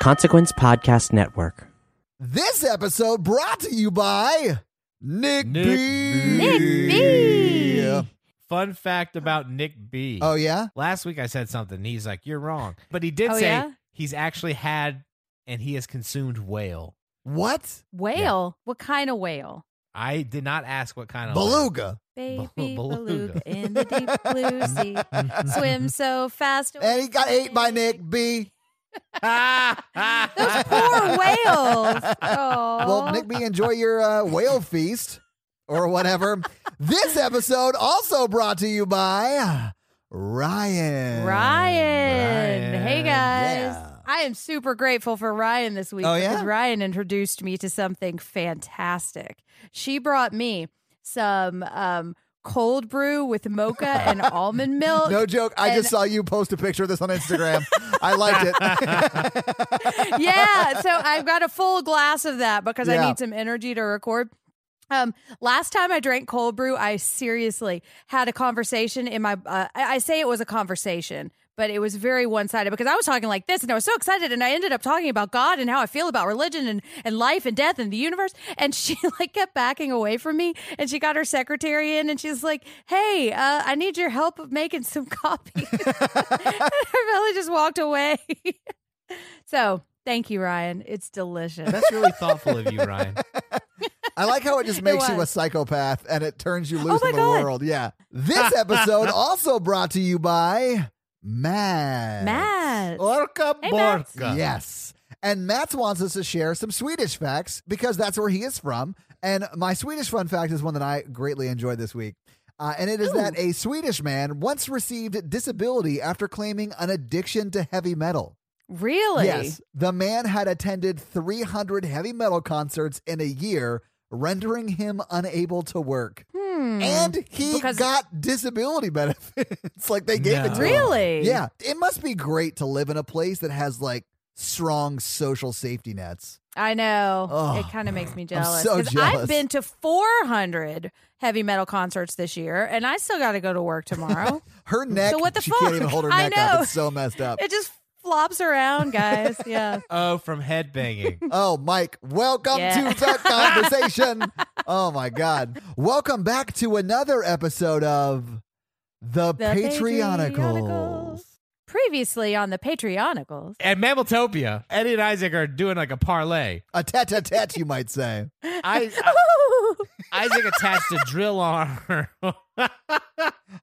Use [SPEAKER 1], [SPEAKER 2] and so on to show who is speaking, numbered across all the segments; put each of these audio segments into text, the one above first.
[SPEAKER 1] Consequence Podcast Network.
[SPEAKER 2] This episode brought to you by Nick,
[SPEAKER 3] Nick
[SPEAKER 2] B.
[SPEAKER 3] Nick
[SPEAKER 4] B.
[SPEAKER 2] Yeah.
[SPEAKER 3] Fun fact about Nick B.
[SPEAKER 2] Oh yeah.
[SPEAKER 3] Last week I said something. He's like, "You're wrong," but he did
[SPEAKER 4] Oh,
[SPEAKER 3] say
[SPEAKER 4] yeah?
[SPEAKER 3] he's actually had and he has consumed whale.
[SPEAKER 2] What?
[SPEAKER 4] Whale? What kind of whale?
[SPEAKER 3] I did not ask what kind of whale.
[SPEAKER 2] Beluga.
[SPEAKER 4] Baby
[SPEAKER 3] Bal-
[SPEAKER 4] beluga
[SPEAKER 3] beluga.
[SPEAKER 4] in the deep blue sea, swim so fast.
[SPEAKER 2] And he got ate by Nick B.
[SPEAKER 4] Those poor whales. Oh,
[SPEAKER 2] Well, Nick B, enjoy your uh, whale feast or whatever. this episode also brought to you by Ryan.
[SPEAKER 4] Oh, Ryan. Hey
[SPEAKER 3] Ryan.
[SPEAKER 4] guys,
[SPEAKER 2] Yeah.
[SPEAKER 4] I am super grateful for Ryan this week
[SPEAKER 2] Oh, yeah?
[SPEAKER 4] because Ryan introduced me to something fantastic. She brought me some um, cold brew with mocha and almond milk.
[SPEAKER 2] No joke. I
[SPEAKER 4] And-
[SPEAKER 2] just saw you post a picture of this on Instagram. I liked it.
[SPEAKER 4] yeah. So I've got a full glass of that because
[SPEAKER 2] Yeah.
[SPEAKER 4] I need some energy to record. Um, last time I drank cold brew, I seriously had a conversation in my. Uh, I I say it was a conversation, but it was very one sided because I was talking like this, and I was so excited, and I ended up talking about God and how I feel about religion and and life and death and the universe. And she like kept backing away from me, and she got her secretary in, and she's like, "Hey, uh, I need your help making some copies." I really just walked away. so thank you, Ryan. It's delicious.
[SPEAKER 3] That's really thoughtful of you, Ryan.
[SPEAKER 2] I like how it just makes you a
[SPEAKER 4] was. Oh
[SPEAKER 2] psychopath and it turns you loose
[SPEAKER 4] my
[SPEAKER 2] in the
[SPEAKER 4] God.
[SPEAKER 2] world. Yeah. This episode also brought to you by Matt.
[SPEAKER 4] Matt.
[SPEAKER 2] Oh,
[SPEAKER 3] Orca
[SPEAKER 4] Hey, Max.
[SPEAKER 3] Borka.
[SPEAKER 2] Yes. And Matt wants us to share some Swedish facts because that's where he is from. And my Swedish fun fact is one that I greatly enjoyed this week. Uh, and it is that a Swedish man once received disability after claiming an addiction to heavy metal.
[SPEAKER 4] Really?
[SPEAKER 2] Yes. The man had attended 300 heavy metal concerts in a year, rendering him unable to work.
[SPEAKER 4] Hmm.
[SPEAKER 2] And he
[SPEAKER 4] Because-
[SPEAKER 2] got disability benefits. like they gave it
[SPEAKER 3] No.
[SPEAKER 2] to him.
[SPEAKER 4] really?
[SPEAKER 2] Yeah, it must be great to live in a place that has like strong social safety nets.
[SPEAKER 4] I know.
[SPEAKER 2] Oh,
[SPEAKER 4] it kind of makes me jealous.
[SPEAKER 2] so
[SPEAKER 4] 'Cause
[SPEAKER 2] jealous.
[SPEAKER 4] I've been to 400 heavy metal concerts this year, and I still got to go to work tomorrow.
[SPEAKER 2] Her neck,
[SPEAKER 4] what the
[SPEAKER 2] she can't even
[SPEAKER 4] fuck?
[SPEAKER 2] hold her
[SPEAKER 4] I
[SPEAKER 2] neck up.
[SPEAKER 4] know.
[SPEAKER 2] It's so messed up.
[SPEAKER 4] it just flops around, guys. Yeah.
[SPEAKER 3] Oh, from headbanging.
[SPEAKER 2] oh, Mike, welcome
[SPEAKER 4] Yeah.
[SPEAKER 2] to the conversation. oh my God. Welcome back to another episode of The,
[SPEAKER 4] The
[SPEAKER 2] Patreonicles.
[SPEAKER 4] Patreonicles. Previously on the Patreonicals.
[SPEAKER 3] At Mammaltopia, Eddie and Isaac are doing like a parlay.
[SPEAKER 2] A tet a tet, you might say.
[SPEAKER 3] I, Isaac attached a drill arm.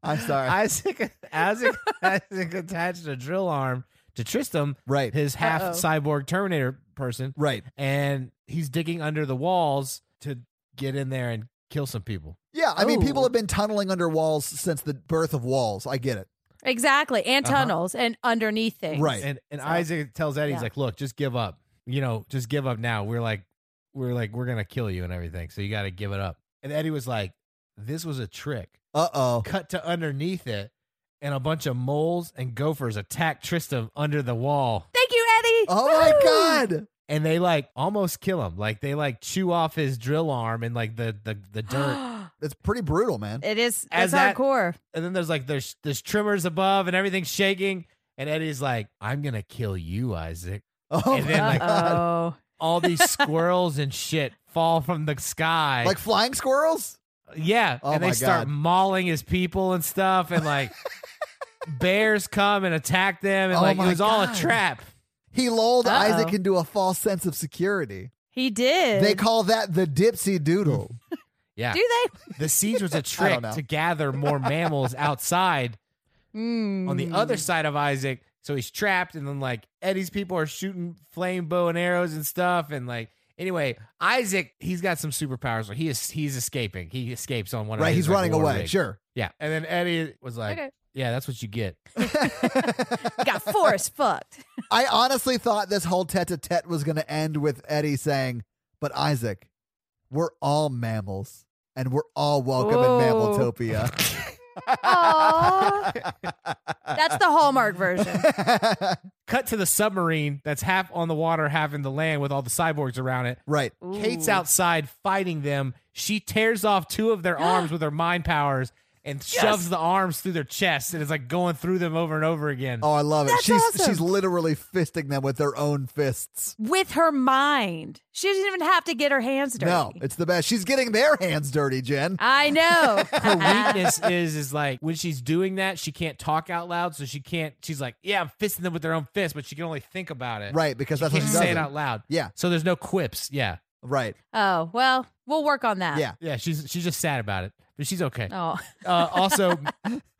[SPEAKER 2] I'm sorry.
[SPEAKER 3] Isaac, Isaac, Isaac attached a drill arm to Tristram,
[SPEAKER 2] right.
[SPEAKER 3] his half
[SPEAKER 4] Uh-oh.
[SPEAKER 3] cyborg Terminator person,
[SPEAKER 2] right.
[SPEAKER 3] and he's digging under the walls to get in there and kill some people.
[SPEAKER 2] Yeah. I mean, people
[SPEAKER 4] Oh.
[SPEAKER 2] have been tunneling under walls since the birth of walls. I get it.
[SPEAKER 4] exactly. And
[SPEAKER 3] Uh-huh.
[SPEAKER 4] tunnels and underneath things.
[SPEAKER 2] Right.
[SPEAKER 3] And and
[SPEAKER 4] So-
[SPEAKER 3] Isaac tells Eddie, he's
[SPEAKER 4] yeah.
[SPEAKER 3] like, "Look, just give up. You know, just give up now. We're like, we're like, we're gonna kill you and everything. So you got to give it up." And Eddie was like, "This was a trick."
[SPEAKER 2] Uh oh.
[SPEAKER 3] cut to underneath it, and a bunch of moles and gophers attack Tristram under the wall,
[SPEAKER 4] Thank you, Eddie.
[SPEAKER 2] Oh my
[SPEAKER 4] Woo!
[SPEAKER 2] God.
[SPEAKER 3] and they like almost kill him. Like they like chew off his drill arm and like the the, the dirt.
[SPEAKER 2] It's pretty brutal, man.
[SPEAKER 4] it is.
[SPEAKER 3] As
[SPEAKER 4] It's
[SPEAKER 3] that-
[SPEAKER 4] hardcore.
[SPEAKER 3] and then there's like there's there's trimmers above and everything's shaking. And Eddie's like, "I'm gonna kill you, Isaac."
[SPEAKER 2] Oh,
[SPEAKER 3] And
[SPEAKER 2] my
[SPEAKER 3] then, like-
[SPEAKER 2] God.
[SPEAKER 4] Oh.
[SPEAKER 3] All these squirrels and shit fall from the sky.
[SPEAKER 2] Like flying squirrels?
[SPEAKER 3] Yeah,
[SPEAKER 2] Oh
[SPEAKER 3] and they
[SPEAKER 2] my God.
[SPEAKER 3] start mauling his people and stuff, and like bears come and attack them, and
[SPEAKER 2] Oh
[SPEAKER 3] like it
[SPEAKER 2] my
[SPEAKER 3] was all
[SPEAKER 2] God.
[SPEAKER 3] a trap.
[SPEAKER 2] He lulled
[SPEAKER 4] Uh-oh.
[SPEAKER 2] Isaac into a false sense of security.
[SPEAKER 4] He did.
[SPEAKER 2] They call that the dipsy doodle.
[SPEAKER 3] Yeah,
[SPEAKER 4] Do they?
[SPEAKER 3] the siege was a
[SPEAKER 2] don't
[SPEAKER 3] trick
[SPEAKER 2] know.
[SPEAKER 3] to gather more mammals outside on the
[SPEAKER 4] Mm.
[SPEAKER 3] other side of Isaac. So he's trapped, and then like Eddie's people are shooting flame bow and arrows and stuff, and like anyway, Isaac he's got some superpowers. Like he is he's escaping. He escapes on one.
[SPEAKER 2] right,
[SPEAKER 3] of his,
[SPEAKER 2] he's
[SPEAKER 3] like,
[SPEAKER 2] running
[SPEAKER 3] war
[SPEAKER 2] away.
[SPEAKER 3] rigs.
[SPEAKER 2] Sure.
[SPEAKER 3] Yeah, and then Eddie was like,
[SPEAKER 4] Okay.
[SPEAKER 3] "Yeah, that's what you get."
[SPEAKER 4] Got forest fucked.
[SPEAKER 2] I honestly thought this whole tete a tete was going to end with Eddie saying, But Isaac, we're all mammals and we're all welcome
[SPEAKER 4] Whoa.
[SPEAKER 2] in Mammaltopia.
[SPEAKER 4] Aww. That's the Hallmark version.
[SPEAKER 3] Cut to the submarine that's half on the water, half in the land, with all the cyborgs around it.
[SPEAKER 2] right.
[SPEAKER 3] Kate's
[SPEAKER 4] Ooh.
[SPEAKER 3] outside fighting them. She tears off two of their arms with her mind powers and shoves the arms through their chest and it's like going through them over and over again.
[SPEAKER 2] Oh, I love it.
[SPEAKER 4] That's
[SPEAKER 2] she's
[SPEAKER 4] awesome.
[SPEAKER 2] she's literally fisting them with their own fists.
[SPEAKER 4] with her mind. She doesn't even have to get her hands dirty.
[SPEAKER 2] No, it's the best. She's getting their hands dirty, Jen.
[SPEAKER 4] I know.
[SPEAKER 3] Her weakness is is like when she's doing that, she can't talk out loud, so she can't. She's like, "Yeah, I'm fisting them with their own fist," but she can only think about it.
[SPEAKER 2] Right, because that's
[SPEAKER 3] She
[SPEAKER 2] what she
[SPEAKER 3] can't
[SPEAKER 2] does.
[SPEAKER 3] say
[SPEAKER 2] it.
[SPEAKER 3] it out loud.
[SPEAKER 2] Yeah,
[SPEAKER 3] So there's no quips. Yeah,
[SPEAKER 2] right.
[SPEAKER 4] oh well, we'll work on that.
[SPEAKER 2] Yeah.
[SPEAKER 3] yeah. She's she's just sad about it, but she's okay.
[SPEAKER 4] Oh,
[SPEAKER 3] Uh, also,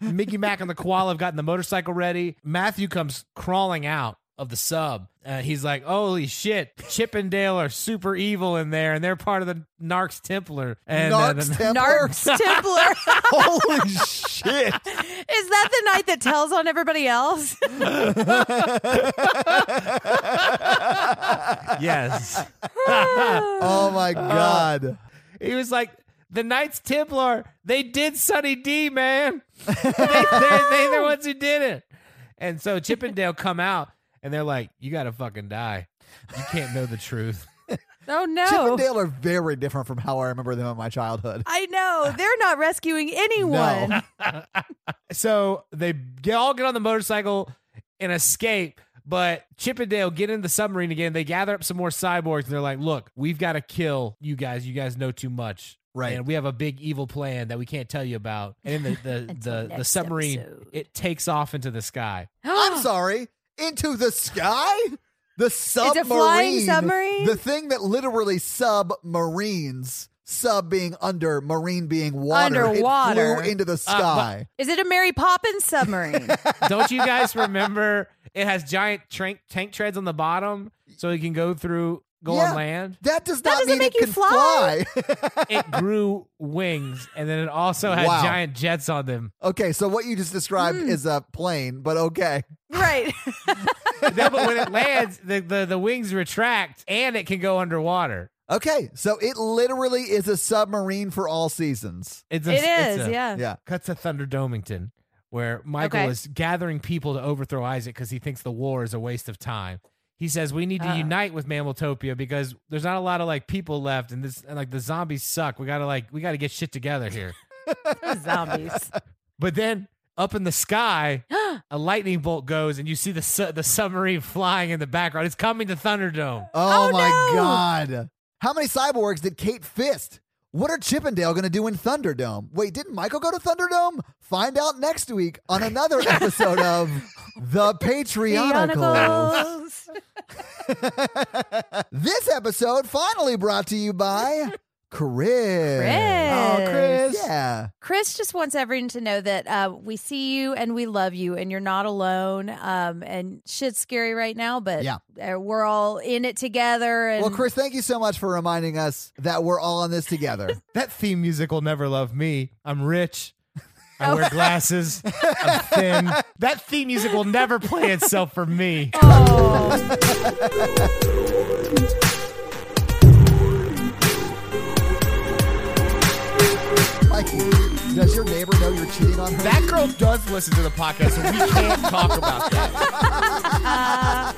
[SPEAKER 3] Mickey Mack and the koala have gotten the motorcycle ready. Matthew comes crawling out of the sub. Uh, he's like, "Holy shit! Chippendale are super evil in there, and they're part of the Narcs Templar." And uh,
[SPEAKER 2] Narcs
[SPEAKER 3] the-
[SPEAKER 2] Templar.
[SPEAKER 4] Narcs Templar.
[SPEAKER 2] Holy shit.
[SPEAKER 4] Is that the knight that tells on everybody else?
[SPEAKER 3] yes,
[SPEAKER 2] Oh my god.
[SPEAKER 3] he was like, "The Knights Templar. They did Sunny D, man. they, they're, they're the ones who did it." And so Chippendale come out, and they're like, "You gotta fucking die. You can't know the truth."
[SPEAKER 4] oh no.
[SPEAKER 2] Chippendale are very different from how I remember them in my childhood.
[SPEAKER 4] I know. They're not rescuing anyone.
[SPEAKER 2] No.
[SPEAKER 3] so they get, all get on the motorcycle and escape. But Chippendale get in the submarine again. They gather up some more cyborgs and they're like, "Look, we've got to kill you guys. You guys know too much,
[SPEAKER 2] Right.
[SPEAKER 3] And we have a big evil plan that we can't tell you about." And then the the
[SPEAKER 4] Until
[SPEAKER 3] the, the
[SPEAKER 4] next
[SPEAKER 3] submarine
[SPEAKER 4] episode.
[SPEAKER 3] it takes off into the sky.
[SPEAKER 2] I'm sorry. Into the sky? The submarine.
[SPEAKER 4] a flying submarine?
[SPEAKER 2] The thing that literally submarines. Sub being under, marine being water. It
[SPEAKER 4] Underwater. Uh,
[SPEAKER 2] flew into the sky.
[SPEAKER 4] Is it a Mary Poppins submarine?
[SPEAKER 3] Don't you guys remember? It has giant tank tank treads on the bottom, so it can go through go
[SPEAKER 2] Yeah.
[SPEAKER 3] on land.
[SPEAKER 2] that does not
[SPEAKER 4] doesn't
[SPEAKER 2] mean
[SPEAKER 4] make
[SPEAKER 2] it
[SPEAKER 4] you
[SPEAKER 2] can
[SPEAKER 4] fly.
[SPEAKER 3] It grew wings, and then it also had
[SPEAKER 2] Wow.
[SPEAKER 3] giant jets on them.
[SPEAKER 2] okay, so what you just described
[SPEAKER 4] Hmm.
[SPEAKER 2] is a plane, but okay.
[SPEAKER 4] right.
[SPEAKER 3] no, but when it lands, the, the, the wings retract and it can go underwater.
[SPEAKER 2] Okay, so it literally is a submarine for all seasons.
[SPEAKER 3] It's a,
[SPEAKER 4] It
[SPEAKER 3] it's a-
[SPEAKER 4] is. uh, yeah.
[SPEAKER 2] Yeah.
[SPEAKER 3] Cuts to Thunder Domington, where Michael
[SPEAKER 4] Okay.
[SPEAKER 3] is gathering people to overthrow Isaac because he thinks the war is a waste of time. He says we need to
[SPEAKER 4] Uh.
[SPEAKER 3] unite with Mammaltopia because there's not a lot of like people left, and this and like the zombies suck. We gotta like we gotta get shit together here.
[SPEAKER 4] Those zombies.
[SPEAKER 3] but then up in the sky, a lightning bolt goes, and you see the su- the submarine flying in the background. It's coming to Thunderdome.
[SPEAKER 2] Oh,
[SPEAKER 4] Oh,
[SPEAKER 2] my
[SPEAKER 4] no.
[SPEAKER 2] god. How many cyborgs did Kate fist? What are Chippendale going to do in Thunderdome? Wait, didn't Michael go to Thunderdome? Find out next week on another episode of The Patrioticals.
[SPEAKER 4] Bionicles.
[SPEAKER 2] this episode finally brought to you by Chris.
[SPEAKER 4] Oh, Chris.
[SPEAKER 2] Yeah.
[SPEAKER 4] Chris just wants everyone to know that uh, we see you and we love you and you're not alone. Um, and shit's scary right now, but
[SPEAKER 2] Yeah.
[SPEAKER 4] uh, we're all in it together. And
[SPEAKER 2] Well, Chris, thank you so much for reminding us that we're all in this together.
[SPEAKER 3] That theme music will never love me. I'm rich. I wear glasses. I'm thin. That theme music will never play itself for me.
[SPEAKER 4] Oh.
[SPEAKER 2] Mikey, does your neighbor know you're cheating on her?
[SPEAKER 3] That girl does listen to the podcast, so we can't talk about that.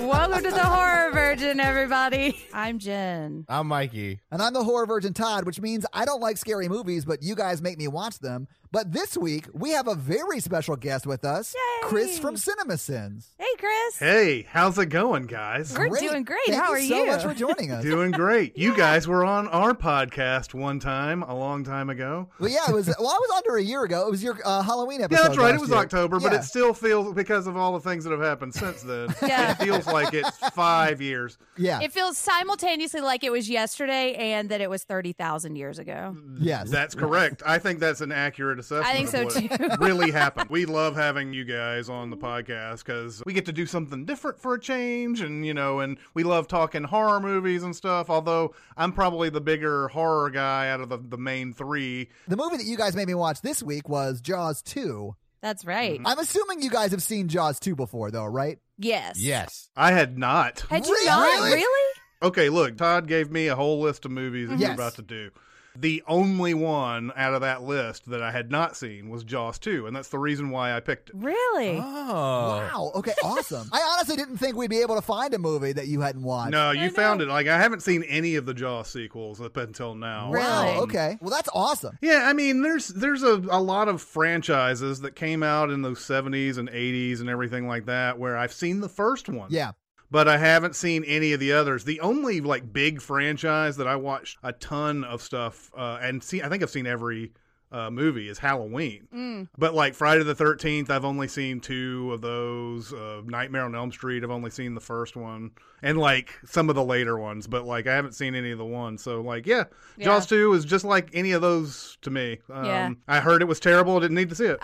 [SPEAKER 4] Welcome to the Horror Virgin, everybody. I'm Jen.
[SPEAKER 3] I'm Mikey.
[SPEAKER 2] And I'm the horror virgin Todd, which means I don't like scary movies, but you guys make me watch them. But this week, we have a very special guest with us,
[SPEAKER 4] Yay!
[SPEAKER 2] Chris from CinemaSins.
[SPEAKER 4] Hey, Chris.
[SPEAKER 5] Hey, how's it going, guys?
[SPEAKER 4] We're doing great.
[SPEAKER 2] Thank
[SPEAKER 4] How
[SPEAKER 2] you
[SPEAKER 4] are
[SPEAKER 2] so
[SPEAKER 4] you?
[SPEAKER 2] much for joining us.
[SPEAKER 5] Doing great. You guys were on our podcast one time, a long time ago.
[SPEAKER 2] well, yeah, it was. Well, I was under a year ago. It was your uh, Halloween episode.
[SPEAKER 5] Yeah, that's right.
[SPEAKER 2] last
[SPEAKER 5] It was
[SPEAKER 2] year.
[SPEAKER 5] October, but
[SPEAKER 2] Yeah.
[SPEAKER 5] it still feels because of all the things that have happened since then.
[SPEAKER 4] Yeah.
[SPEAKER 5] It feels like it's five years.
[SPEAKER 2] yeah,
[SPEAKER 4] It feels simultaneously like it was yesterday and that it was 30,000 years ago.
[SPEAKER 2] yes,
[SPEAKER 5] That's correct. I think that's an accurate assessment.
[SPEAKER 4] I think
[SPEAKER 5] of
[SPEAKER 4] so,
[SPEAKER 5] what Really happened. We love having you guys on the podcast because we get to do something different for a change, and you know, and we love talking horror movies and stuff. Although I'm probably the bigger horror guy out of the, the main three.
[SPEAKER 2] the movie that you guys made me watch this week was Jaws two.
[SPEAKER 4] That's right.
[SPEAKER 2] I'm assuming you guys have seen Jaws two before, though, right?
[SPEAKER 4] Yes.
[SPEAKER 3] Yes.
[SPEAKER 5] I had not.
[SPEAKER 4] Had you
[SPEAKER 2] Really?
[SPEAKER 4] not?
[SPEAKER 2] Really?
[SPEAKER 4] Really?
[SPEAKER 5] Okay, look, Todd gave me a whole list of movies that
[SPEAKER 2] Yes.
[SPEAKER 5] you're about to do. The only one out of that list that I had not seen was Jaws 2, and that's the reason why I picked it.
[SPEAKER 4] Really?
[SPEAKER 5] Uh,
[SPEAKER 6] Oh.
[SPEAKER 2] Wow. Okay. Awesome. I honestly didn't think we'd be able to find a movie that you hadn't watched.
[SPEAKER 5] No,
[SPEAKER 4] I
[SPEAKER 5] you
[SPEAKER 4] know.
[SPEAKER 5] found it. Like I haven't seen any of the Jaws sequels up until now.
[SPEAKER 4] Really?
[SPEAKER 2] Wow. Okay. Well, that's awesome.
[SPEAKER 5] Yeah, I mean, there's there's a, a lot of franchises that came out in the 70s and 80s and everything like that where I've seen the first one.
[SPEAKER 2] Yeah.
[SPEAKER 5] but I haven't seen any of the others. The only like big franchise that I watched a ton of stuff uh, and see, I think I've seen every uh, movie is Halloween.
[SPEAKER 4] Mm.
[SPEAKER 5] But like Friday the Thirteenth, I've only seen two of those. Uh, Nightmare on Elm Street, I've only seen the first one and like some of the later ones, but like I haven't seen any of the ones. So like, yeah,
[SPEAKER 4] Yeah.
[SPEAKER 5] Jaws two is just like any of those to me. Um,
[SPEAKER 4] Yeah.
[SPEAKER 5] I heard it was terrible. I didn't need to see it.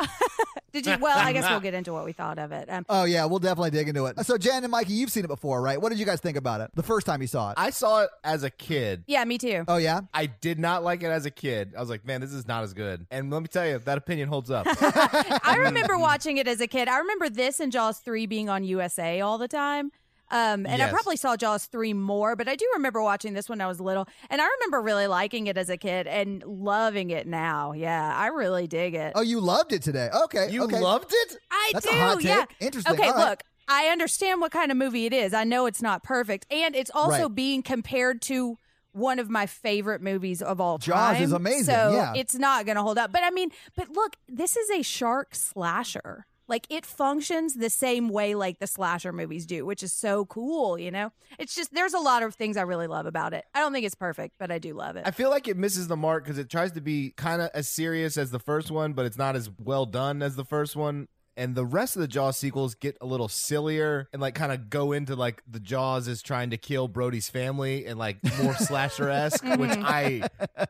[SPEAKER 4] Did you? Well, I guess we'll get into what we thought of it. Um,
[SPEAKER 2] Oh yeah, we'll definitely dig into it. So Jen and Mikey, you've seen it before, right? What did you guys think about it the first time you saw it?
[SPEAKER 3] I saw it as a kid.
[SPEAKER 4] yeah, me too.
[SPEAKER 2] oh yeah.
[SPEAKER 3] I did not like it as a kid. I was like, man, this is not as good. And let me tell you, that opinion holds up.
[SPEAKER 4] I remember watching it as a kid. I remember this and Jaws 3 being on USA all the time. Um, and I
[SPEAKER 3] Yes.
[SPEAKER 4] probably saw Jaws 3 more, but I do remember watching this when I was little. And I remember really liking it as a kid and loving it now. Yeah, I really dig it.
[SPEAKER 2] Oh, you loved it today. Okay.
[SPEAKER 3] you
[SPEAKER 2] okay.
[SPEAKER 3] loved it?
[SPEAKER 4] I
[SPEAKER 2] That's
[SPEAKER 4] do,
[SPEAKER 2] a hot take.
[SPEAKER 4] yeah.
[SPEAKER 2] Interesting.
[SPEAKER 4] Okay,
[SPEAKER 2] All right.
[SPEAKER 4] look, I understand what kind of movie it is. I know it's not perfect. And it's also
[SPEAKER 2] Right.
[SPEAKER 4] being compared to one of my favorite movies of all time.
[SPEAKER 2] Jaws is amazing,
[SPEAKER 4] So
[SPEAKER 2] yeah.
[SPEAKER 4] it's not going to hold up. But I mean, but look, this is a shark slasher. Like it functions the same way like the slasher movies do, which is so cool, you know? It's just there's a lot of things I really love about it. I don't think it's perfect, but I do love it.
[SPEAKER 3] I feel like it misses the mark because it tries to be kind of as serious as the first one, but it's not as well done as the first one. And the rest of the Jaws sequels get a little sillier and like kind of go into like the Jaws is trying to kill Brody's family and like more slasher esque, which I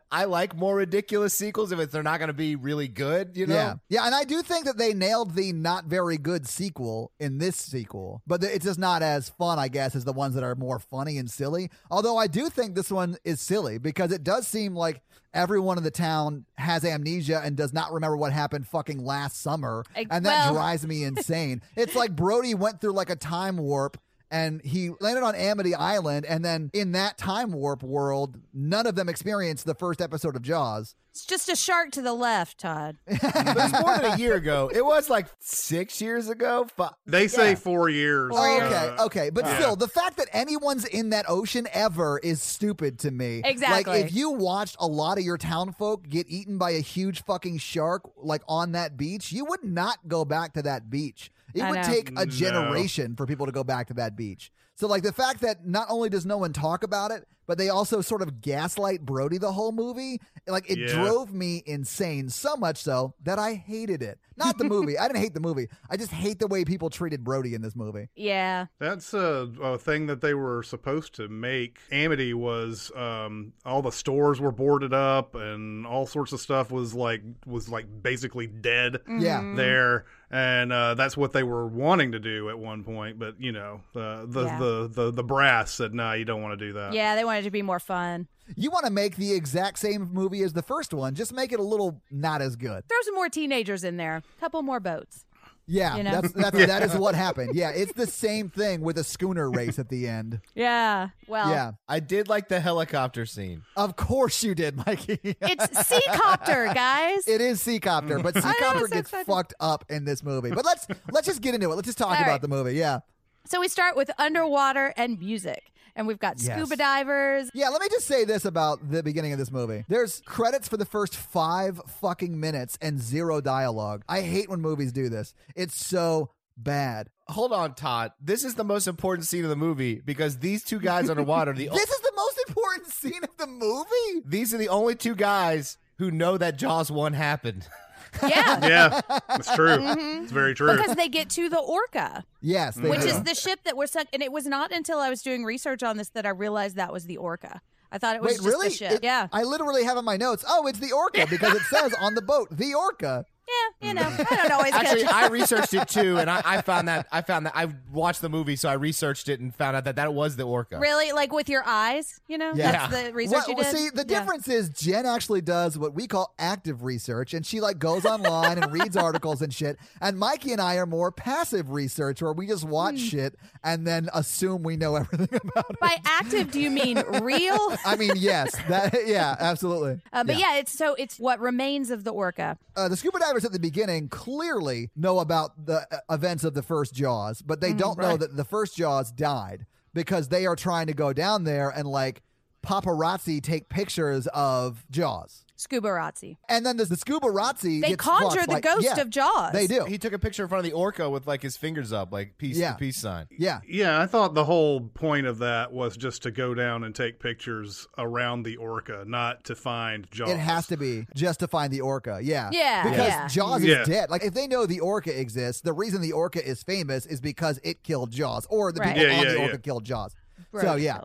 [SPEAKER 3] I like more ridiculous sequels if it's, they're not going to be really good, you know.
[SPEAKER 2] Yeah. Yeah, and I do think that they nailed the not very good sequel in this sequel, but th- it's just not as fun, I guess, as the ones that are more funny and silly. Although I do think this one is silly because it does seem like everyone in the town has amnesia and does not remember what happened fucking last summer,
[SPEAKER 4] I-
[SPEAKER 2] and that
[SPEAKER 4] well-
[SPEAKER 2] drives me insane. it's like Brody went through like a time warp. And he landed on Amity Island, and then in that time warp world, none of them experienced the first episode of Jaws.
[SPEAKER 4] It's just a shark to the left, Todd.
[SPEAKER 3] But it's more than a year ago. It was like six years ago. But
[SPEAKER 5] They say four years.
[SPEAKER 2] Oh,
[SPEAKER 5] uh,
[SPEAKER 2] okay, okay, but
[SPEAKER 5] yeah.
[SPEAKER 2] still, the fact that anyone's in that ocean ever is stupid to me.
[SPEAKER 4] Exactly.
[SPEAKER 2] Like if you watched a lot of your town folk get eaten by a huge fucking shark, like on that beach, you would not go back to that beach. It
[SPEAKER 4] I
[SPEAKER 2] would
[SPEAKER 4] know.
[SPEAKER 2] take a
[SPEAKER 5] No.
[SPEAKER 2] generation for people to go back to that beach. So, like the fact that not only does no one talk about it, but they also sort of gaslight Brody the whole movie. Like it
[SPEAKER 5] Yeah.
[SPEAKER 2] drove me insane so much so that I hated it. Not the movie. I didn't hate the movie. I just hate the way people treated Brody in this movie.
[SPEAKER 4] Yeah.
[SPEAKER 5] That's a, a thing that they were supposed to make. Amity was um, all the stores were boarded up and all sorts of stuff was like was like basically dead
[SPEAKER 2] Mm-hmm. Yeah.
[SPEAKER 5] there, and uh, that's what they were wanting to do at one point. But you know the the
[SPEAKER 4] Yeah.
[SPEAKER 5] the, the, the brass said, "No, you don't want to do that."
[SPEAKER 4] Yeah, they wanted it to be more fun.
[SPEAKER 2] You want to make the exact same movie as the first one, just make it a little not as good.
[SPEAKER 4] Throw some more teenagers in there. Couple more boats.
[SPEAKER 2] Yeah,
[SPEAKER 4] You know?
[SPEAKER 2] that's, that's that is what happened. Yeah, it's the same thing with a schooner race at the end.
[SPEAKER 4] Yeah. Well,
[SPEAKER 2] Yeah,
[SPEAKER 3] I did like the helicopter scene.
[SPEAKER 2] of course you did, Mikey.
[SPEAKER 4] it's Seacopter, guys.
[SPEAKER 2] It is Seacopter, but
[SPEAKER 4] I know, I'm so
[SPEAKER 2] Seacopter gets
[SPEAKER 4] excited.
[SPEAKER 2] fucked up in this movie. But let's let's just get into it. Let's just talk
[SPEAKER 4] All
[SPEAKER 2] about
[SPEAKER 4] right.
[SPEAKER 2] the movie. Yeah,
[SPEAKER 4] so we start with underwater and music. And we've got
[SPEAKER 2] Yes.
[SPEAKER 4] scuba divers.
[SPEAKER 2] yeah. Let me just say this about the beginning of this movie. There's credits for the first five fucking minutes and zero dialogue. I hate when movies do this. It's so bad.
[SPEAKER 3] Hold on, Todd. This is the most important scene of the movie because these two guys underwater, are the
[SPEAKER 2] This is the most important scene of the movie.
[SPEAKER 3] these are the only two guys who know that Jaws one happened.
[SPEAKER 4] Yeah.
[SPEAKER 5] yeah, it's true. It's very true.
[SPEAKER 4] Mm-hmm. Because they get to the orca,
[SPEAKER 2] Yes, they
[SPEAKER 4] which
[SPEAKER 2] do.
[SPEAKER 4] is the ship that we're stuck. And it was not until I was doing research on this that I realized that was the orca. I thought it was
[SPEAKER 2] Wait,
[SPEAKER 4] just
[SPEAKER 2] really?
[SPEAKER 4] the ship.
[SPEAKER 2] It-
[SPEAKER 4] yeah.
[SPEAKER 2] I literally have in my notes. Oh, it's the orca because it says on the boat the orca.
[SPEAKER 4] yeah. You know, I don't always catch
[SPEAKER 3] Actually, I researched it too, and I, I found that I found that I watched the movie, so I researched it and found out that that was the orca.
[SPEAKER 4] Really, like with your eyes, you know?
[SPEAKER 2] Yeah.
[SPEAKER 4] That's the research
[SPEAKER 2] What-
[SPEAKER 4] you did.
[SPEAKER 2] See, the
[SPEAKER 4] Yeah.
[SPEAKER 2] difference is Jen actually does what we call active research, and she like goes online and reads articles and shit. And Mikey and I are more passive research, where we just watch
[SPEAKER 4] Hmm.
[SPEAKER 2] shit and then assume we know everything about it.
[SPEAKER 4] By active, do you mean real?
[SPEAKER 2] I mean, yes, that yeah, absolutely.
[SPEAKER 4] Uh, but yeah. it's so it's what remains of the orca.
[SPEAKER 2] Uh, the scuba divers at the beginning clearly know about the uh, events of the first Jaws, but
[SPEAKER 4] Mm,
[SPEAKER 2] they don't know that the first Jaws died because they are trying to go down there and like paparazzi take pictures of Jaws.
[SPEAKER 4] Scuba Razzi.
[SPEAKER 2] And then there's the scuba Razzi.
[SPEAKER 4] They
[SPEAKER 2] gets
[SPEAKER 4] conjure
[SPEAKER 2] fucked,
[SPEAKER 4] the
[SPEAKER 2] like-
[SPEAKER 4] ghost
[SPEAKER 2] yeah,
[SPEAKER 4] of Jaws.
[SPEAKER 2] They do.
[SPEAKER 3] He took a picture in front of the orca with like his fingers up, like peace,
[SPEAKER 2] Yeah.
[SPEAKER 3] the peace sign.
[SPEAKER 2] yeah.
[SPEAKER 5] Yeah, I thought the whole point of that was just to go down and take pictures around the orca, not to find Jaws.
[SPEAKER 2] It has to be just to find the orca. Yeah.
[SPEAKER 4] Yeah,
[SPEAKER 2] Because
[SPEAKER 4] yeah.
[SPEAKER 2] Jaws
[SPEAKER 5] Yeah.
[SPEAKER 2] is dead. Like, if they know the orca exists, the reason the orca is famous is because it killed Jaws or the
[SPEAKER 4] Right.
[SPEAKER 2] people
[SPEAKER 5] Yeah,
[SPEAKER 2] on
[SPEAKER 5] yeah,
[SPEAKER 2] the
[SPEAKER 5] yeah.
[SPEAKER 2] orca killed Jaws. so,
[SPEAKER 4] Bro,
[SPEAKER 2] yeah.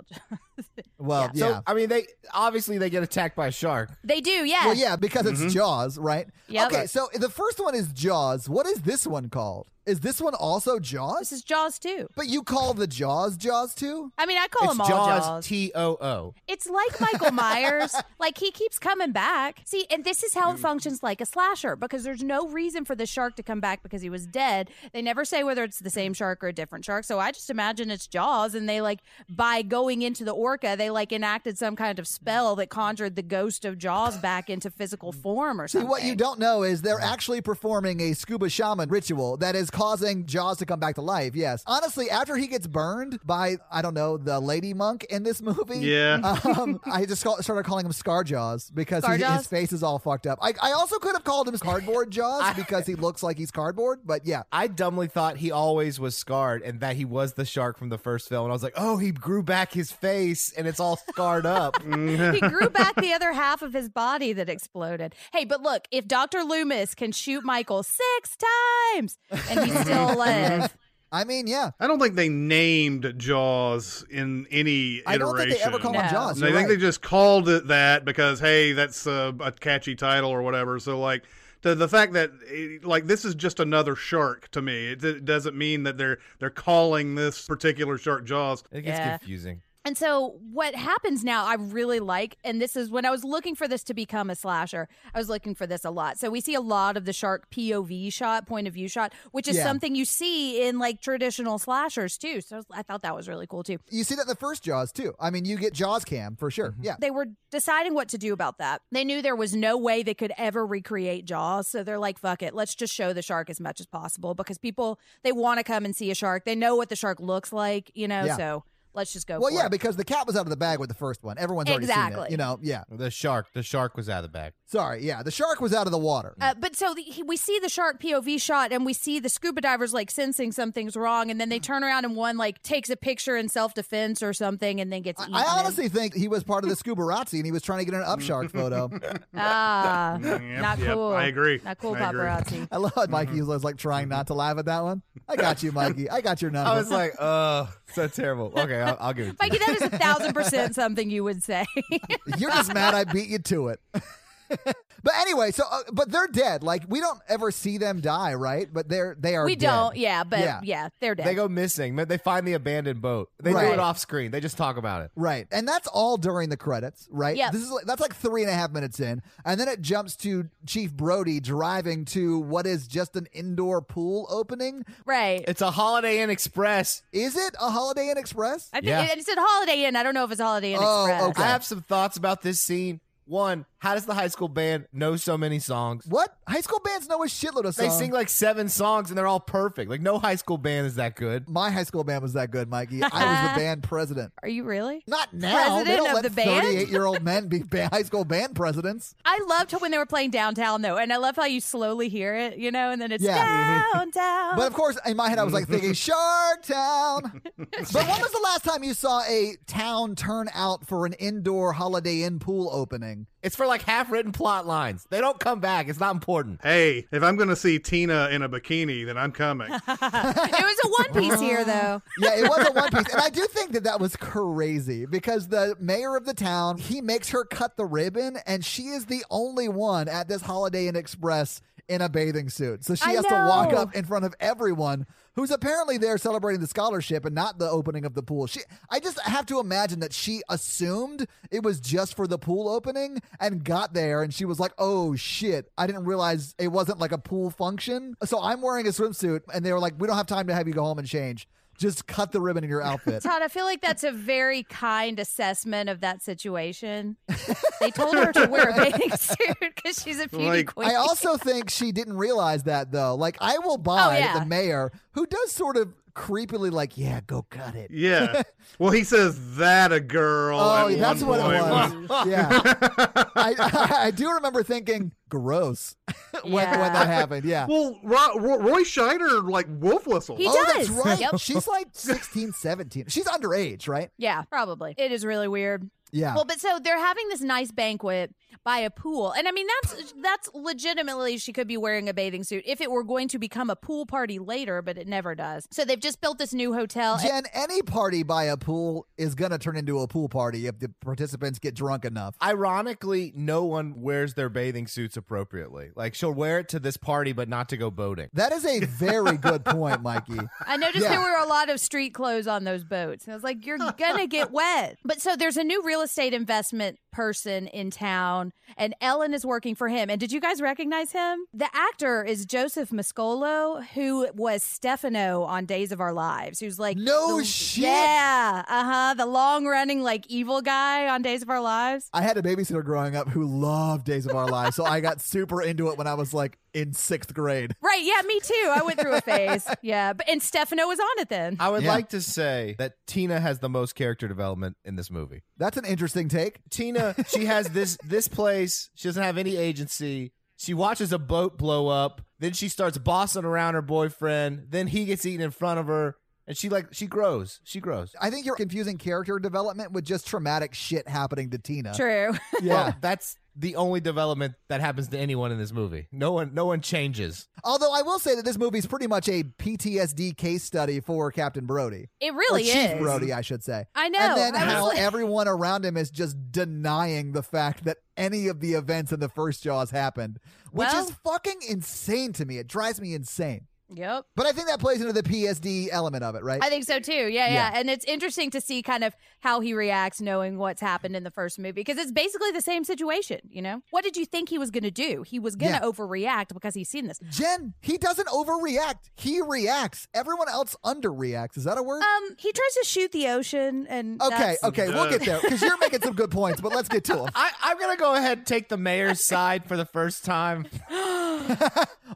[SPEAKER 2] Well, yeah.
[SPEAKER 3] So I mean, they obviously they get attacked by a shark.
[SPEAKER 4] They do, yeah.
[SPEAKER 2] well, yeah, because it's Jaws, right?
[SPEAKER 4] Yep.
[SPEAKER 2] Okay, so the first one is Jaws. What is this one called? Is this one also Jaws?
[SPEAKER 4] This is Jaws too.
[SPEAKER 2] but you call the Jaws Jaws too?
[SPEAKER 4] I mean, I call
[SPEAKER 3] it's
[SPEAKER 4] them all
[SPEAKER 3] Jaws T O O.
[SPEAKER 4] It's like Michael Myers. like he keeps coming back. See, and this is
[SPEAKER 2] Mm.
[SPEAKER 4] how it functions like a slasher because there's no reason for the shark to come back because he was dead. They never say whether it's the same shark or a different shark. So I just imagine it's Jaws and they like by going into the orca, they like enacted some kind of spell that conjured the ghost of Jaws back into physical form or
[SPEAKER 2] Mm. See,
[SPEAKER 4] something.
[SPEAKER 2] what you don't know is they're actually performing a scuba shaman ritual that is causing Jaws to come back to life. Yes. Honestly, after he gets burned by, I don't know, the lady monk in this movie.
[SPEAKER 5] Yeah.
[SPEAKER 2] Um, I just call, started calling him Scar Jaws because
[SPEAKER 4] Scar
[SPEAKER 2] he-
[SPEAKER 4] Jaws?
[SPEAKER 2] his face is all fucked up. I, I also could have called him Cardboard Jaws because he looks like he's cardboard, but yeah.
[SPEAKER 3] I dumbly thought he always was scarred and that he was the shark from the first film. And I was like, oh, he grew back his face and it's all scarred up.
[SPEAKER 4] he grew back the other half of his body that exploded. Hey, but look, if Dr. Loomis can shoot Michael six times and he's still alive,
[SPEAKER 2] I mean, yeah.
[SPEAKER 5] I don't think they named Jaws in any iteration.
[SPEAKER 2] I don't think they ever call him
[SPEAKER 4] No.
[SPEAKER 2] Jaws.
[SPEAKER 5] And I
[SPEAKER 2] You're
[SPEAKER 5] think
[SPEAKER 2] right.
[SPEAKER 5] they just called it that because hey, that's a, a catchy title or whatever. So like the the fact that eh, like this is just another shark to me. It, it doesn't mean that they're they're calling this particular shark Jaws.
[SPEAKER 3] It gets
[SPEAKER 4] Yeah.
[SPEAKER 3] confusing.
[SPEAKER 4] And so what happens now, I really like, and this is when I was looking for this to become a slasher, I was looking for this a lot. So we see a lot of the shark POV shot, point of view shot, which is
[SPEAKER 2] Yeah.
[SPEAKER 4] something you see in like traditional slashers too. So I thought that was really cool too.
[SPEAKER 2] You see that in the first Jaws too. I mean, you get Jaws cam for sure. Yeah.
[SPEAKER 4] They were deciding what to do about that. They knew there was no way they could ever recreate Jaws. So they're like, fuck it. Let's just show the shark as much as possible because people, they want to come and see a shark. They know what the shark looks like, you know?
[SPEAKER 2] Yeah.
[SPEAKER 4] So let's just go
[SPEAKER 2] Well,
[SPEAKER 4] for
[SPEAKER 2] yeah,
[SPEAKER 4] it.
[SPEAKER 2] because the cat was out of the bag with the first one. Everyone's already seen it.
[SPEAKER 4] Exactly.
[SPEAKER 2] You know, yeah.
[SPEAKER 3] The shark, the shark was out of the bag.
[SPEAKER 2] Sorry, yeah. The shark was out of the water.
[SPEAKER 4] Uh, but so the, he, we see the shark POV shot, and we see the scuba divers like sensing something's wrong, and then they turn around and one like takes a picture in self defense or something, and then gets.
[SPEAKER 2] I,
[SPEAKER 4] Eaten
[SPEAKER 2] I honestly think he was part of the scuba Razzi and he was trying to get an up shark photo.
[SPEAKER 4] ah,
[SPEAKER 5] Yep,
[SPEAKER 4] not
[SPEAKER 5] yep,
[SPEAKER 4] cool.
[SPEAKER 5] I agree.
[SPEAKER 4] Not cool,
[SPEAKER 5] I agree.
[SPEAKER 4] paparazzi.
[SPEAKER 2] I love how Mikey was like trying not to laugh at that one. I got you, Mikey. I got your number.
[SPEAKER 3] I was like, uh, so terrible. Okay, I'll, I'll give it to
[SPEAKER 4] Mikey,
[SPEAKER 3] you.
[SPEAKER 4] that is a thousand percent something you would say.
[SPEAKER 2] You're just mad I beat you to it. but anyway, so uh, but they're dead. Like we don't ever see them die, right? But they're they are.
[SPEAKER 4] we
[SPEAKER 2] dead.
[SPEAKER 4] don't, yeah, but
[SPEAKER 2] Yeah.
[SPEAKER 4] yeah, they're dead.
[SPEAKER 3] They go missing. They find the abandoned boat. They do
[SPEAKER 2] Right.
[SPEAKER 3] it off screen. They just talk about it.
[SPEAKER 2] Right, and that's all during the credits, right?
[SPEAKER 4] Yep.
[SPEAKER 2] This is like, that's like three and a half minutes in, and then it jumps to Chief Brody driving to what is just an indoor pool opening.
[SPEAKER 4] right.
[SPEAKER 3] It's a Holiday Inn Express.
[SPEAKER 2] Is it a Holiday Inn Express?
[SPEAKER 4] I think
[SPEAKER 3] Yeah.
[SPEAKER 4] it's at Holiday Inn. I don't know if it's Holiday Inn
[SPEAKER 2] Oh,
[SPEAKER 4] Express. Uh,
[SPEAKER 2] okay.
[SPEAKER 3] I have some thoughts about this scene. One, how does the high school band know so many songs?
[SPEAKER 2] What high school bands know a shitload of
[SPEAKER 3] They
[SPEAKER 2] songs?
[SPEAKER 3] sing like seven songs and they're all perfect. Like no high school band is that good.
[SPEAKER 2] My high school band was that good, Mikey. I was the band president.
[SPEAKER 4] Are you really?
[SPEAKER 2] Not now. they
[SPEAKER 4] President
[SPEAKER 2] don't
[SPEAKER 4] of
[SPEAKER 2] let
[SPEAKER 4] the band?
[SPEAKER 2] thirty-eight-year-old men be ba- high school band presidents.
[SPEAKER 4] I loved when they were playing downtown though, and I love how you slowly hear it, you know, and then it's
[SPEAKER 2] Yeah.
[SPEAKER 4] downtown.
[SPEAKER 2] But of course, in my head, I was like thinking Shark Town. but when was the last time you saw a town turn out for an indoor Holiday Inn pool opening?
[SPEAKER 3] It's for like half written plot lines. They don't come back. It's not important.
[SPEAKER 5] Hey, if I'm going to see Tina in a bikini, then I'm coming.
[SPEAKER 4] It was a one piece here, though.
[SPEAKER 2] Yeah, it was a one piece, and I do think that that was crazy because the mayor of the town he makes her cut the ribbon, and she is the only one at this Holiday Inn Express in a bathing suit. So she
[SPEAKER 4] I
[SPEAKER 2] has to walk
[SPEAKER 4] know.
[SPEAKER 2] up in front of everyone who's apparently there celebrating the scholarship and not the opening of the pool. She I just have to imagine that she assumed it was just for the pool opening and got there and she was like, "Oh shit, I didn't realize it wasn't like a pool function." So I'm wearing a swimsuit and they were like, "We don't have time to have you go home and change. Just cut the ribbon in your outfit."
[SPEAKER 4] Todd, I feel like that's a very kind assessment of that situation. They told her to wear a bathing suit because she's a beauty
[SPEAKER 5] Like-
[SPEAKER 4] queen.
[SPEAKER 2] I also think she didn't realize that though. Like I will buy
[SPEAKER 4] yeah.
[SPEAKER 2] the mayor who does sort of creepily like, yeah, go cut it.
[SPEAKER 5] Yeah. well, he says that a girl.
[SPEAKER 2] Oh,
[SPEAKER 5] at
[SPEAKER 2] that's
[SPEAKER 5] one
[SPEAKER 2] what
[SPEAKER 5] point.
[SPEAKER 2] it was. yeah, I, I, I do remember thinking gross when, when that happened. Yeah.
[SPEAKER 5] Well, Ro- Ro- Roy Scheider like wolf whistled.
[SPEAKER 4] He
[SPEAKER 2] oh, that's
[SPEAKER 4] does.
[SPEAKER 2] right.
[SPEAKER 4] Yep.
[SPEAKER 2] She's like 16, 17. She's underage, right?
[SPEAKER 4] yeah, probably. It is really weird.
[SPEAKER 2] Yeah.
[SPEAKER 4] Well, but so they're having this nice banquet by a pool. And I mean that's that's legitimately she could be wearing a bathing suit if it were going to become a pool party later, but it never does. So they've just built this new hotel.
[SPEAKER 2] Jen, any party by a pool is going to turn into a pool party if the participants get drunk enough.
[SPEAKER 3] Ironically, no one wears their bathing suits appropriately. Like she'll wear it to this party, but not to go boating.
[SPEAKER 2] That is a very good point, Mikey.
[SPEAKER 4] I noticed
[SPEAKER 2] Yeah.
[SPEAKER 4] there were a lot of street clothes on those boats. And I was like, you're going to get wet. But so there's a new real estate investment person in town, and Ellen is working for him. And did you guys recognize him? The actor is Joseph Mascolo, who was Stefano on Days of Our Lives, who's like,
[SPEAKER 2] No
[SPEAKER 4] the-
[SPEAKER 2] shit.
[SPEAKER 4] Yeah. Uh huh. The long running, like, evil guy on Days of Our Lives.
[SPEAKER 2] I had a babysitter growing up who loved Days of Our Lives, so I got super into it when I was like in sixth grade.
[SPEAKER 4] Right. Yeah. Me too. I went through a phase. Yeah. But, and Stefano was on it then.
[SPEAKER 3] I would
[SPEAKER 2] Yeah.
[SPEAKER 3] like to say that Tina has the most character development in this movie.
[SPEAKER 2] That's an interesting take.
[SPEAKER 3] Tina, she has this this place. She doesn't have any agency. She watches a boat blow up. Then she starts bossing around her boyfriend. Then he gets eaten in front of her, and she like she grows. She grows.
[SPEAKER 2] I think you're confusing character development with just traumatic shit happening to Tina.
[SPEAKER 4] True.
[SPEAKER 2] Yeah.
[SPEAKER 3] Well, that's the only development that happens to anyone in this movie. No one, no one changes.
[SPEAKER 2] Although I will say that this movie's pretty much a PTSD case study for Captain Brody.
[SPEAKER 4] It
[SPEAKER 2] Or
[SPEAKER 4] really
[SPEAKER 2] Chief
[SPEAKER 4] is.
[SPEAKER 2] Brody, I should say.
[SPEAKER 4] I know.
[SPEAKER 2] Oh, and then
[SPEAKER 4] I was
[SPEAKER 2] how
[SPEAKER 4] like-
[SPEAKER 2] everyone around him is just denying the fact that any of the events in the first Jaws happened, which
[SPEAKER 4] Well-
[SPEAKER 2] is fucking insane to me. It drives me insane.
[SPEAKER 4] Yep.
[SPEAKER 2] But I think that plays into the PSD element of it, right?
[SPEAKER 4] I think so too. Yeah, yeah,
[SPEAKER 2] Yeah.
[SPEAKER 4] And it's interesting to see kind of how he reacts knowing what's happened in the first movie because it's basically the same situation, you know? What did you think he was going to do? He was going to
[SPEAKER 2] Yeah.
[SPEAKER 4] overreact because he's seen this.
[SPEAKER 2] Jen, he doesn't overreact. He reacts. Everyone else underreacts. Is that a word?
[SPEAKER 4] Um, he tries to shoot the ocean and
[SPEAKER 2] okay,
[SPEAKER 4] that's-
[SPEAKER 2] okay, we'll get there because you're making some good points, but let's get to them.
[SPEAKER 3] I, I'm gonna go ahead and take the mayor's side for the first time.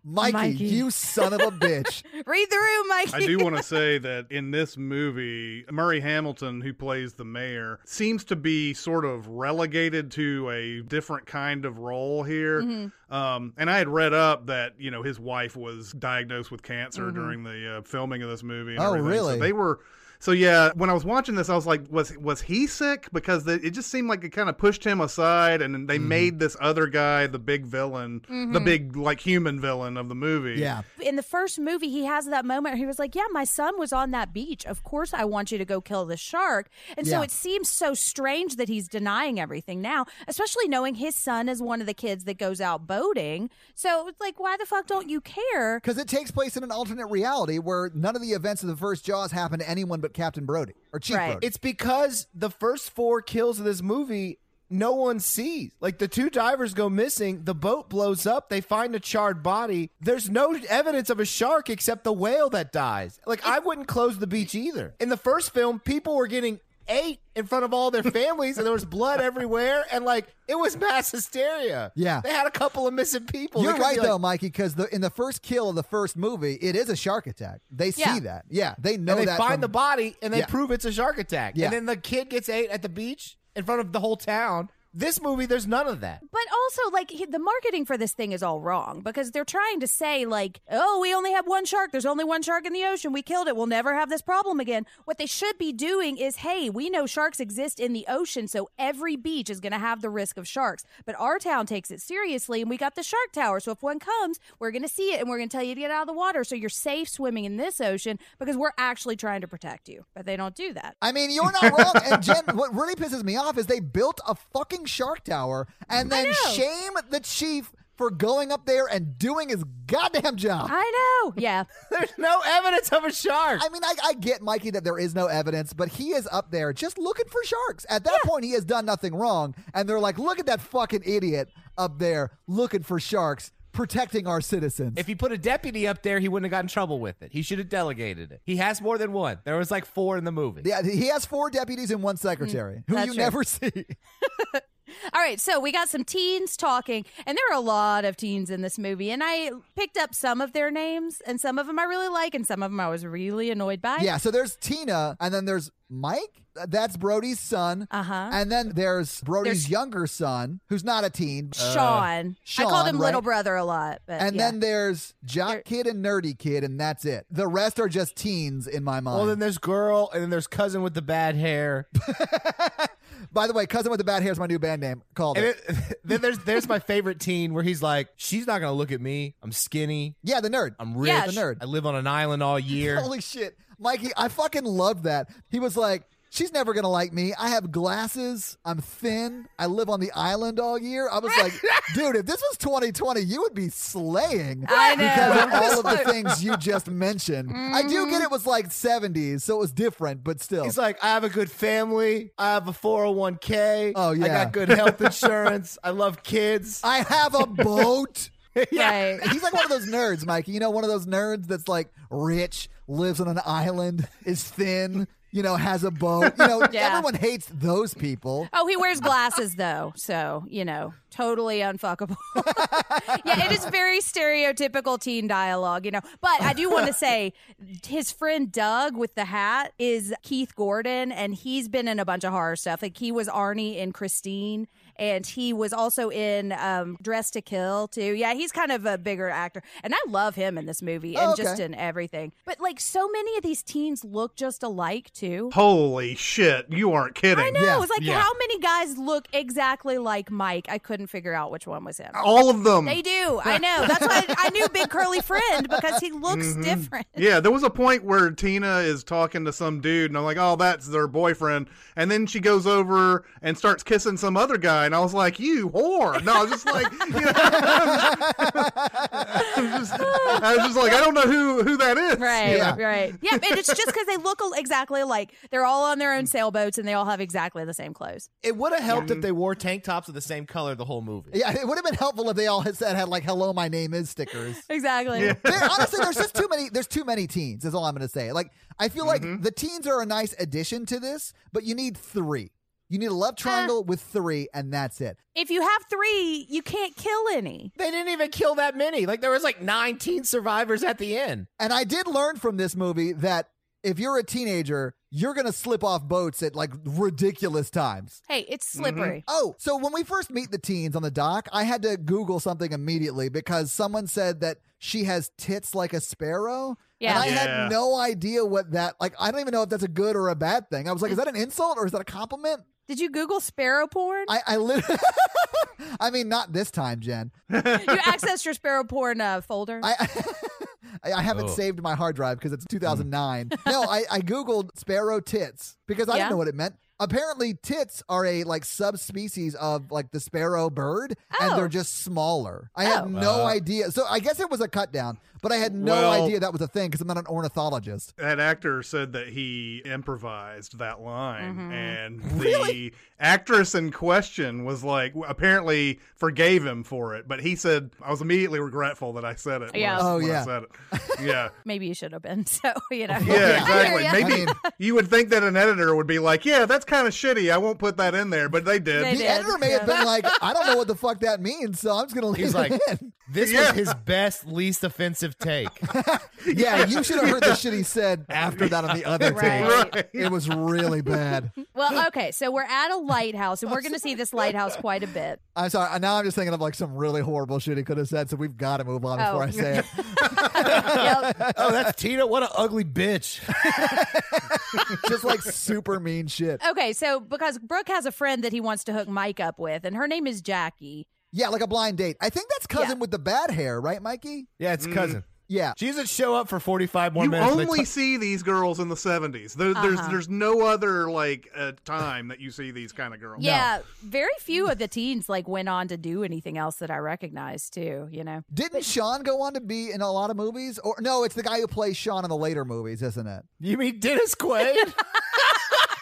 [SPEAKER 2] Mikey,
[SPEAKER 4] Mikey.
[SPEAKER 2] you son of a bitch.
[SPEAKER 4] Read the room, Mikey.
[SPEAKER 5] I do want to say that in this movie, Murray Hamilton, who plays the mayor, seems to be sort of relegated to a different kind of role here. Um, and I had read up that you know his wife was diagnosed with cancer during the uh, filming of this movie. And
[SPEAKER 2] Oh,
[SPEAKER 5] everything. So
[SPEAKER 2] really?
[SPEAKER 5] they were. So yeah, when I was watching this, I was like, was was he sick? Because the, it just seemed like it kind of pushed him aside, and then they
[SPEAKER 2] Mm-hmm.
[SPEAKER 5] made this other guy the big villain, the big like human villain of the movie.
[SPEAKER 2] Yeah.
[SPEAKER 4] in the first movie, he has that moment where he was like, Yeah, my son was on that beach. Of course, I want you to go kill the shark. And so
[SPEAKER 2] Yeah.
[SPEAKER 4] it seems so strange that he's denying everything now, especially knowing his son is one of the kids that goes out boating. So it's like, Why the fuck don't you care?
[SPEAKER 2] Because it takes place in an alternate reality where none of the events of the first Jaws happen to anyone but Captain Brody or Chief
[SPEAKER 4] Right.
[SPEAKER 2] Brody.
[SPEAKER 3] It's because the first four kills of this movie, no one sees. Like the two divers go missing, the boat blows up, they find a charred body. There's no evidence of a shark except the whale that dies. Like I wouldn't close the beach either. In the first film, people were getting ate in front of all their families and there was blood everywhere and like it was mass hysteria.
[SPEAKER 2] Yeah.
[SPEAKER 3] They had a couple of missing people. They
[SPEAKER 2] You're
[SPEAKER 3] couldn't
[SPEAKER 2] right
[SPEAKER 3] be like-
[SPEAKER 2] though, Mikey, because the, in the first kill of the first movie, it is a shark attack. They
[SPEAKER 4] Yeah.
[SPEAKER 2] see that. Yeah, they know
[SPEAKER 3] and they
[SPEAKER 2] that.
[SPEAKER 3] find
[SPEAKER 2] from-
[SPEAKER 3] the body and they
[SPEAKER 2] Yeah.
[SPEAKER 3] prove it's a shark attack.
[SPEAKER 2] Yeah.
[SPEAKER 3] And then the kid gets ate at the beach in front of the whole town. This movie, there's none of that.
[SPEAKER 4] But also, like, he- the marketing for this thing is all wrong because they're trying to say, like, oh, we only have one shark. There's only one shark in the ocean. We killed it. We'll never have this problem again. What they should be doing is, hey, we know sharks exist in the ocean, so every beach is going to have the risk of sharks. But our town takes it seriously, and we got the shark tower. So if one comes, we're going to see it, and we're going to tell you to get out of the water so you're safe swimming in this ocean because we're actually trying to protect you. But they don't do that.
[SPEAKER 2] I mean, you're not wrong. And Jen, what really pisses me off is they built a fucking shark tower and then
[SPEAKER 4] know.
[SPEAKER 2] shame the chief for going up there and doing his goddamn job.
[SPEAKER 4] I know. Yeah.
[SPEAKER 3] There's no evidence of a shark.
[SPEAKER 2] I mean, I, I get Mikey that there is no evidence, but he is up there just looking for sharks. At that point, he has done nothing wrong, and they're like, "Look at that fucking idiot up there looking for sharks, protecting our citizens."
[SPEAKER 7] If he put a deputy up there, he wouldn't have gotten in trouble with it. He should have delegated it. He has more than one. There was like four in the movie.
[SPEAKER 2] yeah, he has four deputies and one secretary who
[SPEAKER 4] Mm, that's
[SPEAKER 2] you
[SPEAKER 4] true.
[SPEAKER 2] never see.
[SPEAKER 4] All right, so we got some teens talking, and there are a lot of teens in this movie, and I picked up some of their names, and some of them I really like, and some of them I was really annoyed by.
[SPEAKER 2] yeah, so there's Tina, and then there's Mike. That's Brody's son.
[SPEAKER 4] Uh-huh.
[SPEAKER 2] And then there's Brody's
[SPEAKER 4] There's-
[SPEAKER 2] younger son, who's not a teen.
[SPEAKER 4] Sean. I
[SPEAKER 2] Sean,
[SPEAKER 4] called him
[SPEAKER 2] right?
[SPEAKER 4] little brother a lot, but
[SPEAKER 2] and
[SPEAKER 4] yeah.
[SPEAKER 2] then there's Jock
[SPEAKER 4] There-
[SPEAKER 2] Kid and Nerdy Kid, and that's it. The rest are just teens in my mind.
[SPEAKER 3] Well, then there's girl, and then there's cousin with the bad hair,
[SPEAKER 2] By the way, Cousin with the Bad Hair is my new band name. Called
[SPEAKER 3] and
[SPEAKER 2] it.
[SPEAKER 3] it, then there's there's my favorite teen where he's like, she's not gonna look at me. I'm skinny.
[SPEAKER 2] Yeah, the nerd.
[SPEAKER 3] I'm rich.
[SPEAKER 4] Yeah,
[SPEAKER 2] the nerd.
[SPEAKER 3] I live on an island all year.
[SPEAKER 2] Holy shit. Mikey, I fucking love that. He was like, She's never gonna like me. I have glasses. I'm thin. I live on the island all year. I was like, dude, if this was 2020, you would be slaying
[SPEAKER 4] I know.
[SPEAKER 2] because of all of the things you just mentioned. I do get it was like 70s, so it was different, but still.
[SPEAKER 3] He's like, I have a good family. I have a 401k.
[SPEAKER 2] Oh,
[SPEAKER 3] I
[SPEAKER 2] yeah.
[SPEAKER 3] got good health insurance. I love kids.
[SPEAKER 2] I have a boat.
[SPEAKER 4] Right.
[SPEAKER 2] He's like one of those nerds, Mikey. You know, one of those nerds that's like rich, lives on an island, is thin, you know, has a boat. You know,
[SPEAKER 4] Yeah.
[SPEAKER 2] everyone hates those people.
[SPEAKER 4] Oh, he wears glasses though, so you know, totally unfuckable. yeah, it is very stereotypical teen dialogue, you know. But I do want to say, his friend Doug with the hat is Keith Gordon, and he's been in a bunch of horror stuff. Like he was Arnie in Christine, and he was also in um, Dress to Kill too. Yeah, he's kind of a bigger actor, and I love him in this movie and
[SPEAKER 2] Oh, okay.
[SPEAKER 4] just in everything. But like, so many of these teens look just alike too.
[SPEAKER 5] Holy shit, you aren't kidding.
[SPEAKER 4] I know.
[SPEAKER 2] Yeah,
[SPEAKER 4] it's like
[SPEAKER 3] yeah.
[SPEAKER 4] how many guys look exactly like Mike? I couldn't figure out which one was him.
[SPEAKER 5] All of them.
[SPEAKER 4] They do. I know. That's why I knew Big Curly Friend because he looks different.
[SPEAKER 5] Yeah, there was a point where Tina is talking to some dude, and I'm like, oh, that's their boyfriend. And then she goes over and starts kissing some other guy, and I was like, you whore. No, I was just like, you know, I, was just, I was just like, I don't know who, who that is.
[SPEAKER 4] Right,
[SPEAKER 2] Yeah.
[SPEAKER 4] right. Yeah, and it's just because they look al- exactly alike. They're all on their own sailboats and they all have exactly the same clothes.
[SPEAKER 3] It would have helped if they wore tank tops of the same color the whole movie.
[SPEAKER 2] Yeah, it would have been helpful if they all had said had like "Hello, my name is" stickers.
[SPEAKER 4] Exactly.
[SPEAKER 5] Yeah.
[SPEAKER 2] There- honestly, there's just too many. There's too many teens. Is all I'm going to say. Like, I feel like the teens are a nice addition to this, but you need three. You need a love triangle with three, and that's it.
[SPEAKER 4] If you have three, you can't kill any.
[SPEAKER 3] They didn't even kill that many. Like there was like 19 survivors at the end.
[SPEAKER 2] And I did learn from this movie that if you're a teenager, you're going to slip off boats at like ridiculous times.
[SPEAKER 4] Hey, it's slippery.
[SPEAKER 2] Oh, so when we first meet the teens on the dock, I had to Google something immediately because someone said that she has tits like a sparrow.
[SPEAKER 4] Yeah.
[SPEAKER 2] And I
[SPEAKER 5] Yeah.
[SPEAKER 2] had no idea what that like I don't even know if that's a good or a bad thing. I was like, is that an insult or is that a compliment?
[SPEAKER 4] Did you Google sparrow porn?
[SPEAKER 2] I I literally I mean not this time, Jen.
[SPEAKER 4] you accessed your sparrow porn uh, folder?
[SPEAKER 2] I I, I haven't
[SPEAKER 3] Oh.
[SPEAKER 2] saved my hard drive because it's 2009. no, I, I googled sparrow tits because I
[SPEAKER 4] Yeah.
[SPEAKER 2] didn't know what it meant. Apparently, tits are a like subspecies of like the sparrow bird,
[SPEAKER 4] Oh.
[SPEAKER 2] and they're just smaller. I
[SPEAKER 4] Oh.
[SPEAKER 2] had no
[SPEAKER 3] Uh.
[SPEAKER 2] idea. So I guess it was a cut down, but I had no
[SPEAKER 5] Well-
[SPEAKER 2] idea that was a thing because I'm not an ornithologist.
[SPEAKER 5] That actor said that he improvised that line,
[SPEAKER 4] Mm-hmm.
[SPEAKER 5] and the
[SPEAKER 2] Really?
[SPEAKER 5] actress in question was like, apparently forgave him for it, but he said, I was immediately regretful that I said it. when I-
[SPEAKER 4] Yeah.
[SPEAKER 2] Oh,
[SPEAKER 5] when I
[SPEAKER 2] yeah. Oh,
[SPEAKER 5] said it. Yeah.
[SPEAKER 4] Maybe you should have been. So, you know.
[SPEAKER 5] Yeah, exactly.
[SPEAKER 4] Yeah.
[SPEAKER 5] Maybe
[SPEAKER 2] I mean-
[SPEAKER 5] you would think that an editor would be like, "Yeah, that's kind of shitty. I won't put that in there," but they did.
[SPEAKER 4] They
[SPEAKER 2] The
[SPEAKER 4] did.
[SPEAKER 2] editor may have
[SPEAKER 4] Yeah.
[SPEAKER 2] been like, "I don't know what the fuck that means," so I'm just gonna leave
[SPEAKER 3] He's
[SPEAKER 2] it
[SPEAKER 3] like,
[SPEAKER 2] in.
[SPEAKER 3] this was
[SPEAKER 5] Yeah.
[SPEAKER 3] his best, least offensive take.
[SPEAKER 2] "Yeah, you should have heard the shit he said after that on the other tape.
[SPEAKER 4] Right.
[SPEAKER 2] It was really bad."
[SPEAKER 4] Well, okay, so we're at a lighthouse, and we're going to see this lighthouse quite a bit.
[SPEAKER 2] I'm sorry. I- Now I'm just thinking of like some really horrible shit he could have said. So we've got to move on
[SPEAKER 4] Oh.
[SPEAKER 2] before I say it.
[SPEAKER 4] Yep.
[SPEAKER 3] oh, that's Tina. What an ugly bitch.
[SPEAKER 2] just like super mean shit.
[SPEAKER 4] Okay, so because Brooke has a friend that he wants to hook Mike up with, and her name is Jackie.
[SPEAKER 2] Yeah, like a blind date. I think that's cousin
[SPEAKER 4] Yeah.
[SPEAKER 2] with the bad hair, right, Mikey?
[SPEAKER 3] Yeah, it's cousin.
[SPEAKER 2] Yeah.
[SPEAKER 3] She doesn't show up for 45 more
[SPEAKER 5] you
[SPEAKER 3] minutes. and they
[SPEAKER 5] only
[SPEAKER 3] t-
[SPEAKER 5] see these girls in the 70s. There, There's
[SPEAKER 4] Uh-huh.
[SPEAKER 5] there's no other like uh, time that you see these kind of girls.
[SPEAKER 4] Yeah, very few of the teens like went on to do anything else that I recognize too. You know,
[SPEAKER 2] Didn't Sean go on to be in a lot of movies? Or no, it's the guy who plays Sean in the later movies, isn't it?
[SPEAKER 3] you mean Dennis Quaid?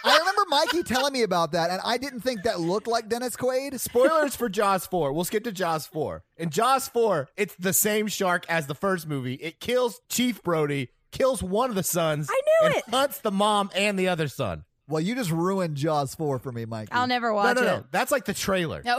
[SPEAKER 2] I remember Mikey telling me about that, and I didn't think that looked like Dennis Quaid.
[SPEAKER 3] Spoilers for Jaws 4. We'll skip to Jaws 4. In Jaws 4, it's the same shark as the first movie. It kills Chief Brody, kills one of the sons.
[SPEAKER 4] I knew
[SPEAKER 3] and
[SPEAKER 4] it.
[SPEAKER 3] Hunts the mom and the other son.
[SPEAKER 2] Well, you just ruined Jaws 4 for me, Mikey.
[SPEAKER 4] I'll never watch
[SPEAKER 3] no, no,
[SPEAKER 4] it.
[SPEAKER 3] no. That's like the trailer.
[SPEAKER 4] No,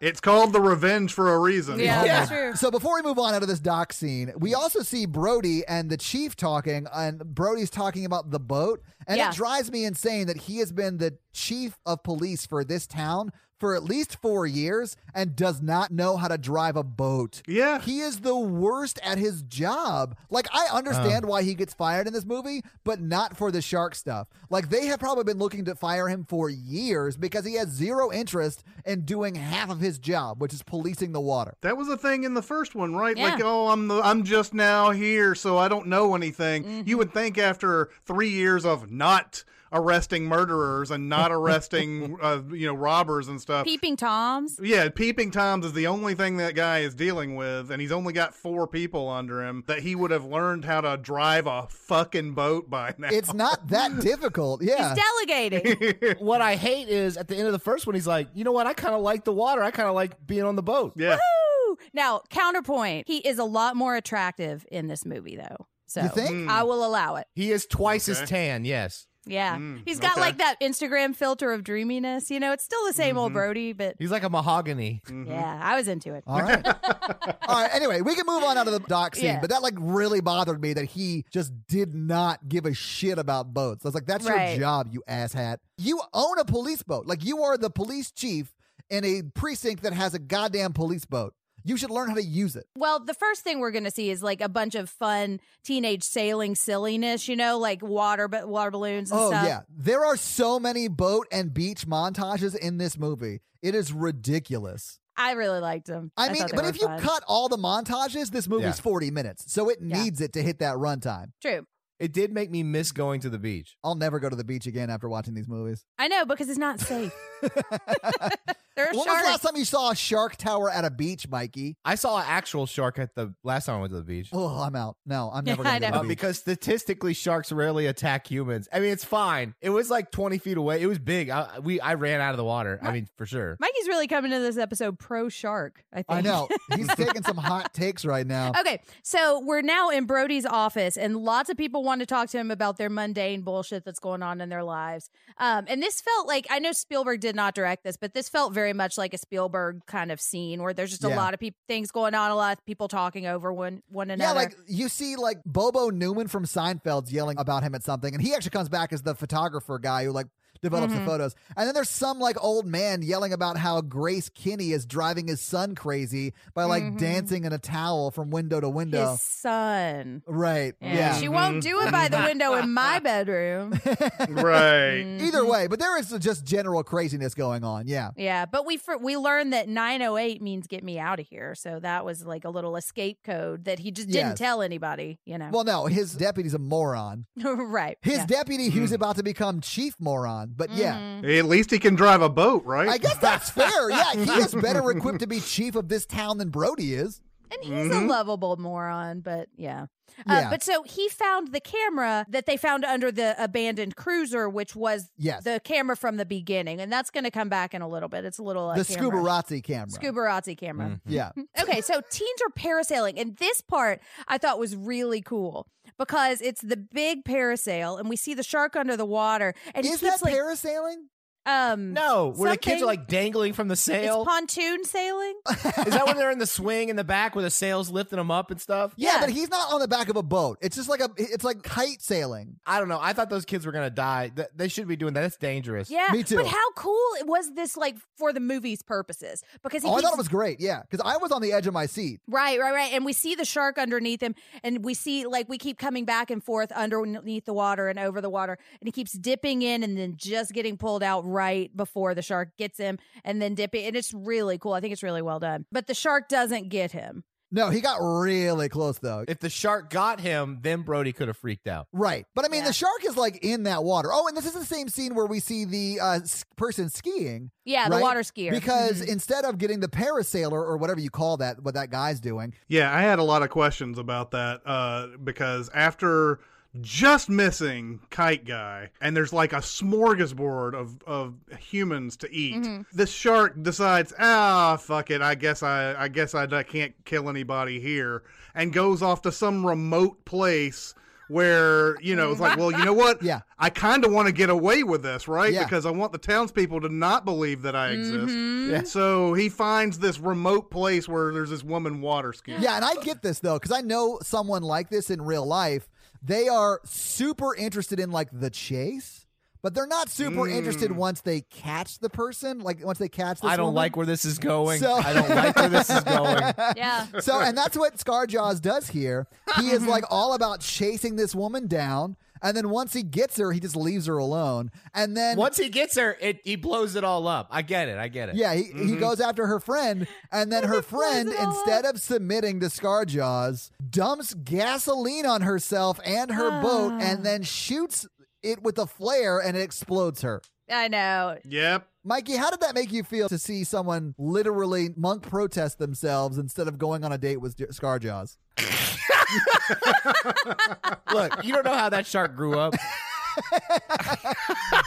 [SPEAKER 5] It's called the revenge for a reason.
[SPEAKER 3] Yeah.
[SPEAKER 4] yeah, that's true.
[SPEAKER 2] So before we move on out of this dock scene, we also see Brody and the chief talking, and Brody's talking about the boat, and
[SPEAKER 4] Yeah.
[SPEAKER 2] it drives me insane that he has been the chief of police for this town for at least four years and does not know how to drive a boat.
[SPEAKER 5] Yeah.
[SPEAKER 2] he is the worst at his job. Like I understand why he gets fired in this movie, but not for the shark stuff. Like they have probably been looking to fire him for years because he has zero interest in doing half of his job, which is policing the water.
[SPEAKER 5] That was a thing in the first one, right?
[SPEAKER 4] Yeah.
[SPEAKER 5] Like, oh, I'm the, I'm just now here, so I don't know anything. You would think after three years of not arresting murderers and not arresting, uh, you know, robbers and stuff.
[SPEAKER 4] Peeping toms.
[SPEAKER 5] yeah, peeping toms is the only thing that guy is dealing with, and he's only got four people under him. That he would have learned how to drive a fucking boat by now.
[SPEAKER 2] It's not that difficult. Yeah.
[SPEAKER 4] He's delegating.
[SPEAKER 3] What I hate is at the end of the first one, he's like, you know what? I kind of like the water. I kind of like being on the boat.
[SPEAKER 5] yeah,
[SPEAKER 4] Woo! now, counterpoint. He is a lot more attractive in this movie, though. So
[SPEAKER 2] You think?
[SPEAKER 4] I will allow it.
[SPEAKER 3] He is twice
[SPEAKER 5] Okay.
[SPEAKER 3] as tan, yes.
[SPEAKER 4] Yeah,
[SPEAKER 5] Mm,
[SPEAKER 4] he's got
[SPEAKER 5] okay.
[SPEAKER 4] like that Instagram filter of dreaminess. You know, it's still the same old Brody, but
[SPEAKER 3] He's like a mahogany.
[SPEAKER 4] yeah, I was into it.
[SPEAKER 2] All right. All right. Anyway, we can move on out of the dock scene,
[SPEAKER 4] Yeah.
[SPEAKER 2] but that like really bothered me that he just did not give a shit about boats. I was like, that's
[SPEAKER 4] Right.
[SPEAKER 2] your job, you asshat. You own a police boat. Like you are the police chief in a precinct that has a goddamn police boat. You should learn how to use it.
[SPEAKER 4] Well, the first thing we're going to see is like a bunch of fun teenage sailing silliness, you know, like water but water balloons and
[SPEAKER 2] Oh
[SPEAKER 4] stuff.
[SPEAKER 2] yeah. There are so many boat and beach montages in this movie. It is ridiculous.
[SPEAKER 4] I really liked them.
[SPEAKER 2] I, mean,
[SPEAKER 4] thought they
[SPEAKER 2] but
[SPEAKER 4] were
[SPEAKER 2] if you
[SPEAKER 4] fun.
[SPEAKER 2] cut all the montages, this movie's
[SPEAKER 3] Yeah.
[SPEAKER 2] 40 minutes. So it
[SPEAKER 4] Yeah.
[SPEAKER 2] needs it to hit that runtime.
[SPEAKER 4] true,
[SPEAKER 3] It did make me miss going to the beach.
[SPEAKER 2] I'll never go to the beach again after watching these movies.
[SPEAKER 4] I know because it's not safe. there are
[SPEAKER 2] When was the last
[SPEAKER 4] sharks.
[SPEAKER 2] time you saw a shark tower at a beach, Mikey?
[SPEAKER 3] I saw an actual shark at the last time I went to the beach.
[SPEAKER 2] Oh, I'm out. No, I'm never
[SPEAKER 4] Yeah, I
[SPEAKER 2] going to
[SPEAKER 4] know.
[SPEAKER 3] Uh,
[SPEAKER 2] the beach.
[SPEAKER 3] because statistically, sharks rarely attack humans. I mean, it's fine. It was like twenty feet away. It was big. I, we I ran out of the water. I mean, for sure.
[SPEAKER 4] Mikey's really coming to this episode pro shark. I think.
[SPEAKER 2] I know. He's taking some hot takes right now.
[SPEAKER 4] Okay, so we're now in Brody's office, and lots of people want to talk to him about their mundane bullshit that's going on in their lives. Um, and this felt like I know Spielberg did not direct this, but this felt very much like a Spielberg kind of scene where there's just a
[SPEAKER 2] Yeah.
[SPEAKER 4] lot of peop things going on, a lot of people talking over one one
[SPEAKER 2] Yeah,
[SPEAKER 4] another.
[SPEAKER 2] like you see, like Bobo Newman from Seinfeld's yelling about him at something, and he actually comes back as the photographer guy who like develops
[SPEAKER 4] Mm-hmm.
[SPEAKER 2] the photos. And then there's some like old man yelling about how Grace Kinney is driving his son crazy by like dancing in a towel from window to window.
[SPEAKER 4] Mm-hmm. his son.
[SPEAKER 2] Right.
[SPEAKER 4] Yeah.
[SPEAKER 2] yeah.
[SPEAKER 4] She won't do it by the window in my bedroom. Mm,
[SPEAKER 5] right.
[SPEAKER 4] Mm-hmm.
[SPEAKER 2] Either way, but there is just general craziness going on. Yeah.
[SPEAKER 4] Yeah, but we fir- we learned that 908 means get me out of here. So that was like a little escape code that he just didn't
[SPEAKER 2] Yes.
[SPEAKER 4] tell anybody, you know.
[SPEAKER 2] Well, no, his deputy's a moron.
[SPEAKER 4] right.
[SPEAKER 2] His
[SPEAKER 4] yeah.
[SPEAKER 2] deputy, who's about to become chief moron, but yeah.
[SPEAKER 5] At least he can drive a boat,
[SPEAKER 4] Hmm.
[SPEAKER 5] right?
[SPEAKER 2] I guess that's fair. Yeah, he is better equipped to be chief of this town than Brody is.
[SPEAKER 4] And he's a lovable moron, but yeah. Uh,
[SPEAKER 2] mm-hmm. Yeah.
[SPEAKER 4] but so he found the camera that they found under the abandoned cruiser, which was
[SPEAKER 2] Yes.
[SPEAKER 4] the camera from the beginning, and that's going to come back in a little bit. It's a little uh,
[SPEAKER 2] The Mm.
[SPEAKER 4] camera.
[SPEAKER 2] Scubarazzi camera.
[SPEAKER 4] Scubarazzi camera.
[SPEAKER 2] Yeah.
[SPEAKER 4] okay, so teens are parasailing, and this part I thought was really cool because it's the big parasail, and we see the shark under the water, and
[SPEAKER 2] Is
[SPEAKER 4] he
[SPEAKER 2] that
[SPEAKER 4] keeps like
[SPEAKER 2] parasailing?
[SPEAKER 4] um
[SPEAKER 3] No, where the kids
[SPEAKER 4] something-
[SPEAKER 3] are like dangling from the
[SPEAKER 4] it's
[SPEAKER 3] sail.
[SPEAKER 4] pontoon sailing.
[SPEAKER 3] Is that when they're in the swing in the back where the sail's lifting them up and stuff?
[SPEAKER 2] Yeah,
[SPEAKER 4] Yeah.
[SPEAKER 2] but he's not on the back of a boat. It's just like a it's like kite sailing.
[SPEAKER 3] I don't know. I thought those kids were gonna die. Th- they shouldn't be doing that. That's dangerous.
[SPEAKER 4] Yeah,
[SPEAKER 2] Me too.
[SPEAKER 4] But how cool it was this like for the movie's purposes because he
[SPEAKER 2] Oh, I
[SPEAKER 4] keeps
[SPEAKER 2] thought it was great. Yeah, cuz I was on the edge of my seat.
[SPEAKER 4] Right, right, right. And we see the shark underneath him, and we see like we keep coming back and forth underneath the water and over the water, and he keeps dipping in and then just getting pulled out right before the shark gets him, and then dipping. And it's really cool. I think it's really well done. But the shark doesn't get him.
[SPEAKER 2] No, he got really close though.
[SPEAKER 3] If the shark got him, then Brody could have freaked out.
[SPEAKER 2] Right. But I mean,
[SPEAKER 4] Yeah.
[SPEAKER 2] the shark is like in that water. Oh, and this is the same scene where we see the uh, s- person skiing.
[SPEAKER 4] Yeah,
[SPEAKER 2] right?
[SPEAKER 4] the water skier.
[SPEAKER 2] Because
[SPEAKER 3] Mm-hmm.
[SPEAKER 2] instead of getting the parasailer or whatever you call that, what that guy's doing,
[SPEAKER 5] Yeah, I had a lot of questions about that uh, because after just missing Kite Guy, and there's like a smorgasbord of, of humans to eat,
[SPEAKER 2] Mm-hmm.
[SPEAKER 5] this shark decides, ah, fuck it, I guess I, I guess I, I can't kill anybody here, and goes off to some remote place. Where you know it's like, well, you know what?
[SPEAKER 2] Yeah.
[SPEAKER 5] I kind of want to get away with this, right?
[SPEAKER 2] Yeah.
[SPEAKER 5] Because I want the townspeople to not believe that I exist.
[SPEAKER 2] Mm-hmm.
[SPEAKER 3] Yeah.
[SPEAKER 5] So he finds this remote place where there's this woman water skiing.
[SPEAKER 2] Yeah, and I get this though, because I know someone like this in real life. They are super interested in like the chase, but they're not super interested once they catch the person. Like once they catch, this
[SPEAKER 3] Mm. I don't
[SPEAKER 2] woman.
[SPEAKER 3] like where this is going.
[SPEAKER 2] So-
[SPEAKER 3] I don't like where this is going.
[SPEAKER 4] yeah.
[SPEAKER 2] So, and that's what Scarjaws does here. He is like all about chasing this woman down, and then once he gets her, he just leaves her alone. And then,
[SPEAKER 3] Once he gets her, it he blows it all up. I get it. I get it.
[SPEAKER 2] yeah, he, he goes after her friend, and then her friend,
[SPEAKER 4] Mm-hmm. it all
[SPEAKER 2] instead of submitting to Scarjaws, dumps gasoline on herself and her boat,
[SPEAKER 4] Ah.
[SPEAKER 2] and then shoots it with a flare, and it explodes her.
[SPEAKER 4] I know.
[SPEAKER 5] Yep.
[SPEAKER 2] Mikey, how did that make you feel to see someone literally monk protest themselves instead of going on a date with Scarjaws?
[SPEAKER 3] Look, you don't know how that shark grew up.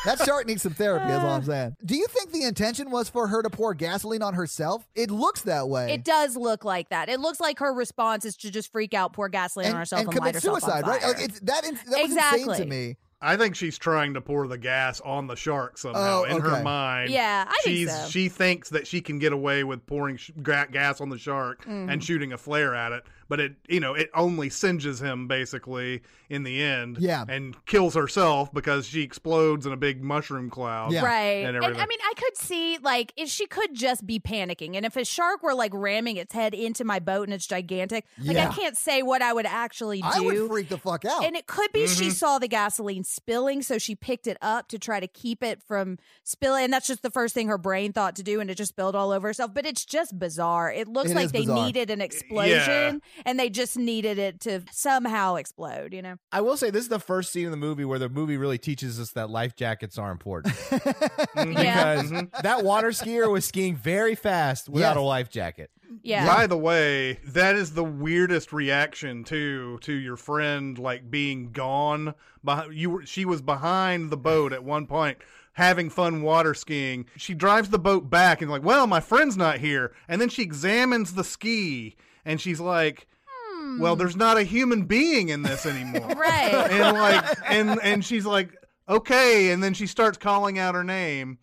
[SPEAKER 2] That shark needs some therapy, is all I'm saying. Do you think the intention was for her to pour gasoline on herself? It looks that way.
[SPEAKER 4] It does look like that. It looks like her response is to just freak out, pour gasoline
[SPEAKER 2] and,
[SPEAKER 4] on herself,
[SPEAKER 2] and
[SPEAKER 4] and, light
[SPEAKER 2] commit
[SPEAKER 4] herself
[SPEAKER 2] suicide,
[SPEAKER 4] on
[SPEAKER 2] right?
[SPEAKER 4] fire.
[SPEAKER 2] Like it's, that, in, that was
[SPEAKER 4] Exactly.
[SPEAKER 2] insane to me.
[SPEAKER 5] I think she's trying to pour the gas on the shark somehow
[SPEAKER 2] Oh,
[SPEAKER 5] in
[SPEAKER 2] okay.
[SPEAKER 5] her mind.
[SPEAKER 4] Yeah, I think
[SPEAKER 5] she's,
[SPEAKER 4] so.
[SPEAKER 5] She thinks that she can get away with pouring sh- gra- gas on the shark
[SPEAKER 4] Mm.
[SPEAKER 5] and shooting a flare at it, but it, you know, it only singes him basically in the end.
[SPEAKER 2] Yeah.
[SPEAKER 5] and kills herself because she explodes in a big mushroom cloud.
[SPEAKER 2] Yeah.
[SPEAKER 4] Right.
[SPEAKER 5] And
[SPEAKER 4] And,
[SPEAKER 5] everything.
[SPEAKER 4] I mean, I could see like if she could just be panicking. And if a shark were like ramming its head into my boat and it's gigantic, like
[SPEAKER 2] Yeah.
[SPEAKER 4] I can't say what I would actually do.
[SPEAKER 2] I would freak the fuck out.
[SPEAKER 4] and it could be she saw the gasoline spilling, so she picked it up to try to keep it from spilling. And that's just the first thing her brain thought to do, and it just spilled all over herself. But it's just bizarre. It looks
[SPEAKER 2] It
[SPEAKER 4] like
[SPEAKER 2] is
[SPEAKER 4] they
[SPEAKER 2] bizarre.
[SPEAKER 4] needed an explosion, and they just needed it to somehow explode. You know?
[SPEAKER 3] I will say this is the first scene in the movie where the movie really teaches us that life jackets are important. Mm-hmm.
[SPEAKER 4] Yeah.
[SPEAKER 3] Because that water skier was skiing very fast without
[SPEAKER 2] Yes.
[SPEAKER 3] a life jacket.
[SPEAKER 4] Yeah.
[SPEAKER 5] By the way, that is the weirdest reaction to to your friend like being gone. Behind, you were, she was behind the boat at one point having fun water skiing. She drives the boat back and like, "Well, my friend's not here." And then she examines the ski and she's like, "Well, there's not a human being in this anymore."
[SPEAKER 4] Hmm. Right.
[SPEAKER 5] and like and and she's like okay and then she starts calling out her name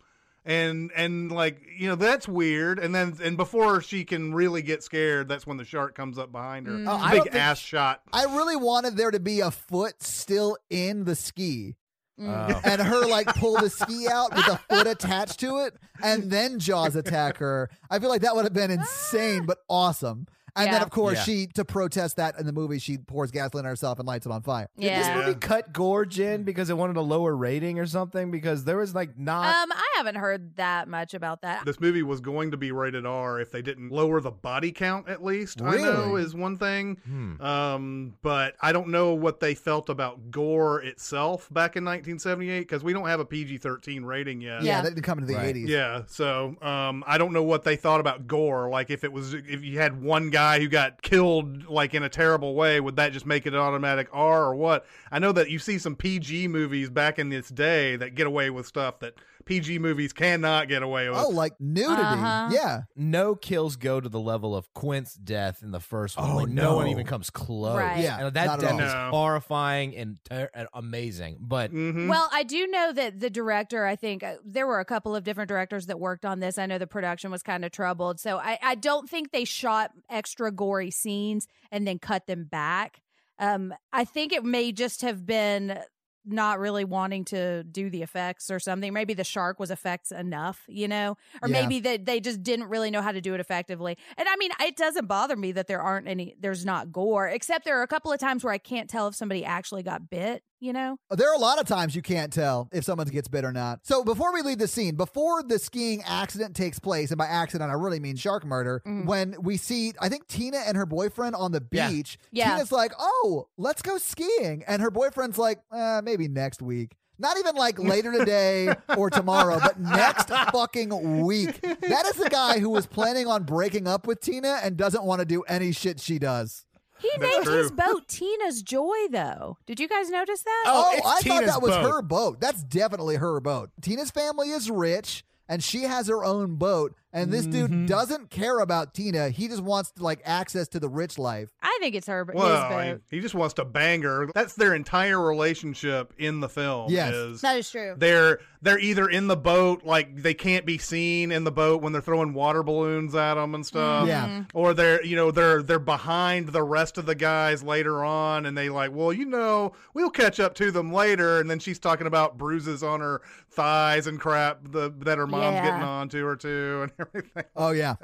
[SPEAKER 5] and and like you know that's weird and then and before she can really get scared that's when the shark comes up behind her
[SPEAKER 2] Mm.
[SPEAKER 3] Oh, I don't
[SPEAKER 5] big
[SPEAKER 3] think-
[SPEAKER 5] ass shot
[SPEAKER 2] I really wanted there to be a foot still in the ski.
[SPEAKER 4] Mm.
[SPEAKER 3] Oh.
[SPEAKER 2] And her like pull the ski out with a foot attached to it, and then Jaws attack her. I feel like that would have been insane, but awesome. And then
[SPEAKER 4] Yeah.
[SPEAKER 2] of course
[SPEAKER 3] Yeah.
[SPEAKER 2] she to protest that in the movie she pours gasoline on herself and lights it on fire.
[SPEAKER 3] Did
[SPEAKER 4] yeah.
[SPEAKER 3] this movie cut Gorge in because it wanted a lower rating or something? Because there was like not.
[SPEAKER 4] Um, I haven't heard that much about that.
[SPEAKER 5] this movie was going to be rated R if they didn't lower the body count at least. I know
[SPEAKER 2] Really?
[SPEAKER 5] is one thing. Um, but I don't know what they felt about gore itself back in 1978 because we don't have a PG-13 rating yet.
[SPEAKER 2] Yeah,
[SPEAKER 4] Yeah.
[SPEAKER 2] that didn't come into the
[SPEAKER 3] Right.
[SPEAKER 2] 80s.
[SPEAKER 5] Yeah, so um, I don't know what they thought about gore. Like, if it was, if you had one guy who got killed like in a terrible way, would that just make it an automatic R or what? I know that you see some PG movies back in this day that get away with stuff that PG movies cannot get away with.
[SPEAKER 2] Oh, like nudity.
[SPEAKER 4] Uh-huh.
[SPEAKER 2] Yeah.
[SPEAKER 3] no kills go to the level of Quint's death in the first one.
[SPEAKER 8] Oh,
[SPEAKER 3] like, no.
[SPEAKER 8] no.
[SPEAKER 3] one even comes close.
[SPEAKER 4] Right.
[SPEAKER 2] Yeah,
[SPEAKER 3] and
[SPEAKER 2] not
[SPEAKER 3] that
[SPEAKER 2] at
[SPEAKER 3] death
[SPEAKER 5] all.
[SPEAKER 3] is
[SPEAKER 5] No.
[SPEAKER 3] horrifying and, ter- and amazing. But
[SPEAKER 5] Mhm.
[SPEAKER 4] Well, I do know that the director, I think uh, there were a couple of different directors that worked on this. I know the production was kind of troubled. So I, I don't think they shot extra gory scenes and then cut them back. Um, I think it may just have been not really wanting to do the effects or something. Maybe the shark was effects enough, you know, or
[SPEAKER 2] Yeah.
[SPEAKER 4] maybe that they just didn't really know how to do it effectively. And I mean, it doesn't bother me that there aren't any, there's not gore, except there are a couple of times where I can't tell if somebody actually got bit, you know?
[SPEAKER 2] There are a lot of times you can't tell if someone gets bit or not. So before we leave the scene, before the skiing accident takes place, and by accident I really mean shark murder, when we see I think Tina and her boyfriend on the
[SPEAKER 9] Yeah.
[SPEAKER 2] beach,
[SPEAKER 4] Yeah.
[SPEAKER 2] Tina's like, "Oh, let's go skiing," and her boyfriend's like, eh, "Maybe next week." Not even like later today or tomorrow, but next fucking week. That is the guy who was planning on breaking up with Tina and doesn't want to do any shit she does.
[SPEAKER 4] He
[SPEAKER 5] That's
[SPEAKER 4] named his
[SPEAKER 5] true.
[SPEAKER 4] boat Tina's Joy, though. Did you guys notice that?
[SPEAKER 3] Oh,
[SPEAKER 2] Oh,
[SPEAKER 3] it's
[SPEAKER 2] I thought
[SPEAKER 3] Tina's
[SPEAKER 2] that was
[SPEAKER 3] boat.
[SPEAKER 2] her boat. That's definitely her boat. Tina's family is rich and she has her own boat and this dude doesn't care about Tina. He just wants like access to the rich life.
[SPEAKER 4] I think it's her his
[SPEAKER 5] Well,
[SPEAKER 4] boat.
[SPEAKER 5] he, he just wants to bang her. That's their entire relationship in the film.
[SPEAKER 2] Yes.
[SPEAKER 5] is
[SPEAKER 4] that is true.
[SPEAKER 5] they're they're either in the boat, like they can't be seen in the boat when they're throwing water balloons at them and stuff.
[SPEAKER 2] Yeah.
[SPEAKER 5] Or they're you know they're they're behind the rest of the guys later on, and they like, well, you know, we'll catch up to them later. And then she's talking about bruises on her thighs and crap the, that her mom's
[SPEAKER 4] Yeah.
[SPEAKER 5] getting on to her too, and everything.
[SPEAKER 2] Oh yeah.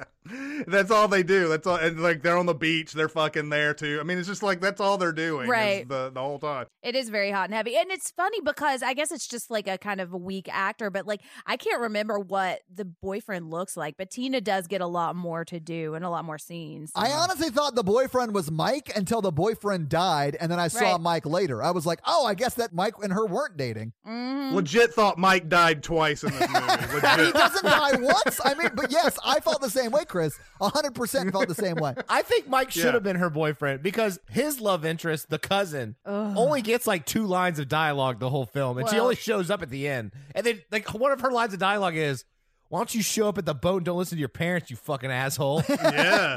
[SPEAKER 5] That's all they do. That's all, and like they're on the beach, they're fucking there too. I mean, it's just like that's all they're doing, is
[SPEAKER 4] Right.
[SPEAKER 5] The the whole time.
[SPEAKER 4] It is very hot and heavy. And it's funny because I guess it's just like a kind of a weak actor, but like I can't remember what the boyfriend looks like, but Tina does get a lot more to do and a lot more scenes.
[SPEAKER 2] I honestly thought the boyfriend was Mike until the boyfriend died and then I saw
[SPEAKER 4] Right.
[SPEAKER 2] Mike later. I was like, "Oh, I guess that Mike and her weren't dating."
[SPEAKER 4] Mhm.
[SPEAKER 5] Legit thought Mike died twice in this movie.
[SPEAKER 2] He
[SPEAKER 5] Legit.
[SPEAKER 2] doesn't die once. I mean, but yes, I felt the same way, Chris. 100% felt the same way.
[SPEAKER 3] I think Mike should
[SPEAKER 5] Yeah.
[SPEAKER 3] have been her boyfriend because his love interest, the cousin, only gets like two lines of dialogue the whole film, and she
[SPEAKER 4] Well-
[SPEAKER 3] only shows up at the end. And then, like, one of her lines of dialogue is, "Why don't you show up at the boat and don't listen to your parents, you fucking asshole?"
[SPEAKER 5] yeah.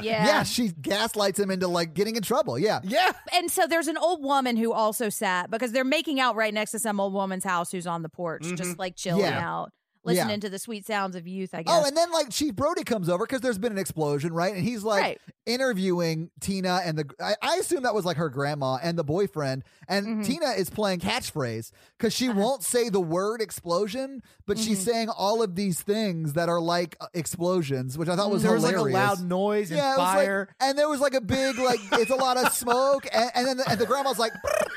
[SPEAKER 4] Yeah.
[SPEAKER 2] Yeah. she gaslights him into like getting in trouble. Yeah.
[SPEAKER 3] yeah,
[SPEAKER 4] And so there's an old woman who also sat because they're making out right next to some old woman's house who's on the porch,
[SPEAKER 5] Mm-hmm.
[SPEAKER 4] just like chilling
[SPEAKER 2] Yeah.
[SPEAKER 4] out, listening to the sweet sounds of youth, I guess.
[SPEAKER 2] Oh, and then like Chief Brody comes over because there's been an explosion, right? And he's like
[SPEAKER 4] Right.
[SPEAKER 2] interviewing Tina and the. I, I assume that was like her grandma and the boyfriend. And
[SPEAKER 3] Mm-hmm.
[SPEAKER 2] Tina is playing catchphrase because she
[SPEAKER 3] Uh-huh.
[SPEAKER 2] won't say the word explosion, but she's
[SPEAKER 3] Mm-hmm.
[SPEAKER 2] saying all of these things that are like uh, explosions, which I thought was
[SPEAKER 3] Mm, there was like a
[SPEAKER 2] hilarious.
[SPEAKER 3] loud noise and
[SPEAKER 2] yeah, it was, like-
[SPEAKER 3] fire.
[SPEAKER 2] and there was like a big like it's a lot of smoke, and, and then the, and the grandma's like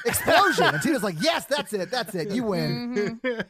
[SPEAKER 2] explosion, and Tina's like, yes, that's it, that's it, you win.
[SPEAKER 3] Mm-hmm.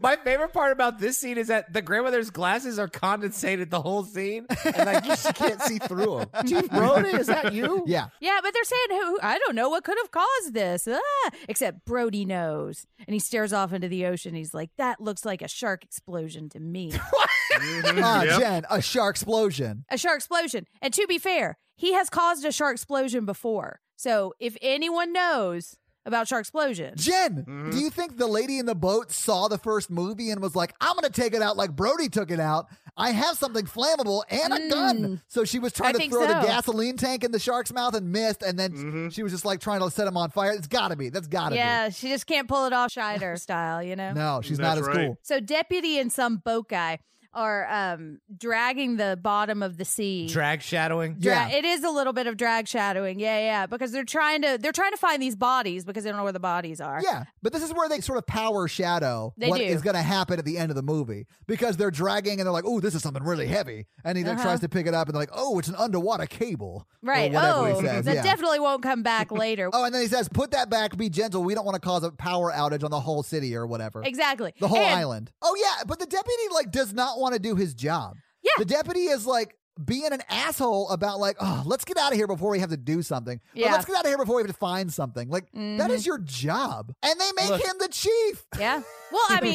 [SPEAKER 3] My favorite part about this scene is that the grandmother's glasses are condensated the whole scene, and like you just can't see through them. Chief Brody, is that you?
[SPEAKER 2] Yeah,
[SPEAKER 4] yeah, but they're saying who I don't know what could have caused this. Ah, except Brody knows. And he stares off into the ocean. He's like, that looks like a shark explosion to me.
[SPEAKER 5] Mhm.
[SPEAKER 2] Ah,
[SPEAKER 5] Yep.
[SPEAKER 2] Jen, a shark explosion.
[SPEAKER 4] a shark explosion. And to be fair, he has caused a shark explosion before. So if anyone knows about shark explosion,
[SPEAKER 2] Jen,
[SPEAKER 5] Mm-hmm.
[SPEAKER 2] do you think the lady in the boat saw the first movie and was like, I'm going to take it out like Brody took it out? I have something flammable and a gun. So she was
[SPEAKER 4] Mm. I
[SPEAKER 2] trying to
[SPEAKER 4] think
[SPEAKER 2] throw the
[SPEAKER 4] so.
[SPEAKER 2] gasoline tank in the shark's mouth and missed. And then
[SPEAKER 5] Mm-hmm.
[SPEAKER 2] she was just like trying to set him on fire. It's got to be. That's got to
[SPEAKER 4] yeah, she just can't pull it off Scheider style, you know?
[SPEAKER 2] be. No, she's not
[SPEAKER 5] That's
[SPEAKER 2] as
[SPEAKER 5] right.
[SPEAKER 2] cool.
[SPEAKER 4] So deputy and some boat guy are um, dragging the bottom of the sea.
[SPEAKER 3] Drag shadowing.
[SPEAKER 2] Yeah.
[SPEAKER 4] Dra- it is a little bit of drag shadowing. Yeah, yeah, because they're trying to they're trying to find these bodies because they don't know where the bodies are.
[SPEAKER 2] Yeah, but this is where they sort of power shadow what
[SPEAKER 4] They
[SPEAKER 2] is
[SPEAKER 4] do.
[SPEAKER 2] going to happen at the end of the movie because they're dragging and they're like, "Oh, this is something really heavy," and he like, tries to pick it up and they're like, "Oh, it's an underwater cable." or
[SPEAKER 4] Uh-huh. Right.
[SPEAKER 2] whatever
[SPEAKER 4] Oh,
[SPEAKER 2] he says.
[SPEAKER 4] that
[SPEAKER 2] Yeah.
[SPEAKER 4] definitely won't come back later.
[SPEAKER 2] Oh, and then he says, "Put that back. Be gentle. We don't want to cause a power outage on the whole city or whatever,
[SPEAKER 4] Exactly.
[SPEAKER 2] the whole
[SPEAKER 4] And-
[SPEAKER 2] island." Oh yeah, but the deputy like does not want to do his job.
[SPEAKER 4] Yeah.
[SPEAKER 2] the deputy is like being an asshole about like, "Oh, let's get out of here before we have to do something. Or,
[SPEAKER 4] Yeah.
[SPEAKER 2] let's get out of here before we have to find something." Like that is your job, and they make him the chief.
[SPEAKER 4] Yeah. Well, I mean,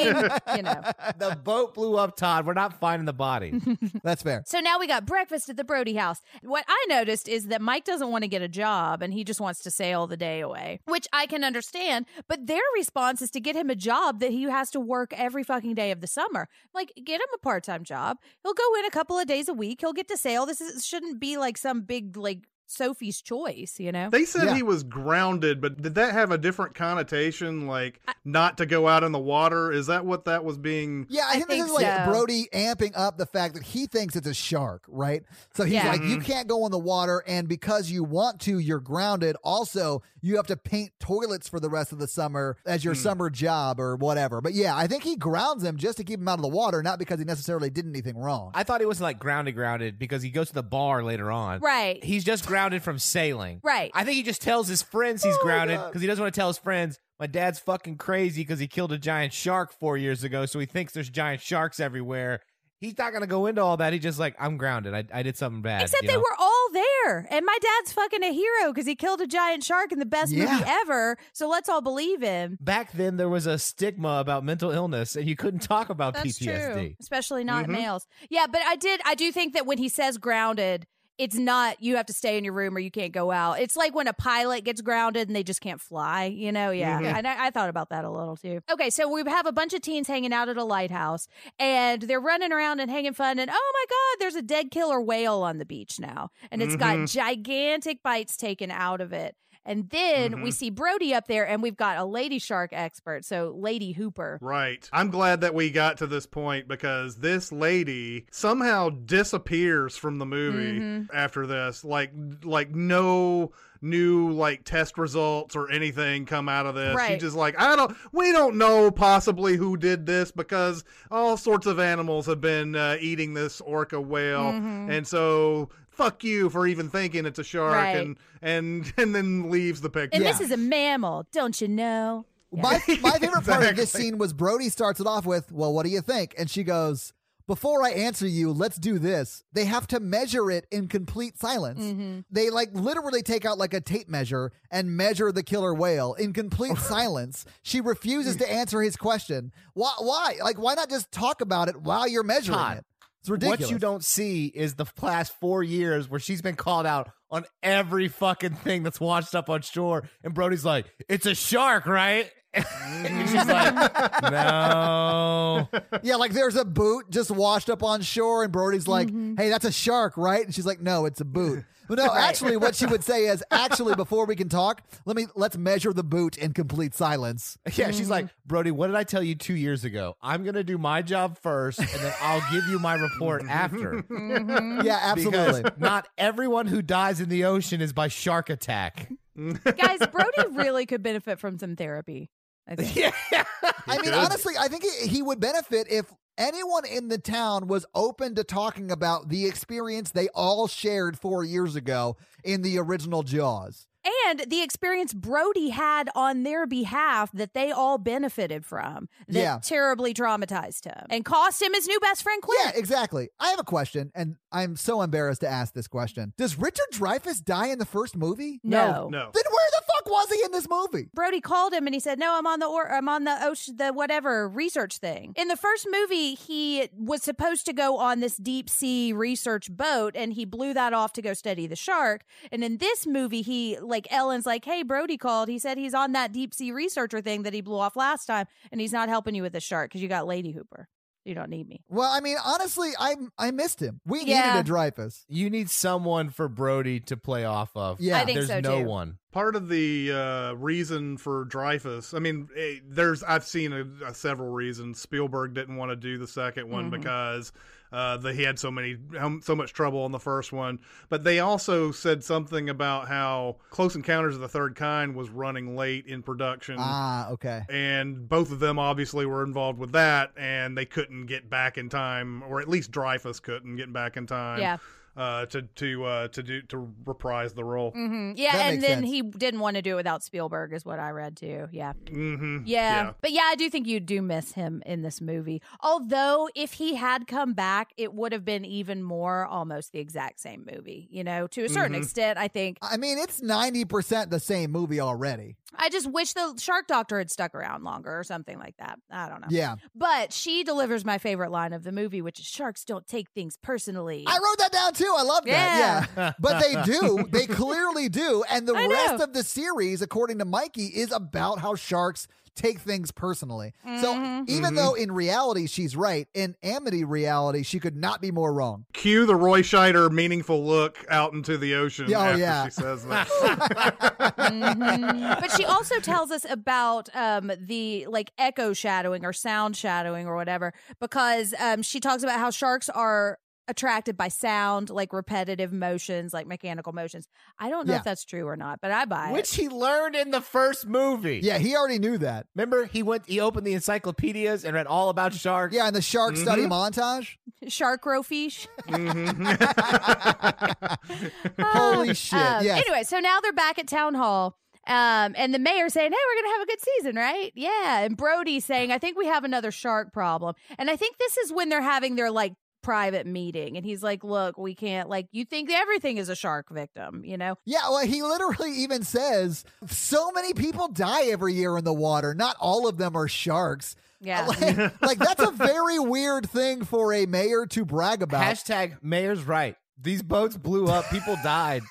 [SPEAKER 4] you know.
[SPEAKER 3] The boat blew up, Todd. We're not finding the body.
[SPEAKER 2] That's fair.
[SPEAKER 4] So now we got breakfast at the Brody house. What I noticed is that Mike doesn't want to get a job and he just wants to sail the day away, which I can understand. But their response is to get him a job that he has to work every fucking day of the summer. Like, get him a part time job. He'll go in a couple of days a week. He'll get to sail. This is, shouldn't be like some big, like, Sophie's choice, you know?
[SPEAKER 5] They said
[SPEAKER 2] Yeah.
[SPEAKER 5] he was grounded, but did that have a different connotation? Like not to go out in the water? Is that what that was being?
[SPEAKER 2] Yeah, I,
[SPEAKER 4] I
[SPEAKER 2] think,
[SPEAKER 4] think
[SPEAKER 2] this is like
[SPEAKER 4] so.
[SPEAKER 2] Brody amping up the fact that he thinks it's a shark, right? So he's
[SPEAKER 4] Yeah.
[SPEAKER 2] like, you can't go in the water, and because you want to, you're grounded. Also, you have to paint toilets for the rest of the summer as your summer job or whatever. But yeah, I think he grounds him just to keep him out of the water, not because he necessarily did anything wrong.
[SPEAKER 3] I thought he wasn't like grounded, grounded because he goes to the bar later on.
[SPEAKER 4] Right.
[SPEAKER 3] He's just
[SPEAKER 10] grounded from sailing.
[SPEAKER 4] Right.
[SPEAKER 10] I think he just tells his friends he's grounded because he doesn't want to tell his friends. My dad's fucking crazy because he killed a giant shark four years ago, so he thinks there's giant sharks everywhere. He's not gonna go into all that. He's just like, I'm grounded. I, I did something bad.
[SPEAKER 4] Except
[SPEAKER 10] you
[SPEAKER 4] they
[SPEAKER 10] know?
[SPEAKER 4] were all there. And my dad's fucking a hero because he killed a giant shark in the best
[SPEAKER 2] Yeah.
[SPEAKER 4] movie ever. So let's all believe him.
[SPEAKER 10] back then. There was a stigma about mental illness, and you couldn't talk about
[SPEAKER 4] That's
[SPEAKER 10] PTSD.
[SPEAKER 4] true. Especially not
[SPEAKER 5] Mhm.
[SPEAKER 4] males. Yeah, but I did I do think that when he says grounded, it's not you have to stay in your room or you can't go out. It's like when a pilot gets grounded and they just can't fly, you know? Yeah.
[SPEAKER 5] Mhm.
[SPEAKER 4] And I, I thought about that a little too. Okay, so we have a bunch of teens hanging out at a lighthouse and they're running around and hanging fun and oh my god, there's a dead killer whale on the beach now. And it's got
[SPEAKER 5] Mhm.
[SPEAKER 4] gigantic bites taken out of it. And then we see Brody up there, and we've got a lady shark expert, so Lady Hooper.
[SPEAKER 5] Right. I'm glad that we got to this point because this lady somehow disappears from the movie
[SPEAKER 4] Mm-hmm.
[SPEAKER 5] after this. Like like no new like test results or anything come out of this.
[SPEAKER 4] Right.
[SPEAKER 5] She just like I don't we don't know possibly who did this because all sorts of animals have been uh, eating this orca whale
[SPEAKER 4] Mm-hmm.
[SPEAKER 5] and so fuck you for even thinking it's a shark
[SPEAKER 4] Right.
[SPEAKER 5] and and and then leaves the picture.
[SPEAKER 4] And this is a mammal, don't you know?
[SPEAKER 2] My, my favorite part of this
[SPEAKER 5] Exactly.
[SPEAKER 2] scene was Brody starts it off with, Well, what do you think? And she goes, Before I answer you, let's do this. They have to measure it in complete silence.
[SPEAKER 3] Mm-hmm.
[SPEAKER 2] They like literally take out like a tape measure and measure the killer whale in complete silence. She refuses to answer his question. Why? Why? Like, why not just talk about it while you're measuring
[SPEAKER 3] Todd,
[SPEAKER 2] it? It's ridiculous.
[SPEAKER 3] What you don't see is the past four years where she's been called out on every fucking thing that's washed up on shore, and Brody's like, "It's a shark, right?" and she's like,
[SPEAKER 2] Mm-hmm.
[SPEAKER 3] "No."
[SPEAKER 2] Yeah, like there's a boot just washed up on shore, and Brody's like, "Hey, that's a shark, right?" And she's like, "No, it's a boot." But no, actually, what she would say is, "Actually, before we can talk, let me let's measure the boot in complete silence."
[SPEAKER 3] Yeah, she's like, Brody, what did I tell you two years ago? I'm gonna do my job first, and then I'll give you my report after.
[SPEAKER 2] Yeah, absolutely.
[SPEAKER 3] Because not everyone who dies in the ocean is by shark attack.
[SPEAKER 4] Guys, Brody really could benefit from some therapy. I think.
[SPEAKER 3] Yeah.
[SPEAKER 2] I mean,
[SPEAKER 5] could.
[SPEAKER 2] honestly, I think he, he would benefit if anyone in the town was open to talking about the experience they all shared four years ago in the original Jaws.
[SPEAKER 4] And the experience Brody had on their behalf that they all benefited from that
[SPEAKER 2] Yeah.
[SPEAKER 4] terribly traumatized him and cost him his new best friend Quinn.
[SPEAKER 2] Yeah, exactly. I have a question, and I'm so embarrassed to ask this question. Does Richard Dreyfuss die in the first movie?
[SPEAKER 4] No.
[SPEAKER 5] no.
[SPEAKER 2] Then where the fuck was he in this movie?
[SPEAKER 4] Brody called him and he said, "No, I'm on the or- I'm on the ocean, the whatever research thing." In the first movie, he was supposed to go on this deep sea research boat, and he blew that off to go study the shark. And in this movie, he like Ellen's like, "Hey, Brody called. He said he's on that deep sea researcher thing that he blew off last time, and he's not helping you with the shark because you got Lady Hooper. You don't need me."
[SPEAKER 2] Well, I mean, honestly, I I missed him. We
[SPEAKER 4] Yeah.
[SPEAKER 2] needed a Dreyfus.
[SPEAKER 3] You need someone for Brody to play off of.
[SPEAKER 2] Yeah. I
[SPEAKER 4] think
[SPEAKER 3] there's
[SPEAKER 4] so,
[SPEAKER 3] no
[SPEAKER 4] too.
[SPEAKER 3] one.
[SPEAKER 5] part of the uh, reason for Dreyfus, I mean, eh, there's I've seen a, a several reasons. Spielberg didn't want to do the second one
[SPEAKER 4] Mm-hmm.
[SPEAKER 5] because uh, the, he had so many um, so much trouble on the first one. But they also said something about how Close Encounters of the Third Kind was running late in production.
[SPEAKER 2] Ah, okay.
[SPEAKER 5] And both of them obviously were involved with that, and they couldn't get back in time, or at least Dreyfus couldn't get back in time
[SPEAKER 4] Yeah.
[SPEAKER 5] uh, to to uh, to do to reprise the role.
[SPEAKER 4] hmm Yeah,
[SPEAKER 2] Mm-hmm. That
[SPEAKER 4] and
[SPEAKER 2] makes
[SPEAKER 4] then
[SPEAKER 2] sense.
[SPEAKER 4] he didn't want to do it without Spielberg, is what I read too. Yeah.
[SPEAKER 5] Mm-hmm.
[SPEAKER 4] Yeah. But yeah, I do think you do miss him in this movie. Although, if he had come back, it would have been even more almost the exact same movie, you know, to a certain
[SPEAKER 2] Mm-hmm.
[SPEAKER 5] Mhm.
[SPEAKER 4] extent, I think.
[SPEAKER 2] I mean, it's ninety percent the same movie already.
[SPEAKER 4] I just wish the shark doctor had stuck around longer or something like that. I don't know.
[SPEAKER 2] Yeah,
[SPEAKER 4] But she delivers my favorite line of the movie, which is sharks don't take things personally.
[SPEAKER 2] I wrote that down too. I love that. Yeah, but they do. They clearly do. And the
[SPEAKER 4] I
[SPEAKER 2] rest
[SPEAKER 4] know.
[SPEAKER 2] of the series, according to Mikey, is about how sharks take things personally. So
[SPEAKER 4] Mm-hmm.
[SPEAKER 2] even though in reality she's right, in Amity reality she could not be more wrong.
[SPEAKER 5] cue the Roy Scheider meaningful look out into the ocean
[SPEAKER 2] Yeah, oh,
[SPEAKER 5] after
[SPEAKER 2] yeah.
[SPEAKER 5] she says that.
[SPEAKER 4] but she also tells us about um, the like echo shadowing or sound shadowing or whatever because um, she talks about how sharks are attracted by sound, like repetitive motions, like mechanical motions. I don't know
[SPEAKER 2] Yeah.
[SPEAKER 4] if that's true or not, but I buy it.
[SPEAKER 3] Which he learned in the first movie.
[SPEAKER 2] Yeah, he already knew that.
[SPEAKER 3] Remember, he went, he opened the encyclopedias and read all about sharks.
[SPEAKER 2] Yeah, and the shark study montage.
[SPEAKER 4] Shark row fish.
[SPEAKER 5] Mm-hmm.
[SPEAKER 2] Holy shit!
[SPEAKER 4] Um,
[SPEAKER 2] yes.
[SPEAKER 4] Anyway, so now they're back at town hall. Um, and the mayor saying, "Hey, we're gonna have a good season, right? Yeah." And Brody saying, "I think we have another shark problem." And I think this is when they're having their like private meeting, and he's like, "Look, we can't like you think everything is a shark victim, you know?
[SPEAKER 2] Yeah, well, he literally even says so many people die every year in the water. Not all of them are sharks.
[SPEAKER 4] Yeah,
[SPEAKER 2] Like, like, that's a very weird thing for a mayor to brag about.
[SPEAKER 3] Hashtag mayor's right. These boats blew up. People died.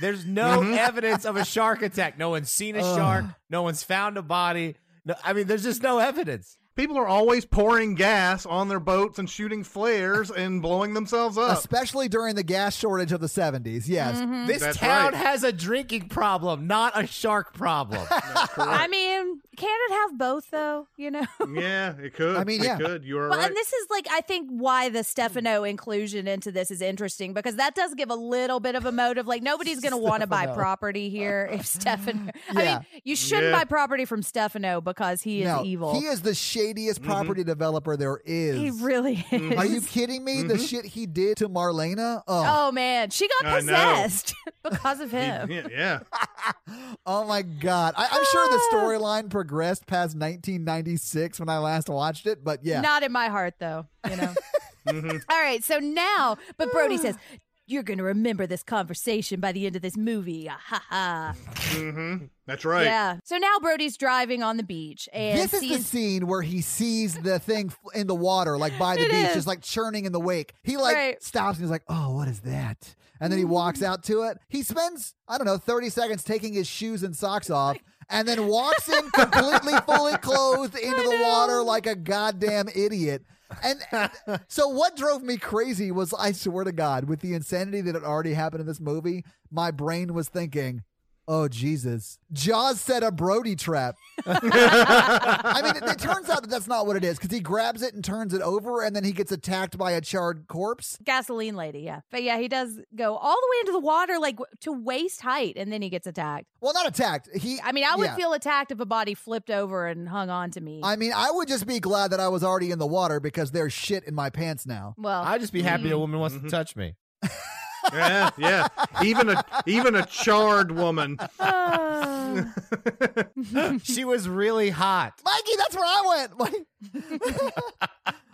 [SPEAKER 3] There's no evidence of a shark attack. No one's seen a shark. No one's found a body. No, I mean, there's just no evidence.
[SPEAKER 5] People are always pouring gas on their boats and shooting flares and blowing themselves
[SPEAKER 4] oh.
[SPEAKER 5] up.
[SPEAKER 2] Especially during the gas shortage of the 70s. Yes.
[SPEAKER 4] Mm-hmm.
[SPEAKER 3] This
[SPEAKER 5] That's
[SPEAKER 3] town
[SPEAKER 5] right.
[SPEAKER 3] has a drinking problem, not a shark problem.
[SPEAKER 4] I mean, can it have both though? You know?
[SPEAKER 5] yeah, it could.
[SPEAKER 2] I mean,
[SPEAKER 5] it
[SPEAKER 2] yeah.
[SPEAKER 5] could. You are
[SPEAKER 4] Well,
[SPEAKER 5] right.
[SPEAKER 4] and this is like I think why the Stefano
[SPEAKER 2] Mm.
[SPEAKER 4] inclusion into this is interesting because that does give a little bit of a motive. Like nobody's going to want to buy property here if Stefano. I
[SPEAKER 2] Yeah.
[SPEAKER 4] mean, you shouldn't
[SPEAKER 5] Yeah.
[SPEAKER 4] buy property from Stefano because he is
[SPEAKER 2] No,
[SPEAKER 4] evil.
[SPEAKER 2] He is the shadiest property developer there is. Mm-hmm.
[SPEAKER 4] He really is.
[SPEAKER 2] Are you kidding me? The shit he did to Marlena? Oh,
[SPEAKER 4] Oh man, she got
[SPEAKER 5] I know.
[SPEAKER 4] possessed because of him.
[SPEAKER 5] yeah, yeah.
[SPEAKER 2] oh, my God. I, I'm sure
[SPEAKER 4] Ah.
[SPEAKER 2] the storyline progressed past 1996 when I last watched it, but yeah.
[SPEAKER 4] Not in my heart, though. You know.
[SPEAKER 5] Mm-hmm.
[SPEAKER 4] All right. So now, but Brody says. You're going to remember this conversation by the end of this movie. Ah, ha ha.
[SPEAKER 5] Mm-hmm. That's right.
[SPEAKER 4] Yeah. So now Brody's driving on the beach and
[SPEAKER 2] This is
[SPEAKER 4] sees
[SPEAKER 2] the scene where he sees the thing f- in the water, like by the
[SPEAKER 4] It
[SPEAKER 2] beach,
[SPEAKER 4] is.
[SPEAKER 2] just like churning in the wake. He like
[SPEAKER 4] Right. Mm.
[SPEAKER 2] stops and he's like, "Oh, what is that?" And then he walks out to it. He spends I don't know thirty seconds taking his shoes and socks off, and then walks in completely fully clothed into the water like a goddamn idiot. And so, what drove me crazy was I swear to God, with the insanity that had already happened in this movie, my brain was thinking. Oh Jesus! Jaws set a Brody trap. I mean, it, it turns out that that's not what it is because he grabs it and turns it over, and then he gets attacked by a charred corpse.
[SPEAKER 4] gasoline lady yeah but yeah he does go all the way into the water like w- to waist height and then he gets attacked
[SPEAKER 2] Well, not attacked. He.
[SPEAKER 4] i mean i would
[SPEAKER 2] yeah.
[SPEAKER 4] feel attacked if a body flipped over and hung on to me
[SPEAKER 2] I mean, I would just be glad that I was already in the water because there's shit in my pants now.
[SPEAKER 4] well
[SPEAKER 3] I'd just be happy
[SPEAKER 4] Mm-hmm.
[SPEAKER 3] a woman wants to touch me.
[SPEAKER 5] yeah, yeah. Even a even a charred woman.
[SPEAKER 4] uh,
[SPEAKER 3] she was really hot.
[SPEAKER 2] Mikey, that's where I went.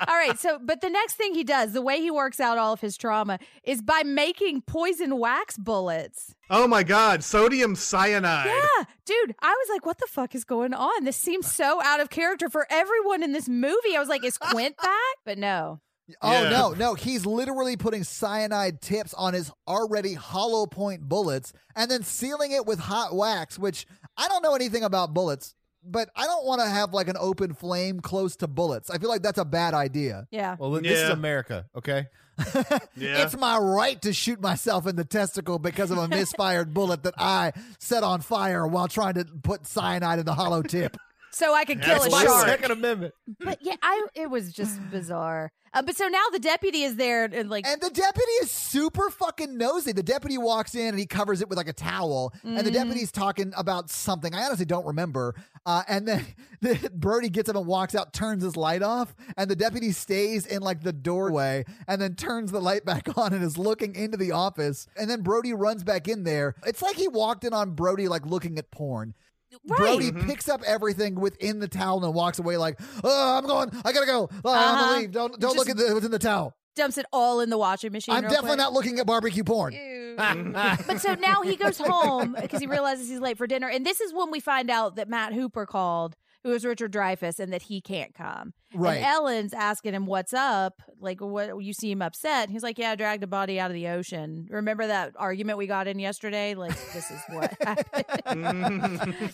[SPEAKER 4] all right so but the next thing he does the way he works out all of his trauma is by making poison wax bullets
[SPEAKER 5] Oh my god, sodium cyanide.
[SPEAKER 4] yeah dude i was like what the fuck is going on this seems so out of character for everyone in this movie i was like is quint back but no
[SPEAKER 2] Oh
[SPEAKER 5] Yeah.
[SPEAKER 2] no, no, he's literally putting cyanide tips on his already hollow point bullets and then sealing it with hot wax, which I don't know anything about bullets, but I don't want to have like an open flame close to bullets. I feel like that's a bad idea.
[SPEAKER 4] yeah
[SPEAKER 11] Well, this is
[SPEAKER 5] Yeah.
[SPEAKER 11] America, okay?
[SPEAKER 5] Yeah.
[SPEAKER 2] It's my right to shoot myself in the testicle because of a misfired bullet that I set on fire while trying to put cyanide in the hollow tip.
[SPEAKER 4] so i could kill a
[SPEAKER 5] That's
[SPEAKER 11] My
[SPEAKER 4] shark
[SPEAKER 11] Second Amendment.
[SPEAKER 4] But yeah, I it was just bizarre. Uh, but so now the deputy is there and like
[SPEAKER 2] And the deputy is super fucking nosy. The deputy walks in and he covers it with like a towel. And the deputy's talking about something. I honestly don't remember. Uh, and then the, Brody gets up and walks out, turns his light off. And the deputy stays in like the doorway and then turns the light back on and is looking into the office. And then Brody runs back in there. It's like he walked in on Brody like looking at porn.
[SPEAKER 4] right.
[SPEAKER 2] Brody picks up everything within the towel and walks away like, oh, I'm going. I gotta go. Oh, I'm
[SPEAKER 4] Uh-huh.
[SPEAKER 2] gonna leave. Don't don't look
[SPEAKER 4] Just-
[SPEAKER 2] at the, what's in the towel.
[SPEAKER 4] dumps it all in the washing machine.
[SPEAKER 2] I'm
[SPEAKER 4] real
[SPEAKER 2] definitely
[SPEAKER 4] quick.
[SPEAKER 2] not looking at barbecue porn.
[SPEAKER 4] Ew. but so now he goes home because he realizes he's late for dinner, and this is when we find out that Matt Hooper called, who is Richard Dreyfuss, and that he can't come.
[SPEAKER 2] Right.
[SPEAKER 4] And Ellen's asking him what's up, like what you seem upset. And he's like, "Yeah, I dragged a body out of the ocean. Remember that argument we got in yesterday? Like this is what happened."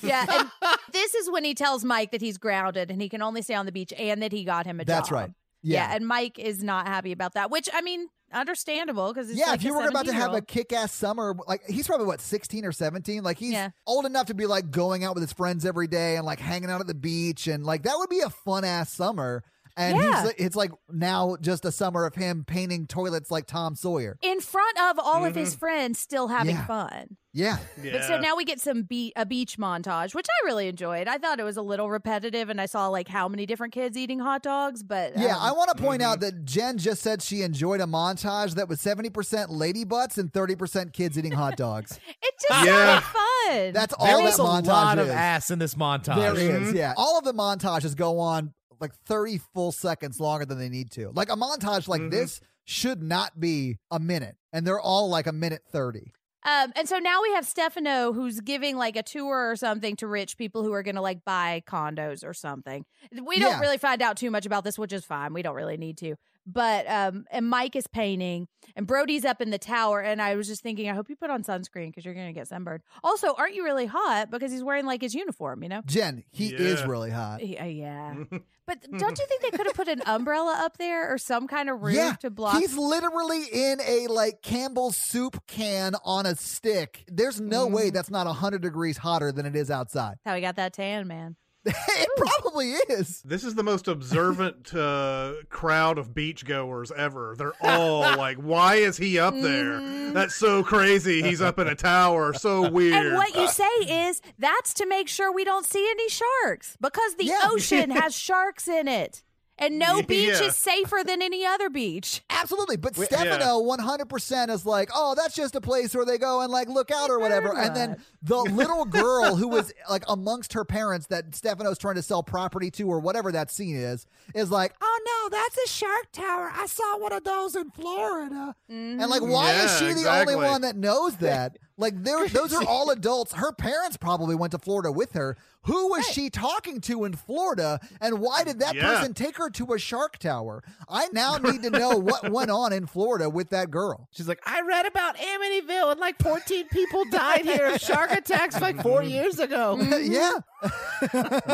[SPEAKER 4] yeah. And this is when he tells Mike that he's grounded and he can only stay on the beach and that he got him a
[SPEAKER 2] That's
[SPEAKER 4] job.
[SPEAKER 2] right.
[SPEAKER 4] Yeah.
[SPEAKER 2] Yeah.
[SPEAKER 4] And Mike is not happy about that, which I mean, understandable because
[SPEAKER 2] Yeah, if you were about to have a kick ass summer, like he's probably what, 16 or 17? Like he's
[SPEAKER 4] Yeah.
[SPEAKER 2] old enough to be like going out with his friends every day and like hanging out at the beach and like that would be a fun ass summer. and
[SPEAKER 4] Yeah.
[SPEAKER 2] he's like- it's like now just a summer of him painting toilets like Tom Sawyer.
[SPEAKER 4] in front of all of his friends still having
[SPEAKER 2] Yeah.
[SPEAKER 4] fun.
[SPEAKER 2] Yeah,
[SPEAKER 5] Yeah.
[SPEAKER 4] But so now we get some be- a beach montage, which I really enjoyed. I thought it was a little repetitive, and I saw like how many different kids eating hot dogs. But
[SPEAKER 2] yeah.
[SPEAKER 4] um,
[SPEAKER 2] I want to point out that Jen just said she enjoyed a montage that was seventy percent lady butts and thirty percent kids eating hot dogs.
[SPEAKER 4] it just
[SPEAKER 5] Yeah.
[SPEAKER 4] sounded fun.
[SPEAKER 2] That's all
[SPEAKER 3] There
[SPEAKER 2] that
[SPEAKER 3] was a
[SPEAKER 2] montage
[SPEAKER 3] lot
[SPEAKER 2] is.
[SPEAKER 3] of ass in this montage.
[SPEAKER 2] There
[SPEAKER 5] Mhm.
[SPEAKER 2] is, yeah. All of the montages go on like 30 full seconds longer than they need to. Like a montage like
[SPEAKER 5] Mhm.
[SPEAKER 2] this should not be a minute, and they're all like a minute 30.
[SPEAKER 4] Um, and so now we have Stefano who's giving like a tour or something to rich people who are going to like buy condos or something. We don't
[SPEAKER 2] Yeah.
[SPEAKER 4] really find out too much about this, which is fine. We don't really need to. But um, and Mike is painting, and Brody's up in the tower. And I was just thinking, I hope you put on sunscreen because you're going to get sunburned. Also, aren't you really hot because he's wearing like his uniform? You know.
[SPEAKER 2] Jen, he is
[SPEAKER 5] Yeah.
[SPEAKER 2] really hot.
[SPEAKER 4] Yeah, yeah. but don't you think they could have put an umbrella up there or some kind of roof
[SPEAKER 2] Yeah,
[SPEAKER 4] to block?
[SPEAKER 2] He's literally in a like Campbell's soup can on a stick. There's no way that's not 100 degrees hotter than it is outside.
[SPEAKER 4] How he got that tan, man.
[SPEAKER 2] it probably is.
[SPEAKER 5] This is the most observant uh, crowd of beachgoers ever. They're all like, "Why is he up there? That's so crazy. He's up in a tower. So weird."
[SPEAKER 4] Mm-hmm. And what
[SPEAKER 2] Uh,
[SPEAKER 4] you say is that's to make sure we don't see any sharks because the
[SPEAKER 2] Yeah.
[SPEAKER 4] ocean has sharks in it. And no
[SPEAKER 5] Yeah.
[SPEAKER 4] beach is safer than any other beach.
[SPEAKER 2] Absolutely. But Stefano 100% is like, oh, that's just a place where they go and like look out or whatever. And then the little girl who was like amongst her parents that Stefano's trying to sell property to or whatever that scene is, is like, oh no, that's a shark tower. I saw one of those in Florida. And like, why is
[SPEAKER 5] Mm-hmm. Yeah,
[SPEAKER 2] she the
[SPEAKER 5] exactly.
[SPEAKER 2] only one that knows that? Like, they're, those are all adults. Her parents probably went to Florida with her. Who was she talking to in Florida? And why did that
[SPEAKER 5] Yeah.
[SPEAKER 2] person take her to a shark tower? I now need to know what went on in Florida with that girl.
[SPEAKER 1] She's like, I read about Amityville and like 14 people died here of shark attacks like four years ago.
[SPEAKER 4] Mm-hmm.
[SPEAKER 2] yeah.
[SPEAKER 4] We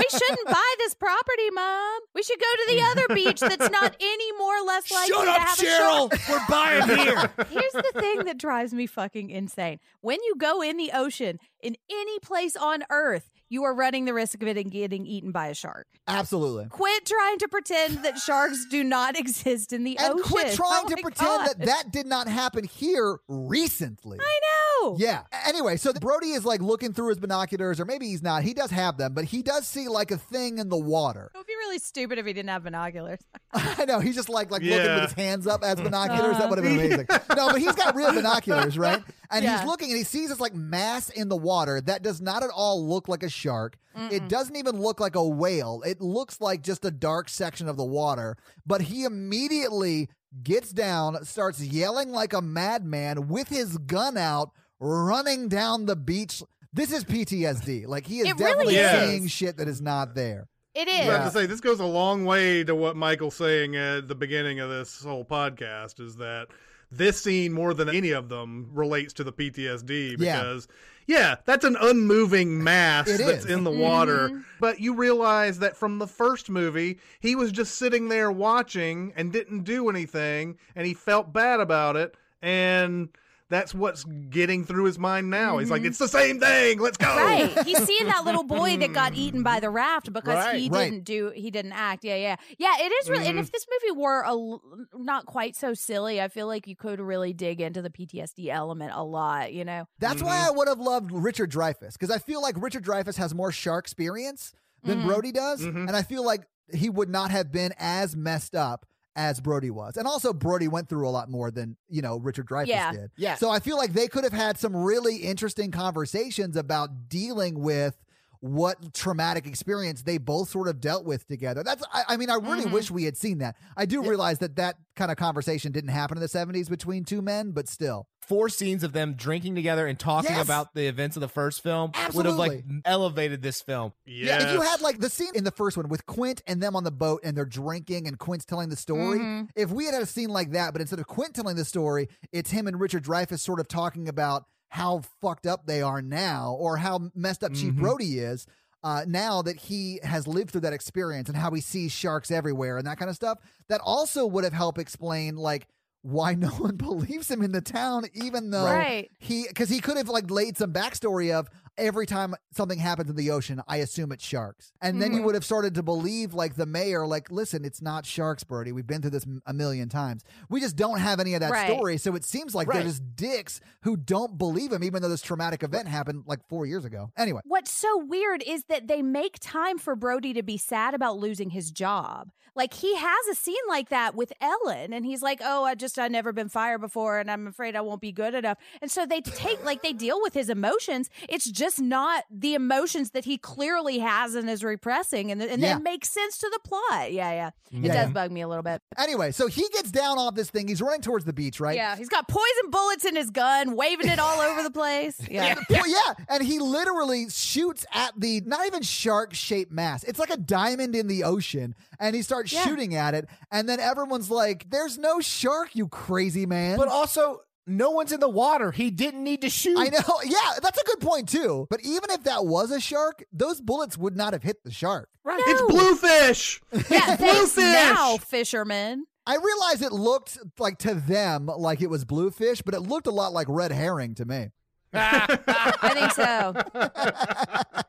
[SPEAKER 4] shouldn't buy this property, Mom. We should go to the other beach that's not any more or less likely
[SPEAKER 3] Shut
[SPEAKER 4] to
[SPEAKER 3] up,
[SPEAKER 4] have a shark.
[SPEAKER 3] Cheryl. We're buying here.
[SPEAKER 4] Here's the thing that drives me fucking insane. When you go in the ocean, in any place on earth, you are running the risk of it and getting eaten by a shark.
[SPEAKER 2] Absolutely.
[SPEAKER 4] Quit trying to pretend that sharks do not exist in the
[SPEAKER 2] And
[SPEAKER 4] ocean.
[SPEAKER 2] quit trying
[SPEAKER 4] Oh
[SPEAKER 2] to
[SPEAKER 4] my
[SPEAKER 2] pretend
[SPEAKER 4] God.
[SPEAKER 2] that that did not happen here recently.
[SPEAKER 4] I know.
[SPEAKER 2] Yeah. Anyway, so Brody is like looking through his binoculars, or maybe he's not. He does have them, but he does see like a thing in the water.
[SPEAKER 4] It would be really stupid if he didn't have binoculars.
[SPEAKER 2] I know he's just like like looking
[SPEAKER 5] Yeah.
[SPEAKER 2] with his hands up as binoculars. that would have been amazing. No, but he's got real binoculars, right? And
[SPEAKER 4] Yeah.
[SPEAKER 2] he's looking and he sees this like mass in the water that does not at all look like a shark. It doesn't even look like a whale. It looks like just a dark section of the water. But he immediately gets down, starts yelling like a madman with his gun out, running down the beach. This is PTSD. Like he is
[SPEAKER 4] It really
[SPEAKER 2] definitely
[SPEAKER 5] is.
[SPEAKER 2] seeing shit that is not there.
[SPEAKER 4] It
[SPEAKER 5] I
[SPEAKER 4] is.
[SPEAKER 5] was about to say this goes a long way to what Michael's saying at the beginning of this whole podcast is that this scene more than any of them relates to the PTSD
[SPEAKER 2] Yeah.
[SPEAKER 5] because yeah, that's an unmoving mass
[SPEAKER 2] It
[SPEAKER 5] that's
[SPEAKER 2] is.
[SPEAKER 5] in the water. But you realize that from the first movie, he was just sitting there watching and didn't do anything and he felt bad about it and that's what's getting through his mind now. He's like, it's the same thing. Let's go.
[SPEAKER 4] Right. He's seeing that little boy that got eaten by the raft because he
[SPEAKER 2] Hmm. Right. Hmm.
[SPEAKER 4] didn't do he didn't act. Yeah, yeah. Yeah, it is really and if this movie were a l- not quite so silly, I feel like you could really dig into the PTSD element a lot, you know.
[SPEAKER 2] That's why I would have loved Richard Dreyfuss because I feel like Richard Dreyfuss has more shark experience than Brody does, and I feel like he would not have been as messed up as Brody was, and also Brody went through a lot more than you know Richard Dreyfuss
[SPEAKER 4] Yeah.
[SPEAKER 2] did.
[SPEAKER 1] Yeah.
[SPEAKER 2] So I feel like they could have had some really interesting conversations about dealing with what traumatic experience they both sort of dealt with together. That's I, I mean I really wish we had seen that. I do realize that that kind of conversation didn't happen in the 70s between two men, but still.
[SPEAKER 1] Four scenes of them drinking together and talking
[SPEAKER 2] Yes.
[SPEAKER 1] about the events of the first film would have like
[SPEAKER 2] Absolutely.
[SPEAKER 1] elevated this film.
[SPEAKER 2] Yeah, if you
[SPEAKER 5] Yes.
[SPEAKER 2] had like the scene in the first one with Quint and them on the boat and they're drinking and Quint's telling the story,
[SPEAKER 4] Mm-hmm.
[SPEAKER 2] if we had had a scene like that, but instead of Quint telling the story, it's him and Richard Dreyfuss sort of talking about how fucked up they are now or how messed up Chief Brody is uh, now that he has lived through that experience and how he sees sharks everywhere and that kind of stuff, that also would have helped explain like why no one believes him in the town, even though
[SPEAKER 4] Right.
[SPEAKER 2] he because he could have like laid some backstory of every time something happens in the ocean, I assume it's sharks. And then you
[SPEAKER 12] Mhm.
[SPEAKER 2] would have started to believe, like the mayor, like, listen, it's not sharks, Birdie. We've been through this m- a million times. We just don't have any of that
[SPEAKER 12] Right.
[SPEAKER 2] story. So it seems like
[SPEAKER 3] Right.
[SPEAKER 2] they're just dicks who don't believe him, even though this traumatic event happened like four years ago. Anyway.
[SPEAKER 4] What's so weird is that they make time for Brody to be sad about losing his job. Like he has a scene like that with Ellen, and he's like, "Oh, I just I never been fired before, and I'm afraid I won't be good enough." And so they take like they deal with his emotions. It's just not the emotions that he clearly has and is repressing, and and
[SPEAKER 2] Yeah.
[SPEAKER 4] that makes sense to the plot. Yeah, yeah, it
[SPEAKER 2] Yeah, yeah.
[SPEAKER 4] does bug me a little bit.
[SPEAKER 2] Anyway, so he gets down off this thing. He's running towards the beach, right?
[SPEAKER 12] Yeah.
[SPEAKER 4] He's got poison bullets in his gun, waving it all over the place. Yeah.
[SPEAKER 2] Well, yeah, and he literally shoots at the not even shark shaped mass. It's like a diamond in the ocean, and he starts
[SPEAKER 4] Yeah.
[SPEAKER 2] shooting at it. And then everyone's like, "There's no shark, you crazy man!"
[SPEAKER 3] But also, no one's in the water. He didn't need to shoot.
[SPEAKER 2] I know, yeah, that's a good point too. But even if that was a shark, those bullets would not have hit the shark.
[SPEAKER 5] It's bluefish.
[SPEAKER 4] Yeah, thanks
[SPEAKER 5] Bluefish.
[SPEAKER 4] now, fisherman.
[SPEAKER 2] I realize it looked like to them like it was bluefish, but it looked a lot like red herring to me.
[SPEAKER 12] I think so.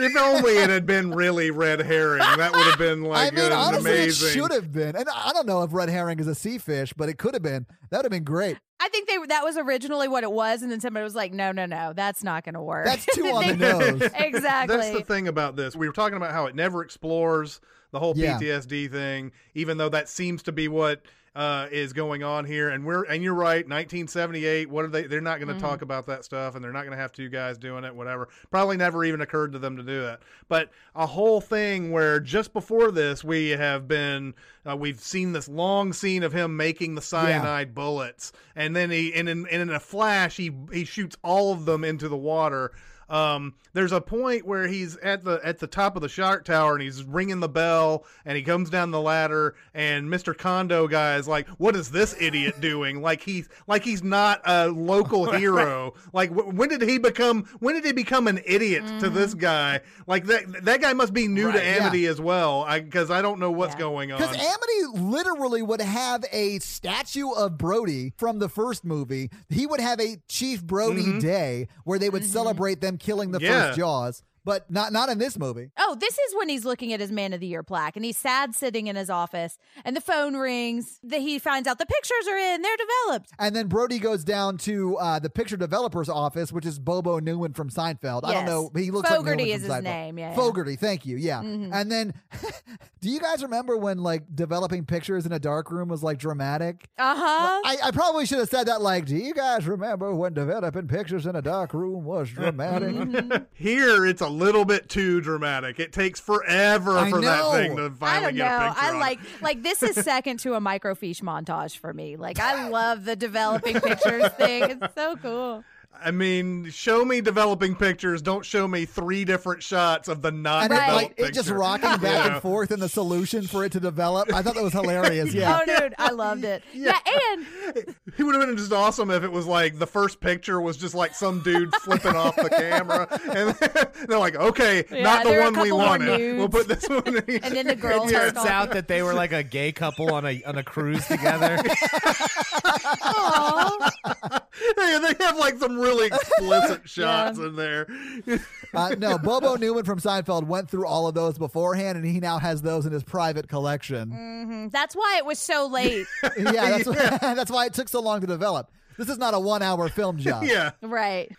[SPEAKER 5] If only it had been really red herring, that would have been
[SPEAKER 2] I
[SPEAKER 5] like
[SPEAKER 2] mean,
[SPEAKER 5] an
[SPEAKER 2] honestly,
[SPEAKER 5] amazing.
[SPEAKER 2] it should have been. And I don't know if red herring is a sea fish, but it could have been. That would have been great.
[SPEAKER 12] I think they that was originally what it was, and then somebody was like, "No, no, no, that's not going to work."
[SPEAKER 2] That's two on the nose.
[SPEAKER 12] exactly.
[SPEAKER 5] That's the thing about this. We were talking about how it never explores the whole
[SPEAKER 2] Yeah.
[SPEAKER 5] PTSD thing, even though that seems to be what uh, is going on here. And we're and you're right. 1978. What are they? They're not going to talk about that stuff, and they're not going to have two guys doing it. Whatever. Probably never even occurred to them to do that. But a whole thing where just before this, we have been uh, we've seen this long scene of him making the cyanide bullets, and then he and in, and in a flash he he shoots all of them into the water. Um, there's a point where he's at the at the top of the shark tower and he's ringing the bell and he comes down the ladder and Mr. Kondo guy is like, "What is this idiot doing?" Like he's like he's not a local hero. Like wh- when did he become? When did he become an idiot to this guy? Like that that guy must be new to Amity as well. I because I don't know what's going on.
[SPEAKER 2] Because Amity literally would have a statue of Brody from the first movie. He would have a Chief Brody Day where they would
[SPEAKER 4] Mm-hmm.
[SPEAKER 2] celebrate them killing the
[SPEAKER 5] Mm-hmm. Yeah.
[SPEAKER 2] first Jaws, but not not in this movie.
[SPEAKER 4] Oh, this is when he's looking at his Man of the Year plaque and he's sad sitting in his office and the phone rings. That he finds out the pictures are in, they're developed.
[SPEAKER 2] And then Brody goes down to uh, the picture developer's office, which is Bobo Newman from Seinfeld. I don't
[SPEAKER 4] Yes.
[SPEAKER 2] know. He looks like
[SPEAKER 4] Fogarty
[SPEAKER 2] Newman
[SPEAKER 4] is
[SPEAKER 2] from
[SPEAKER 4] his
[SPEAKER 2] Seinfeld.
[SPEAKER 4] name, yeah, Mm-hmm. yeah.
[SPEAKER 2] Fogarty. Thank you. Yeah. And then, do you guys remember when like developing pictures in a dark room was like dramatic?
[SPEAKER 4] Uh huh.
[SPEAKER 2] I, I probably should have said that like, do you guys remember when developing pictures in a dark room was dramatic?
[SPEAKER 5] Here, it's a little bit too dramatic. It takes forever
[SPEAKER 2] I
[SPEAKER 5] for
[SPEAKER 2] know.
[SPEAKER 5] that thing to
[SPEAKER 4] I
[SPEAKER 5] finally
[SPEAKER 4] don't know.
[SPEAKER 5] get a picture.
[SPEAKER 4] I
[SPEAKER 5] on it.
[SPEAKER 4] like like this is second to a microfiche montage for me. Like I love the developing pictures thing. It's so cool.
[SPEAKER 5] I mean, show me developing pictures. Don't show me three different shots of the not
[SPEAKER 2] and it,
[SPEAKER 4] Right.
[SPEAKER 5] developed
[SPEAKER 2] like, it just
[SPEAKER 5] picture.
[SPEAKER 2] rocking back
[SPEAKER 5] Yeah.
[SPEAKER 2] and forth and the solution for it to develop. I thought that was hilarious. Yeah.
[SPEAKER 4] Oh dude, I loved it. Yeah, and
[SPEAKER 5] It would have been just awesome if it was like the first picture was just like some dude flipping off the camera, and they're like, "Okay, not the
[SPEAKER 4] there are a
[SPEAKER 5] one we
[SPEAKER 4] couple more
[SPEAKER 5] wanted.
[SPEAKER 4] nudes.
[SPEAKER 5] We'll put this one." In.
[SPEAKER 4] and then the girl
[SPEAKER 3] Turns
[SPEAKER 4] turns off.
[SPEAKER 3] out that they were like a gay couple on a on a cruise together.
[SPEAKER 4] Aw.
[SPEAKER 5] they, they have like some really explicit shots in there.
[SPEAKER 2] Uh, no, Bobo Newman from Seinfeld went through all of those beforehand, and he now has those in his private collection.
[SPEAKER 4] That's why it was so late.
[SPEAKER 2] Yeah, that's, Why, that's why it took so long to develop. This is not a one-hour film job.
[SPEAKER 5] Yeah,
[SPEAKER 4] Right.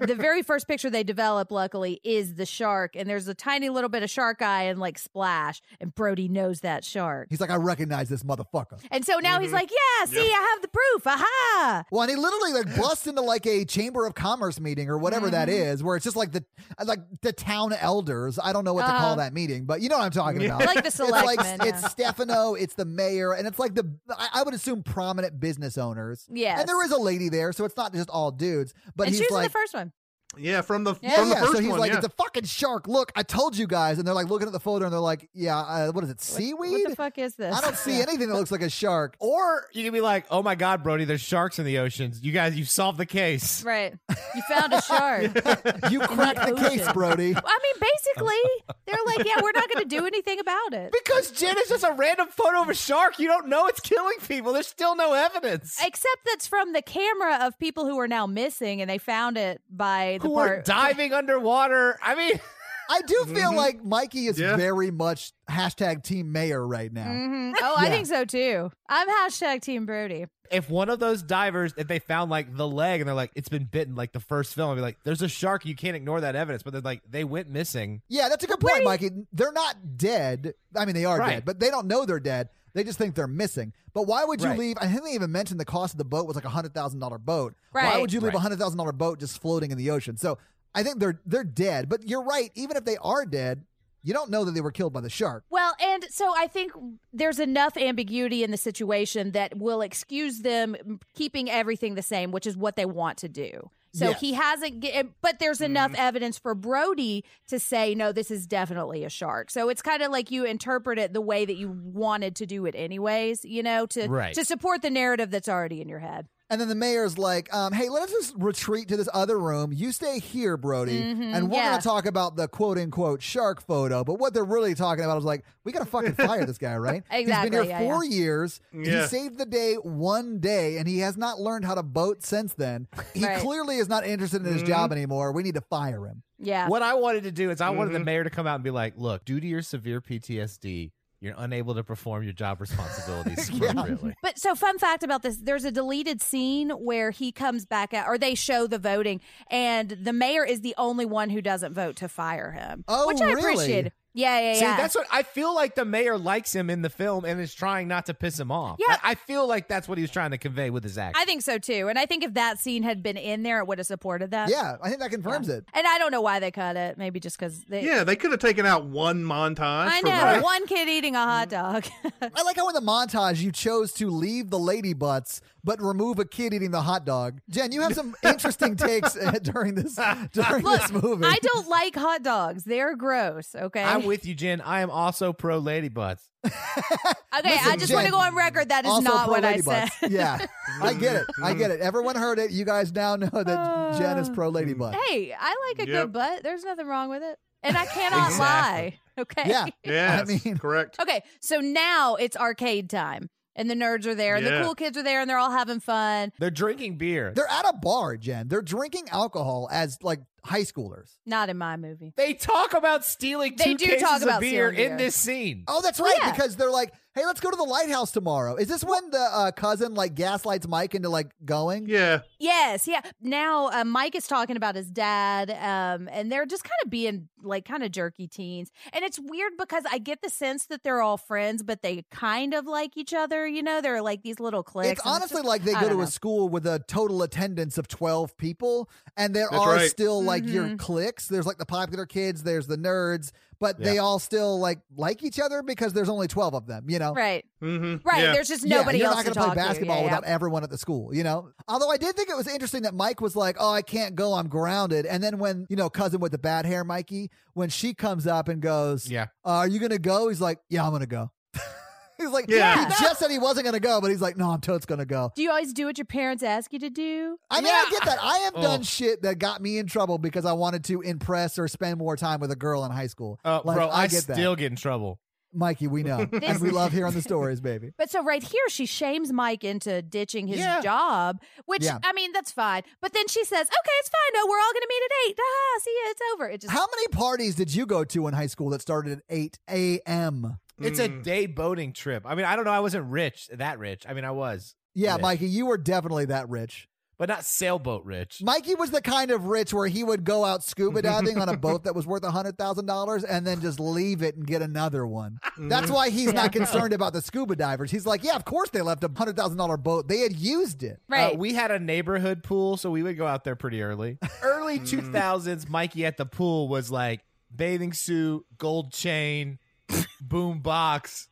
[SPEAKER 4] the very first picture they develop, luckily, is the shark. And there's a tiny little bit of shark eye and like splash. And Brody knows that shark.
[SPEAKER 2] He's Mm-hmm. like, I recognize this motherfucker.
[SPEAKER 4] And so now he's like, yeah, see, I have the proof. Aha.
[SPEAKER 2] Well, and he literally like busts into like a chamber of commerce meeting or whatever that
[SPEAKER 4] Mm-hmm.
[SPEAKER 2] is, where it's just like the like the town elders. I don't know what to call that meeting, but you know what I'm talking about.
[SPEAKER 4] Oh. Like the
[SPEAKER 2] it's like
[SPEAKER 4] selectmen,
[SPEAKER 2] it's
[SPEAKER 4] yeah.
[SPEAKER 2] Stefano, it's the mayor, and it's like the I, I would assume prominent business owners.
[SPEAKER 4] Yes.
[SPEAKER 2] and there is a lady there, so it's not just all dudes. But
[SPEAKER 4] and
[SPEAKER 2] he's
[SPEAKER 4] she was in
[SPEAKER 2] like.
[SPEAKER 4] the first one.
[SPEAKER 5] yeah. From the
[SPEAKER 4] Yeah,
[SPEAKER 5] from the
[SPEAKER 2] yeah,
[SPEAKER 5] first
[SPEAKER 2] so he's
[SPEAKER 5] one,
[SPEAKER 2] like,
[SPEAKER 5] yeah.
[SPEAKER 2] it's a fucking shark. Look, I told you guys, and they're like looking at the photo, and they're like, yeah, uh, what is it, seaweed?
[SPEAKER 4] What the fuck is this?
[SPEAKER 2] I don't see anything that looks like a shark.
[SPEAKER 3] or you can be like, "Oh my God, Brody, there's sharks in the oceans. You guys, you solved the case."
[SPEAKER 4] Right. You found a shark.
[SPEAKER 2] You cracked the case, Brody.
[SPEAKER 4] I mean, basically,
[SPEAKER 12] They're like, yeah, we're not going to do anything about it.
[SPEAKER 3] Because Jen is just a random photo of a shark. You don't know it's killing people. There's still no evidence.
[SPEAKER 12] Except that's from the camera of people who are now missing, and they found it by the
[SPEAKER 3] Who are
[SPEAKER 12] part.
[SPEAKER 3] diving underwater. I mean,
[SPEAKER 2] I do feel
[SPEAKER 3] Mm-hmm.
[SPEAKER 5] Mhm.
[SPEAKER 2] like Mikey is
[SPEAKER 5] Yeah.
[SPEAKER 2] very much hashtag team mayor right now.
[SPEAKER 4] Mm-hmm.
[SPEAKER 12] Mhm. Oh, I
[SPEAKER 2] Yeah.
[SPEAKER 12] think so too. I'm hashtag Team Brody.
[SPEAKER 3] if one of those divers, if they found like the leg and they're like, it's been bitten, like the first film, I'd be like, there's a shark. You can't ignore that evidence. But they're like, they went missing.
[SPEAKER 2] Yeah, that's a good point, Mikey. They're not dead. I mean, they are
[SPEAKER 3] Right.
[SPEAKER 2] dead, but they don't know they're dead. They just think they're missing. But why would you
[SPEAKER 3] Right.
[SPEAKER 2] leave? I think they even mentioned the cost of the boat was like a hundred thousand dollar boat. Why
[SPEAKER 12] Right.
[SPEAKER 2] would you leave a
[SPEAKER 3] Right.
[SPEAKER 2] hundred thousand dollar boat just floating in the ocean? So I think they're they're dead. But you're right. Even if they are dead, you don't know that they were killed by the shark.
[SPEAKER 4] Well, and so I think there's enough ambiguity in the situation that will excuse them keeping everything the same, which is what they want to do. So
[SPEAKER 2] Yes.
[SPEAKER 4] he hasn't, g- but there's enough evidence for Brody to say, no, this is definitely a shark. So it's kind of like you interpret it the way that you wanted to do it, anyways, you know, to,
[SPEAKER 3] Right.
[SPEAKER 4] to support the narrative that's already in your head.
[SPEAKER 2] And then the mayor's like, um, "Hey, let us just retreat to this other room. You stay here, Brody, and we're
[SPEAKER 4] Mm-hmm, yeah.
[SPEAKER 2] gonna talk about the quote unquote shark photo." But what they're really talking about is like, we gotta fucking fire this guy, right? He's
[SPEAKER 4] Exactly,
[SPEAKER 2] been here
[SPEAKER 4] yeah,
[SPEAKER 2] four years. He
[SPEAKER 5] Yeah.
[SPEAKER 2] saved the day one day, and he has not learned how to boat since then. He
[SPEAKER 4] Right.
[SPEAKER 2] clearly is not interested in his job anymore. We need to fire him.
[SPEAKER 4] Yeah.
[SPEAKER 3] What I wanted to do is I wanted the
[SPEAKER 5] Mhm.
[SPEAKER 3] mayor to come out and be like, look, due to your severe PTSD, you're unable to perform your job responsibilities
[SPEAKER 2] Yeah.
[SPEAKER 3] appropriately.
[SPEAKER 4] But so, fun fact about this: there's a deleted scene where he comes back out, or they show the voting, and the mayor is the only one who doesn't vote to fire him.
[SPEAKER 2] Oh,
[SPEAKER 4] which I
[SPEAKER 2] really?
[SPEAKER 4] appreciated. Yeah, yeah,
[SPEAKER 3] See,
[SPEAKER 4] yeah.
[SPEAKER 3] that's what I feel like the mayor likes him in the film and is trying not to piss him off.
[SPEAKER 4] Yeah.
[SPEAKER 3] I, I feel like that's what he was trying to convey with his act.
[SPEAKER 4] I think so too, and I think if that scene had been in there, it would have supported that.
[SPEAKER 2] Yeah, I think that confirms it.
[SPEAKER 4] And I don't know why they cut it. Maybe just because they.
[SPEAKER 5] Yeah, they could have taken out one montage.
[SPEAKER 4] I
[SPEAKER 5] for
[SPEAKER 4] know
[SPEAKER 5] that.
[SPEAKER 4] one kid eating a hot dog.
[SPEAKER 2] I like how in the montage you chose to leave the lady butts but remove a kid eating the hot dog. Jen, you have some interesting takes uh, during this during this movie.
[SPEAKER 4] I don't like hot dogs. They're gross. Okay.
[SPEAKER 3] I'm with you, Jen. I am also pro lady butts.
[SPEAKER 4] okay. I
[SPEAKER 2] Listen,
[SPEAKER 4] just want
[SPEAKER 2] Jen,
[SPEAKER 4] to go on record. That is
[SPEAKER 2] also
[SPEAKER 4] not
[SPEAKER 2] pro
[SPEAKER 4] what I
[SPEAKER 2] lady
[SPEAKER 4] said.
[SPEAKER 2] butts. Yeah, I get it. I get it. Everyone heard it. You guys now know that
[SPEAKER 4] Uh,
[SPEAKER 2] Jen is pro lady butt.
[SPEAKER 4] hey, I like a
[SPEAKER 5] Yep.
[SPEAKER 4] good butt. There's nothing wrong with it. And I cannot
[SPEAKER 3] Exactly.
[SPEAKER 4] lie. Okay.
[SPEAKER 2] Yeah,
[SPEAKER 5] Yes,
[SPEAKER 2] I mean-
[SPEAKER 5] correct.
[SPEAKER 4] Okay. So now it's arcade time. And the nerds are there and the
[SPEAKER 5] Yeah.
[SPEAKER 4] cool kids are there and they're all having fun.
[SPEAKER 3] They're drinking beer.
[SPEAKER 2] they're at a bar, Jen. They're drinking alcohol as like high schoolers.
[SPEAKER 4] Not in my movie.
[SPEAKER 3] they talk about stealing
[SPEAKER 4] They
[SPEAKER 3] two
[SPEAKER 4] do
[SPEAKER 3] cases
[SPEAKER 4] talk
[SPEAKER 3] of
[SPEAKER 4] about
[SPEAKER 3] beer
[SPEAKER 4] stealing
[SPEAKER 3] in
[SPEAKER 4] beer.
[SPEAKER 3] this scene.
[SPEAKER 2] Oh, that's right.
[SPEAKER 4] Yeah.
[SPEAKER 2] Because they're like, "Hey, let's go to the lighthouse tomorrow." Is this when the uh, cousin like gaslights Mike into like going?
[SPEAKER 5] Yeah,
[SPEAKER 4] Yes. Yeah. Now uh, Mike is talking about his dad um, and they're just kind of being like kind of jerky teens. And it's weird because I get the sense that they're all friends, but they kind of like each other. You know, they're like these little cliques.
[SPEAKER 2] It's
[SPEAKER 4] and
[SPEAKER 2] honestly
[SPEAKER 4] just-
[SPEAKER 2] like they
[SPEAKER 4] I
[SPEAKER 2] go to
[SPEAKER 4] don't
[SPEAKER 2] a
[SPEAKER 4] know.
[SPEAKER 2] school with a total attendance of 12 people, and there
[SPEAKER 5] That's
[SPEAKER 2] are
[SPEAKER 5] right.
[SPEAKER 2] still like
[SPEAKER 4] Mm-hmm.
[SPEAKER 2] your cliques. There's like the popular kids, there's the nerds, but they all still like like each other because there's only 12 of them, you know?
[SPEAKER 4] Right.
[SPEAKER 5] hmm
[SPEAKER 4] Right.
[SPEAKER 5] Yeah.
[SPEAKER 4] There's just
[SPEAKER 2] Yeah,
[SPEAKER 4] nobody
[SPEAKER 2] you're
[SPEAKER 4] else
[SPEAKER 2] not
[SPEAKER 4] to
[SPEAKER 2] gonna
[SPEAKER 4] talk
[SPEAKER 2] play basketball
[SPEAKER 4] to. Yeah, yeah.
[SPEAKER 2] without everyone at the school, you know. Although I did think it was interesting that Mike was like, "Oh, I can't go, I'm grounded." And then when you know cousin with the bad hair, Mikey, when she comes up and goes,
[SPEAKER 3] Yeah.
[SPEAKER 2] uh, are you gonna go?" He's like, "Yeah, I'm gonna go." he's like,
[SPEAKER 5] Yeah.
[SPEAKER 2] he just said he wasn't gonna go, but he's like, "No, I'm totes gonna go."
[SPEAKER 4] Do you always do what your parents ask you to do?
[SPEAKER 2] I mean, I get that. I have
[SPEAKER 3] Oh.
[SPEAKER 2] done shit that got me in trouble because I wanted to impress or spend more time with a girl in high school.
[SPEAKER 3] Uh,
[SPEAKER 2] Like,
[SPEAKER 3] bro, I,
[SPEAKER 2] get
[SPEAKER 3] still
[SPEAKER 2] that.
[SPEAKER 3] get in trouble.
[SPEAKER 2] Mikey, we know. and we love hearing the stories, baby.
[SPEAKER 4] But so right here, she shames Mike into ditching his
[SPEAKER 3] Yeah.
[SPEAKER 4] job, which
[SPEAKER 2] Yeah.
[SPEAKER 4] I mean, that's fine. But then she says, okay, it's fine. No, we're all going to meet at eight. Ah, see ya. It's over. It just,
[SPEAKER 2] How uh, many parties did you go to in high school that started at 8 a.m.?
[SPEAKER 3] It's a day boating trip. I mean, I don't know. I wasn't rich, that rich. I mean, I was,
[SPEAKER 2] Yeah,
[SPEAKER 3] Yeah.
[SPEAKER 2] Mikey, you were definitely that rich.
[SPEAKER 3] but not sailboat rich. Uh,
[SPEAKER 2] Mikey was the kind of rich where he would go out scuba diving on a boat that was worth $100,000 and then just leave it and get another one. That's why he's not concerned about the scuba divers. He's like, yeah, of course they left a $100,000 boat. They had used it.
[SPEAKER 4] right.
[SPEAKER 3] Uh, we had a neighborhood pool, so we would go out there pretty early. Early 2000s, Mikey at the pool was like bathing suit, gold chain, boom box.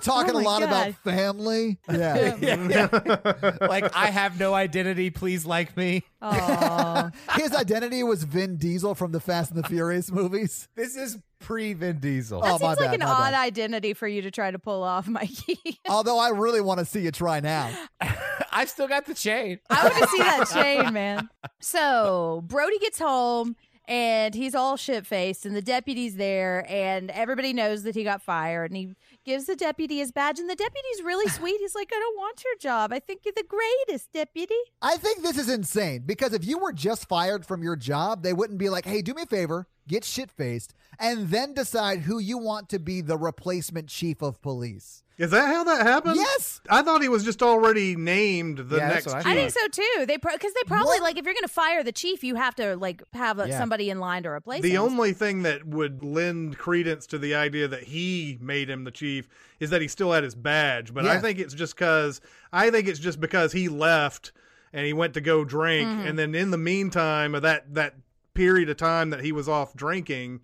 [SPEAKER 2] talking
[SPEAKER 4] Oh
[SPEAKER 2] a
[SPEAKER 4] my
[SPEAKER 2] lot about
[SPEAKER 4] God.
[SPEAKER 2] family. Yeah.
[SPEAKER 3] Like, I have no identity. Please like me.
[SPEAKER 4] Aw.
[SPEAKER 2] His identity was Vin Diesel from the Fast and the Furious movies.
[SPEAKER 3] This is pre Vin Diesel.
[SPEAKER 2] Oh,
[SPEAKER 4] that
[SPEAKER 2] my
[SPEAKER 4] seems
[SPEAKER 2] bad,
[SPEAKER 4] like an
[SPEAKER 2] my
[SPEAKER 4] odd
[SPEAKER 2] bad.
[SPEAKER 4] identity for you to try to pull off, Mikey.
[SPEAKER 2] Although I really want to see you try now.
[SPEAKER 3] I still got the chain.
[SPEAKER 4] I want to see that chain, man. So Brody gets home. and he's all shit faced, and the deputy's there, and everybody knows that he got fired, and he gives the deputy his badge, and the deputy's really sweet. He's like, "I don't want your job. I think you're the greatest deputy."
[SPEAKER 2] I think this is insane because if you were just fired from your job, they wouldn't be like, hey, do me a favor, get shit faced, and then decide who you want to be the replacement chief of police.
[SPEAKER 5] Is that how that happened?
[SPEAKER 2] Yes.
[SPEAKER 5] I thought he was just already named the
[SPEAKER 3] Yeah, that's
[SPEAKER 5] next
[SPEAKER 3] what I
[SPEAKER 5] chief.
[SPEAKER 4] I think so too. They because they probably
[SPEAKER 2] What?
[SPEAKER 4] like if you're gonna fire the chief, you have to like have a,
[SPEAKER 3] Yeah.
[SPEAKER 4] somebody in line to replace
[SPEAKER 5] The
[SPEAKER 4] him.
[SPEAKER 5] only thing that would lend credence to the idea that he made him the chief is that he still had his badge. But I
[SPEAKER 2] Yeah.
[SPEAKER 5] think it's just because I think it's just because he left and he went to go drink,
[SPEAKER 4] Mm-hmm.
[SPEAKER 5] and then in the meantime of that that period of time that he was off drinking,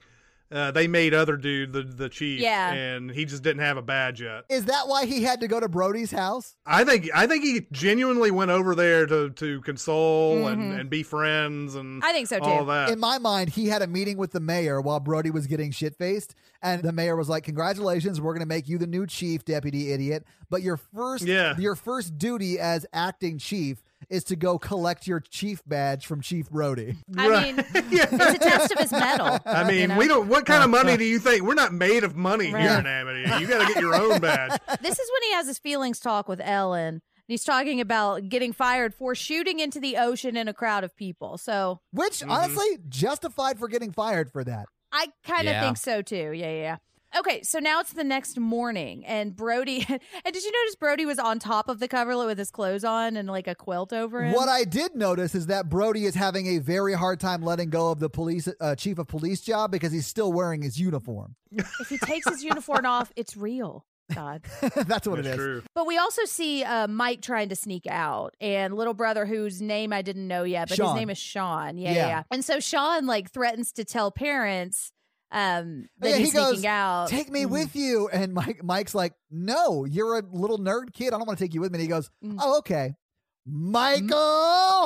[SPEAKER 5] uh, they made other dude the the chief,
[SPEAKER 4] Yeah.
[SPEAKER 5] and he just didn't have a badge yet.
[SPEAKER 2] Is that why he had to go to Brody's house?
[SPEAKER 5] I think I think he genuinely went over there to to console and, and be friends and
[SPEAKER 4] Mm-hmm. I think so, too.
[SPEAKER 5] All that.
[SPEAKER 2] In my mind, he had a meeting with the mayor while Brody was getting shit faced, and the mayor was like, "Congratulations, we're going to make you the new chief, deputy idiot. But your first,
[SPEAKER 5] Yeah.
[SPEAKER 2] your first duty as acting chief is to go collect your chief badge from Chief Brody."
[SPEAKER 4] I
[SPEAKER 5] Right.
[SPEAKER 4] mean,
[SPEAKER 5] Yeah.
[SPEAKER 4] it's a test of his metal.
[SPEAKER 5] I mean,
[SPEAKER 4] you know?
[SPEAKER 5] we don't. What kind of money do you think? We're not made of money here
[SPEAKER 4] Right.
[SPEAKER 5] in Amity. You got to get your own badge.
[SPEAKER 4] This is when he has his feelings talk with Ellen. He's talking about getting fired for shooting into the ocean in a crowd of people. So
[SPEAKER 2] Which
[SPEAKER 5] Mm-hmm.
[SPEAKER 2] honestly justified for getting fired for that.
[SPEAKER 4] I kind of
[SPEAKER 13] Yeah.
[SPEAKER 4] think so too. Yeah, yeah. yeah. Okay, so now it's the next morning, and Brody. And did you notice Brody was on top of the coverlet with his clothes on and like a quilt over him?
[SPEAKER 2] What I did notice is that Brody is having a very hard time letting go of the police uh, chief of police job because he's still wearing his uniform.
[SPEAKER 4] if he takes his uniform off, it's real. God.
[SPEAKER 2] That's what it
[SPEAKER 5] That's
[SPEAKER 2] is.
[SPEAKER 5] true.
[SPEAKER 4] But we also see uh, Mike trying to sneak out and little brother whose name I didn't know yet, but
[SPEAKER 2] Sean.
[SPEAKER 4] his name is Sean. Yeah,
[SPEAKER 2] Yeah.
[SPEAKER 4] yeah, yeah. And so Sean like threatens to tell parents um, that
[SPEAKER 2] Oh, Yeah, he
[SPEAKER 4] he's sneaking
[SPEAKER 2] goes,
[SPEAKER 4] out.
[SPEAKER 2] Take me with you, and Mike. Mike's like, "No, you're a little nerd kid. I don't want to take you with me." And he goes,
[SPEAKER 4] Mm.
[SPEAKER 2] "Oh, okay." Michael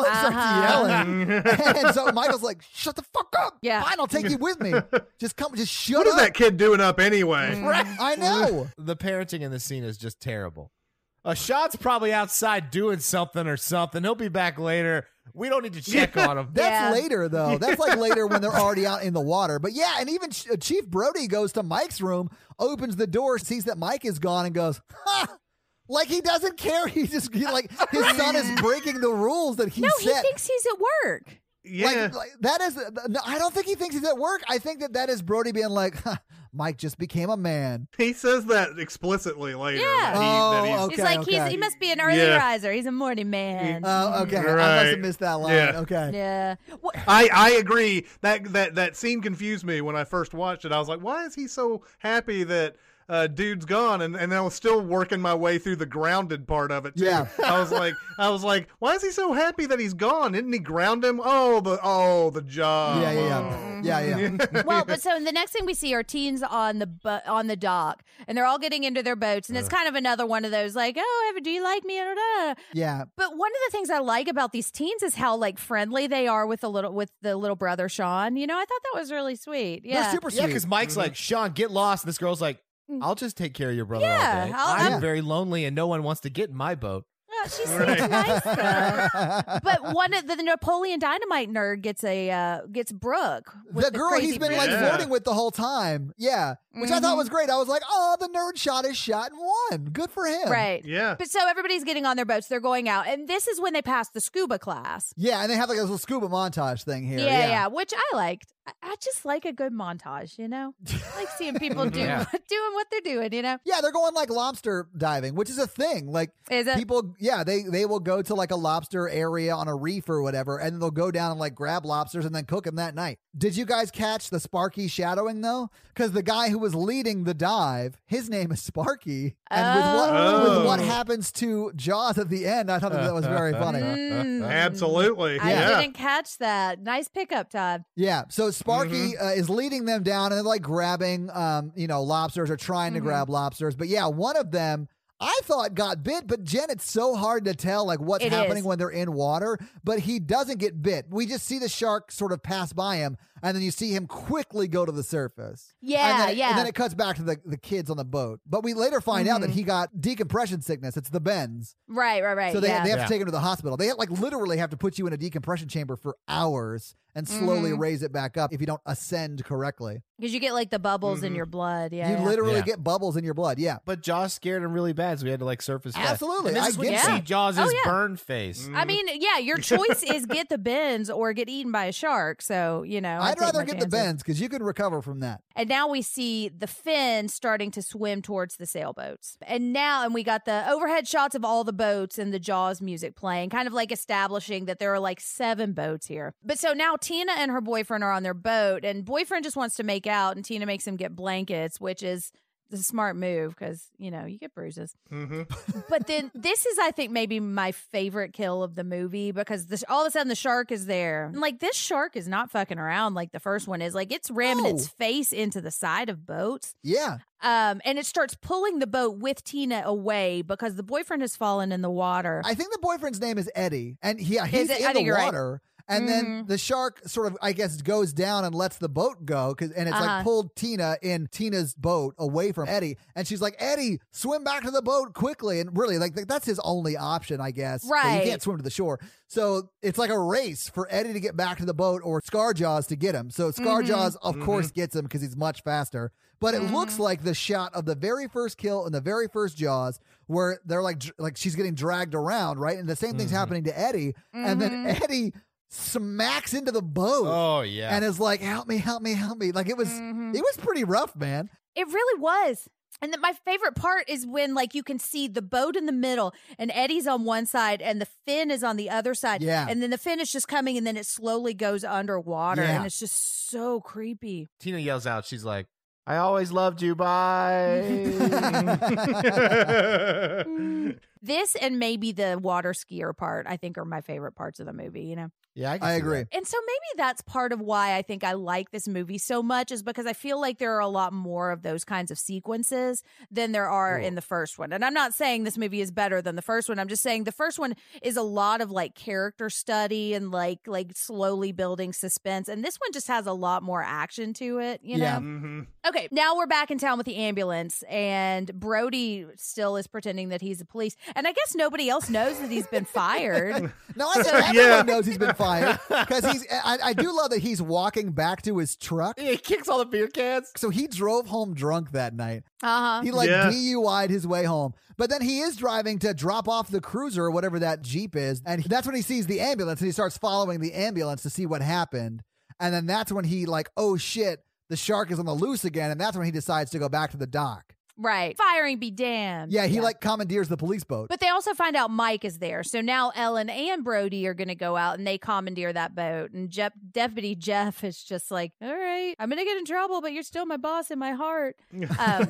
[SPEAKER 2] He starts
[SPEAKER 4] Uh-huh.
[SPEAKER 5] Mm.
[SPEAKER 2] yelling, and so Michael's like, "Shut the fuck up!
[SPEAKER 4] Yeah.
[SPEAKER 2] Fine, I'll take you with me. Just come, just shut
[SPEAKER 5] What is
[SPEAKER 2] up."
[SPEAKER 5] that kid doing up
[SPEAKER 2] Mm.
[SPEAKER 4] Mm.
[SPEAKER 5] anyway?
[SPEAKER 2] I know.
[SPEAKER 3] The parenting in this scene is just terrible.
[SPEAKER 13] A shot's probably outside doing something or something. He'll be back later. We don't need to check on him.
[SPEAKER 2] That's
[SPEAKER 4] Yeah.
[SPEAKER 2] later, though. That's like later when they're already out in the water. But yeah, and even Ch- uh, Chief Brody goes to Mike's room, opens the door, sees that Mike is gone, and goes, ha! Like he doesn't care. He just he, like his son is breaking the rules that he
[SPEAKER 4] no, he
[SPEAKER 2] set.
[SPEAKER 4] thinks he's at work.
[SPEAKER 5] Yeah.
[SPEAKER 2] Like, like that is. No, I don't think he thinks he's at work. I think that that is Brody being like, huh, Mike just became a man.
[SPEAKER 5] he says that explicitly later.
[SPEAKER 4] Yeah.
[SPEAKER 5] That he, that he's-
[SPEAKER 2] Oh, okay.
[SPEAKER 4] He's like he's
[SPEAKER 2] okay.
[SPEAKER 4] he must be an early
[SPEAKER 5] Yeah.
[SPEAKER 4] riser. He's a morning man.
[SPEAKER 2] Oh, okay. I must
[SPEAKER 5] Right.
[SPEAKER 2] have missed that line.
[SPEAKER 5] Yeah.
[SPEAKER 2] Okay.
[SPEAKER 4] yeah. What,
[SPEAKER 5] I, I agree that that that scene confused me when I first watched it. I was like, why is he so happy that uh, dude's gone? And and I was still working my way through the grounded part of it. Too.
[SPEAKER 2] Yeah.
[SPEAKER 5] I was like, I was like, why is he so happy that he's gone? Didn't he ground him? Oh the oh the job.
[SPEAKER 2] Yeah, yeah,
[SPEAKER 5] Oh.
[SPEAKER 2] yeah, yeah, yeah.
[SPEAKER 4] well, but so the next thing we see are teens on the bu- on the dock, and they're all getting into their boats, and it's kind of another one of those like, oh, Evan, do you like me? Da, da, da.
[SPEAKER 2] yeah.
[SPEAKER 4] But one of the things I like about these teens is how like friendly they are with the little with the little brother Sean. You know, I thought that was really sweet. Yeah,
[SPEAKER 2] They're super
[SPEAKER 3] Yeah,
[SPEAKER 2] sweet.
[SPEAKER 3] because Mike's like, Sean, get lost. And this girl's like,
[SPEAKER 2] Mm.
[SPEAKER 3] I'll just take care of your brother
[SPEAKER 4] Yeah,
[SPEAKER 3] all day.
[SPEAKER 4] I'll-
[SPEAKER 3] I'm
[SPEAKER 2] I'm-
[SPEAKER 3] very lonely and no one wants to get in my boat.
[SPEAKER 4] Yeah, she seems nice though. But one of the, the Napoleon Dynamite nerd gets a uh, gets Brooke, with
[SPEAKER 2] the girl he's
[SPEAKER 4] crazy Mm-hmm.
[SPEAKER 2] been
[SPEAKER 4] brain.
[SPEAKER 2] like
[SPEAKER 5] brain.
[SPEAKER 2] flirting with the whole time. Yeah. Which I thought was great. I was like, oh, the nerd shot his shot and won. Good for him.
[SPEAKER 4] right.
[SPEAKER 5] Yeah.
[SPEAKER 4] But so everybody's getting on their boats. They're going out, and this is when they pass the scuba class.
[SPEAKER 2] Yeah, and they have like a little scuba montage thing here.
[SPEAKER 4] Yeah, yeah, which I liked. I, I just like a good montage, you know. I like seeing people do
[SPEAKER 13] Yeah.
[SPEAKER 4] doing what they're doing, you know.
[SPEAKER 2] Yeah, they're going like lobster diving, which is a thing. Like
[SPEAKER 4] Is it?
[SPEAKER 2] people, yeah, they they will go to like a lobster area on a reef or whatever, and they'll go down and like grab lobsters and then cook them that night. Did you guys catch the Sparky shadowing though? Because the guy who was leading the dive, his name is Sparky, and with what with
[SPEAKER 5] Oh.
[SPEAKER 2] what happens to Jaws at the end, I thought that, that was very funny.
[SPEAKER 4] Mm.
[SPEAKER 5] Absolutely.
[SPEAKER 4] I
[SPEAKER 5] Uh, yeah.
[SPEAKER 4] didn't catch that. Nice pickup, Todd.
[SPEAKER 2] Yeah, so Sparky
[SPEAKER 4] Mm-hmm.
[SPEAKER 2] uh, is leading them down and like grabbing, um, you know, lobsters or trying
[SPEAKER 4] Mm-hmm.
[SPEAKER 2] to grab lobsters. But yeah, one of them I thought got bit, but Jen, it's so hard to tell like what's
[SPEAKER 4] It
[SPEAKER 2] happening
[SPEAKER 4] is.
[SPEAKER 2] when they're in water. But he doesn't get bit. We just see the shark sort of pass by him, and then you see him quickly go to the surface. and
[SPEAKER 4] Yeah,
[SPEAKER 2] then it,
[SPEAKER 4] yeah. Mm-hmm.
[SPEAKER 2] And then it cuts back to the, the kids on the boat. But we later find out that he got decompression sickness. It's the bends.
[SPEAKER 4] right, right, right.
[SPEAKER 2] So they,
[SPEAKER 4] yeah.
[SPEAKER 2] they have
[SPEAKER 3] Yeah.
[SPEAKER 2] to take him to the hospital. They like literally have to put you in a decompression chamber for hours and slowly
[SPEAKER 4] Mm-hmm.
[SPEAKER 2] raise it back up if you don't ascend correctly.
[SPEAKER 4] Because you get like the bubbles in
[SPEAKER 5] Mhm.
[SPEAKER 4] your blood. Yeah.
[SPEAKER 2] Mm-hmm. you
[SPEAKER 4] yeah.
[SPEAKER 2] literally
[SPEAKER 3] Yeah.
[SPEAKER 2] get bubbles in your blood. Yeah.
[SPEAKER 3] But Josh scared him really bad, so we had to like surface.
[SPEAKER 2] Absolutely.
[SPEAKER 3] And this
[SPEAKER 2] I
[SPEAKER 3] is when
[SPEAKER 2] get
[SPEAKER 3] you see
[SPEAKER 2] that.
[SPEAKER 3] Jaws'
[SPEAKER 4] Oh, yeah.
[SPEAKER 3] burn face.
[SPEAKER 4] I mean, yeah, your choice is get the bends or get eaten by a shark. So, you know, I
[SPEAKER 2] I'd
[SPEAKER 4] take
[SPEAKER 2] rather
[SPEAKER 4] my
[SPEAKER 2] get the
[SPEAKER 4] chances.
[SPEAKER 2] bends because you can recover from that.
[SPEAKER 4] And now we see the fin starting to swim towards the sailboats. And now, and we got the overhead shots of all the boats and the Jaws music playing, kind of like establishing that there are like seven boats here. But so now Tina and her boyfriend are on their boat, and boyfriend just wants to make out, and Tina makes him get blankets, which is a smart move because, you know, you get bruises.
[SPEAKER 5] hmm
[SPEAKER 4] But then this is, I think, maybe my favorite kill of the movie because this, all of a sudden the shark is there. And, like this shark is not fucking around like the first one is. Like it's ramming its
[SPEAKER 2] No.
[SPEAKER 4] face into the side of boats.
[SPEAKER 2] Yeah.
[SPEAKER 4] Um, and it starts pulling the boat with Tina away because the boyfriend has fallen in the water.
[SPEAKER 2] I think the boyfriend's name is Eddie, and yeah, he's
[SPEAKER 4] it? I
[SPEAKER 2] in
[SPEAKER 4] think
[SPEAKER 2] the
[SPEAKER 4] you're right. Mm-hmm.
[SPEAKER 2] water. And then the shark sort of, I guess, goes down and lets the boat go, 'cause- and it's like
[SPEAKER 4] Uh-huh.
[SPEAKER 2] pulled Tina in Tina's boat away from Eddie, and she's like, "Eddie, swim back to the boat quickly!" And really, like that's his only option, I guess. But
[SPEAKER 4] Right.
[SPEAKER 2] you can't swim to the shore, so it's like a race for Eddie to get back to the boat or Scarjaws to get him. So
[SPEAKER 4] Mm-hmm.
[SPEAKER 2] Scarjaws, of course, gets him because he's much faster. But it
[SPEAKER 4] Mm-hmm.
[SPEAKER 2] looks like the shot of the very first kill in the very first Jaws, where they're like, dr- like she's getting dragged around, right? And the same
[SPEAKER 3] Mm-hmm.
[SPEAKER 2] thing's happening to Eddie, and then Eddie smacks into the boat
[SPEAKER 3] Oh yeah.
[SPEAKER 2] and is like, "Help me, help me, help me!" Like it was,
[SPEAKER 4] Mm-hmm.
[SPEAKER 2] it was pretty rough, man.
[SPEAKER 4] It really was. And that my favorite part is when like you can see the boat in the middle and Eddie's on one side and the fin is on the other side.
[SPEAKER 2] Yeah.
[SPEAKER 4] And then the fin is just coming and then it slowly goes underwater
[SPEAKER 2] Yeah.
[SPEAKER 4] and it's just so creepy.
[SPEAKER 3] Tina yells out. She's like, "I always loved you." Bye.
[SPEAKER 4] This and maybe the water skier part, I think, are my favorite parts of the movie, you know?
[SPEAKER 3] yeah, can
[SPEAKER 2] I
[SPEAKER 3] see that.
[SPEAKER 2] agree.
[SPEAKER 4] And so maybe that's part of why I think I like this movie so much is because I feel like there are a lot more of those kinds of sequences than there are in the first one. And I'm not saying this movie is better than the first one. I'm just saying the first one is a lot of like character study and like like slowly building suspense. And this one just has a lot more action to it, you
[SPEAKER 2] Yeah.
[SPEAKER 4] know?
[SPEAKER 5] Mm-hmm.
[SPEAKER 4] Okay, now we're back in town with the ambulance, and Brody still is pretending that he's the police. And I guess nobody else knows that he's been fired.
[SPEAKER 2] No, I think everyone
[SPEAKER 5] Yeah.
[SPEAKER 2] knows he's been fired because he's. I, I do love that he's walking back to his truck.
[SPEAKER 3] He kicks all the beer cans.
[SPEAKER 2] So he drove home drunk that night.
[SPEAKER 4] Uh huh.
[SPEAKER 2] He like
[SPEAKER 5] Yeah.
[SPEAKER 2] DUI'd his way home. But then he is driving to drop off the cruiser or whatever that Jeep is. And that's when he sees the ambulance and he starts following the ambulance to see what happened. And then that's when he like, oh shit, the shark is on the loose again. And that's when he decides to go back to the dock.
[SPEAKER 4] Right. Firing be damned.
[SPEAKER 2] Yeah, he like commandeers the police boat.
[SPEAKER 4] But they also find out Mike is there. So now Ellen and Brody are going to go out and they commandeer that boat. And Jeff, Deputy Jeff is just like, all right, I'm going to get in trouble, but you're still my boss in my heart. Um,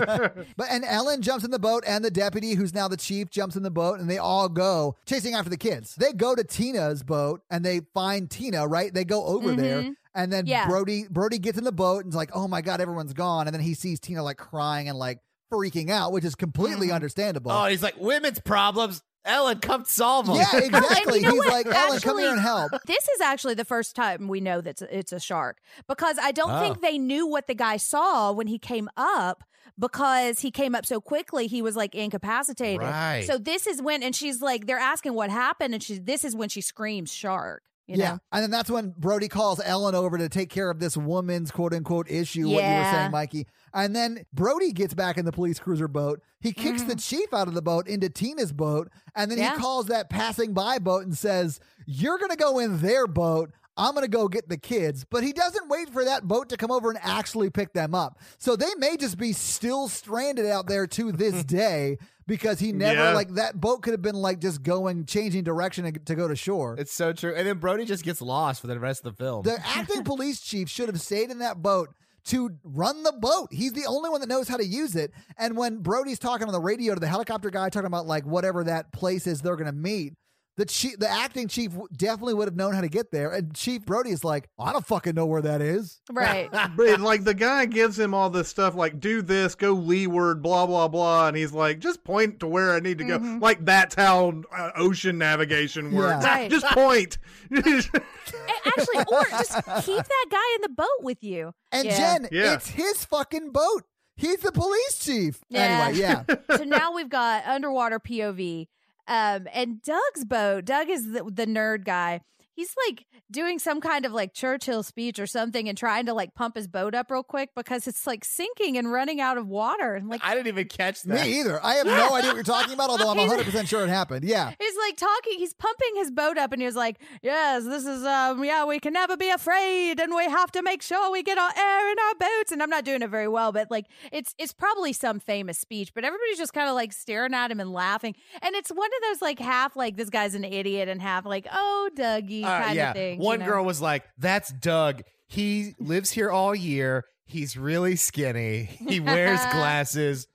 [SPEAKER 2] But and Ellen jumps in the boat, and the deputy, who's now the chief, jumps in the boat, and they all go chasing after the kids. They go to Tina's boat, and they find Tina. Right? They go over there, and then
[SPEAKER 4] Mm-hmm. Yeah.
[SPEAKER 2] Brody Brody gets in the boat and's like, "Oh my god, everyone's gone!" And then he sees Tina like crying and like freaking out, which is completely
[SPEAKER 4] Mm-hmm.
[SPEAKER 2] understandable.
[SPEAKER 13] Oh, he's like women's problems. Ellen, come solve them.
[SPEAKER 2] yeah, exactly.
[SPEAKER 4] Oh, you know
[SPEAKER 2] He's
[SPEAKER 4] what?
[SPEAKER 2] like, "Ellen, come
[SPEAKER 4] Actually-
[SPEAKER 2] here and help."
[SPEAKER 4] This is actually the first time we know that it's a shark because I don't think they knew what the guy saw when he came up because he came up so quickly he was like incapacitated.
[SPEAKER 3] Right.
[SPEAKER 4] So this is when and she's like they're asking what happened and she this is when she screams shark. You
[SPEAKER 2] yeah,
[SPEAKER 4] know?
[SPEAKER 2] and then that's when Brody calls Ellen over to take care of this woman's quote unquote issue. What you were
[SPEAKER 4] Yeah.
[SPEAKER 2] saying, Mikey. And then Brody gets back in the police cruiser boat. He kicks the chief out of the boat into Tina's boat, and then
[SPEAKER 4] Mm-hmm. Yeah.
[SPEAKER 2] he calls that passing by boat and says, "You're gonna go in their boat." I'm gonna go get the kids, but he doesn't wait for that boat to come over and actually pick them up. So they may just be still stranded out there to this day because he never
[SPEAKER 5] Yeah.
[SPEAKER 2] like that boat could have been like just going changing direction and- to go to shore.
[SPEAKER 3] It's so true. And then Brody just gets lost for the rest of the film.
[SPEAKER 2] The acting police chief should have stayed in that boat to run the boat. He's the only one that knows how to use it. And when Brody's talking on the radio to the helicopter guy, talking about like whatever that place is they're going to meet, The chief, the acting chief, w- definitely would have known how to get there. And Chief Brody is like, I don't fucking know where that is.
[SPEAKER 12] Right.
[SPEAKER 5] But like the guy gives him all this stuff, like do this, go leeward, blah blah blah, and he's like, just point to where I need to go.
[SPEAKER 4] Mm-hmm.
[SPEAKER 5] Like that's how uh, ocean navigation works.
[SPEAKER 2] Yeah.
[SPEAKER 12] Right.
[SPEAKER 5] Just point.
[SPEAKER 4] A- Eh, Actually, or just keep that guy in the boat with you.
[SPEAKER 2] And
[SPEAKER 12] Yeah.
[SPEAKER 2] Jen,
[SPEAKER 5] Yeah.
[SPEAKER 2] it's his fucking boat. He's the police chief.
[SPEAKER 4] Yeah.
[SPEAKER 2] Anyway, yeah.
[SPEAKER 4] So now we've got underwater POV. Um, and Doug's boat, Doug is the, the nerd guy. He's like doing some kind of like Churchill speech or something and trying to like pump his boat up real quick because it's like sinking and running out of water. And like,
[SPEAKER 3] I didn't even catch that.
[SPEAKER 2] Me either. I have no idea what you're talking about, although I'm 100% sure it happened. Yeah.
[SPEAKER 4] he's like talking, he's pumping his boat up and he was like, Yes, this is, um, yeah, we can never be afraid and we have to make sure we get our air in our boats. And I'm not doing it very well, but like it's, it's probably some famous speech, but everybody's just kind of like staring at him and laughing. And it's one of those like half like this guy's an idiot and half like, oh, Dougie
[SPEAKER 3] Uh,
[SPEAKER 4] kind of
[SPEAKER 3] yeah.
[SPEAKER 4] thing. you
[SPEAKER 3] One
[SPEAKER 4] know?
[SPEAKER 3] girl was like, "That's Doug. He lives here all year. He's really skinny. He wears glasses.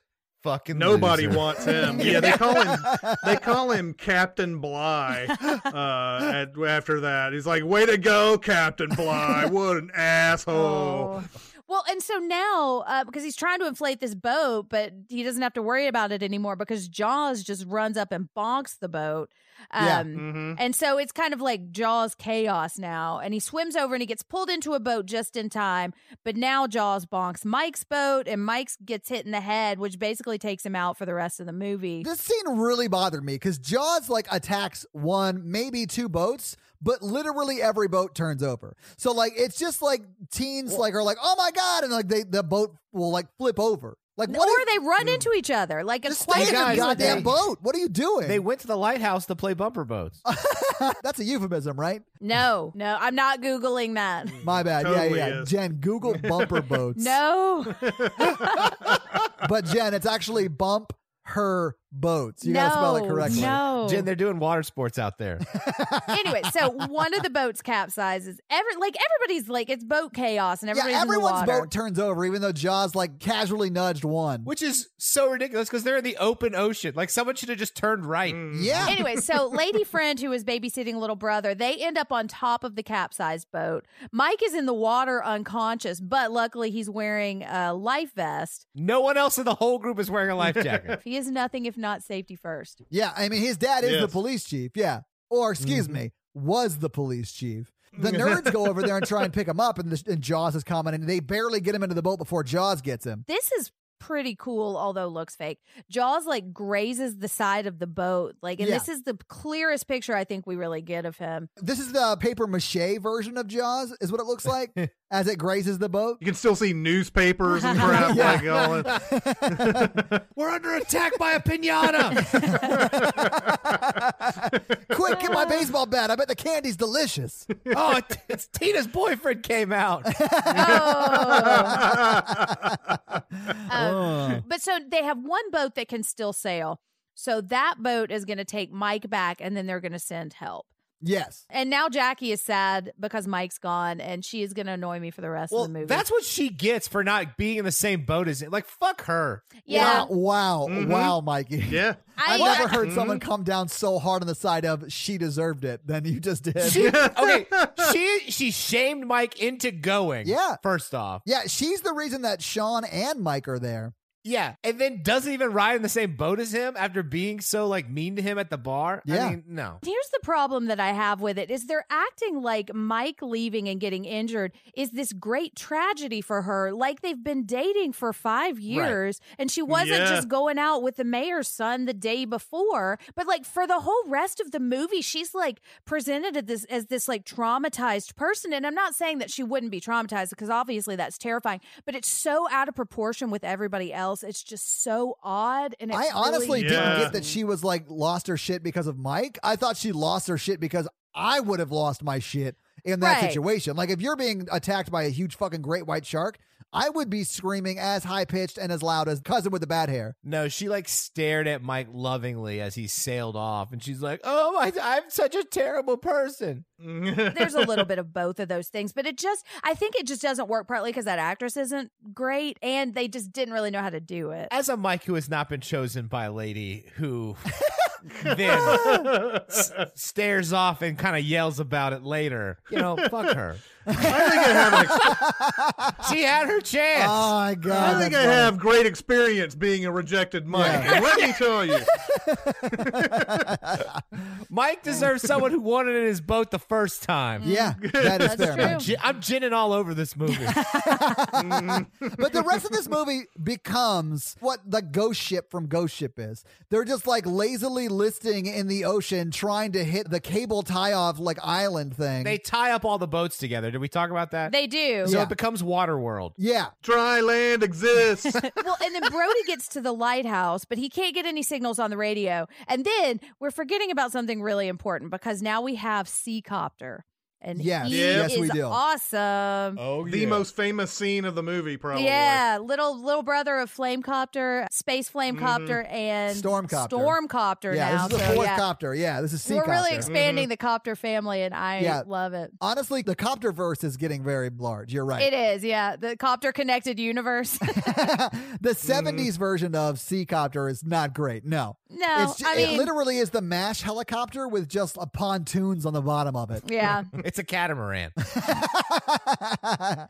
[SPEAKER 3] Fucking
[SPEAKER 5] Nobody
[SPEAKER 3] loser."
[SPEAKER 5] wants him. Yeah, they call him they call him Captain Bly. Uh, at, after that, he's like, "Way to go, Captain Bly! What
[SPEAKER 4] Oh,
[SPEAKER 5] an
[SPEAKER 2] Oh.
[SPEAKER 5] asshole!"
[SPEAKER 4] Well, and so now, uh, because he's trying to inflate this boat, but he doesn't have to worry about it anymore because Jaws just runs up and bonks the boat. Um,
[SPEAKER 2] Yeah. Mm-hmm.
[SPEAKER 5] Mhm.
[SPEAKER 4] And so it's kind of like Jaws chaos now. And he swims over and he gets pulled into a boat just in time. But now Jaws bonks Mike's boat and Mike's gets hit in the head, which basically takes him out for the rest of the movie.
[SPEAKER 2] This scene really bothered me because Jaws like attacks one, maybe two boats, but literally every boat turns over. So like it's just like teens like are like, oh my god, and like they the boat will like flip over. Like what?
[SPEAKER 4] or
[SPEAKER 2] if-
[SPEAKER 4] they run into each other like a
[SPEAKER 2] just stay in
[SPEAKER 4] quite
[SPEAKER 2] the
[SPEAKER 3] guys,
[SPEAKER 2] goddamn
[SPEAKER 3] they-
[SPEAKER 2] boat. What are you doing?
[SPEAKER 3] They went to the lighthouse to play bumper boats.
[SPEAKER 2] That's a euphemism, right?
[SPEAKER 4] No, no, I'm not googling that.
[SPEAKER 2] My bad.
[SPEAKER 5] Mm, Totally
[SPEAKER 2] yeah, yeah.
[SPEAKER 5] is.
[SPEAKER 2] Jen, Google bumper boats.
[SPEAKER 4] No,
[SPEAKER 2] but Jen, it's actually bump her boats. You gotta spell it
[SPEAKER 4] No,
[SPEAKER 2] correctly.
[SPEAKER 4] No,
[SPEAKER 3] Jen, they're doing water sports out there.
[SPEAKER 4] anyway, so one of the boats capsizes. Every like everybody's like it's boat chaos and everybody's
[SPEAKER 2] yeah, everyone's
[SPEAKER 4] in the water.
[SPEAKER 2] boat turns over, even though Jaws like casually nudged one.
[SPEAKER 3] Which is so ridiculous because they're in the open ocean. Like someone should have just turned right.
[SPEAKER 5] Mm.
[SPEAKER 2] yeah.
[SPEAKER 4] anyway, so Lady Friend, who is babysitting little brother, they end up on top of the capsized boat. Mike is in the water unconscious, but luckily he's wearing a life vest.
[SPEAKER 3] No one else in the whole group is wearing a life jacket.
[SPEAKER 4] He is nothing if not safety first.
[SPEAKER 2] Yeah, I mean, his dad is the
[SPEAKER 5] Yes.
[SPEAKER 2] police chief. Yeah, or excuse me, was the police chief. The nerds go over there and try and pick him up, and, the, and Jaws is coming, and they barely get him into the boat before Jaws gets him.
[SPEAKER 4] This is pretty cool, although looks fake. Jaws like grazes the side of the boat, like, and
[SPEAKER 2] Yeah.
[SPEAKER 4] this is the clearest picture I think we really get of him.
[SPEAKER 2] This is the paper mache version of Jaws, is what it looks like as it grazes the boat.
[SPEAKER 5] You can still see newspapers and crap like all that.
[SPEAKER 3] We're under attack by a pinata.
[SPEAKER 2] Quick, get my baseball bat. I bet the candy's delicious.
[SPEAKER 3] oh, it- it's Tina's boyfriend came out.
[SPEAKER 4] Oh. Um, But so they have one boat that can still sail. So that boat is going to take Mike back and then they're going to send help.
[SPEAKER 2] Yes.
[SPEAKER 4] And now Jackie is sad because Mike's gone and she is going to annoy me for the rest
[SPEAKER 3] Well,
[SPEAKER 4] of the movie.
[SPEAKER 3] that's what she gets for not being in the same boat as it. Like, fuck her.
[SPEAKER 4] yeah.
[SPEAKER 2] Wow. Wow, wow Mikey.
[SPEAKER 5] Mm-hmm. Yeah. Mm-hmm.
[SPEAKER 2] I've
[SPEAKER 4] I-
[SPEAKER 2] never heard someone come down so hard on the side of she deserved it than you just did.
[SPEAKER 3] She, okay, she she shamed Mike into going.
[SPEAKER 2] Yeah.
[SPEAKER 3] First off,
[SPEAKER 2] yeah, she's the reason that Sean and Mike are there.
[SPEAKER 3] yeah, and then doesn't even ride in the same boat as him after being so like mean to him at the bar.
[SPEAKER 2] Yeah.
[SPEAKER 3] I mean, no.
[SPEAKER 4] Here's the problem that I have with it is they're acting like Mike leaving and getting injured is this great tragedy for her, like they've been dating for five years and she wasn't
[SPEAKER 5] Yeah.
[SPEAKER 4] just going out with the mayor's son the day before. But like for the whole rest of the movie, she's like presented at this as this like traumatized person. And I'm not saying that she wouldn't be traumatized because obviously that's terrifying, but it's so out of proportion with everybody else. It's just so odd. And it's
[SPEAKER 2] I honestly
[SPEAKER 4] really
[SPEAKER 2] didn't
[SPEAKER 5] Yeah.
[SPEAKER 2] get that she was like lost her shit because of Mike. I thought she lost her shit because I would have lost my shit in that
[SPEAKER 4] Right.
[SPEAKER 2] situation. Like if you're being attacked by a huge fucking great white shark, I would be screaming as high pitched and as loud as cousin with the bad hair.
[SPEAKER 3] No, she like stared at Mike lovingly as he sailed off, and she's like, "Oh, I, I'm such a terrible person."
[SPEAKER 4] there's a little bit of both of those things, but it just I think it just doesn't work partly because that actress isn't great and they just didn't really know how to do it.
[SPEAKER 3] As a Mike who has not been chosen by a lady who then s- stares off and kind of yells about it later. You know, fuck her.
[SPEAKER 5] I think I have an ex-
[SPEAKER 3] She had her chance.
[SPEAKER 2] Oh my god!
[SPEAKER 5] I think I
[SPEAKER 2] that's
[SPEAKER 5] have great experience being a rejected Mike. And Let me tell you,
[SPEAKER 3] Mike deserves someone who wanted in his boat the first time.
[SPEAKER 2] funny. Yeah, that is fair.
[SPEAKER 4] true.
[SPEAKER 3] Gi- I'm ginning all over this movie.
[SPEAKER 2] But the rest of this movie becomes what the ghost ship from Ghost Ship is. They're just like lazily listing in the ocean, trying to hit the cable tie-off like island thing.
[SPEAKER 3] they tie up all the boats together. Did we talk about that?
[SPEAKER 4] They do.
[SPEAKER 3] so
[SPEAKER 2] Yeah.
[SPEAKER 3] it becomes Waterworld.
[SPEAKER 2] yeah,
[SPEAKER 5] dry land exists.
[SPEAKER 4] Well, and then Brody gets to the lighthouse, but he can't get any signals on the radio. And then we're forgetting about something really important because now we have Seacopter. And
[SPEAKER 2] Yes.
[SPEAKER 4] he
[SPEAKER 2] Yes,
[SPEAKER 4] is
[SPEAKER 2] we do.
[SPEAKER 4] awesome.
[SPEAKER 14] Oh,
[SPEAKER 5] The most famous scene of the movie, probably.
[SPEAKER 4] Yeah, little little brother of Flamecopter, Space Flamecopter, and
[SPEAKER 2] Stormcopter.
[SPEAKER 4] Stormcopter
[SPEAKER 2] yeah.
[SPEAKER 4] now.
[SPEAKER 2] This is the
[SPEAKER 4] so,
[SPEAKER 2] fourth
[SPEAKER 4] yeah.
[SPEAKER 2] copter. Yeah, this is sea
[SPEAKER 4] We're
[SPEAKER 2] copter.
[SPEAKER 3] Mm-hmm.
[SPEAKER 4] really expanding the copter family, and I
[SPEAKER 2] Yeah.
[SPEAKER 4] love it.
[SPEAKER 2] Honestly, the copter verse is getting very large. You're right.
[SPEAKER 4] It is, yeah, the copter connected universe.
[SPEAKER 3] Mm.
[SPEAKER 2] the 70s version of Sea Copter is not great. No.
[SPEAKER 4] No,
[SPEAKER 2] It's ju-
[SPEAKER 4] I
[SPEAKER 2] it
[SPEAKER 4] mean-
[SPEAKER 2] literally is the MASH helicopter with just a pontoons on the bottom of it.
[SPEAKER 4] yeah,
[SPEAKER 3] It's a catamaran. Uh,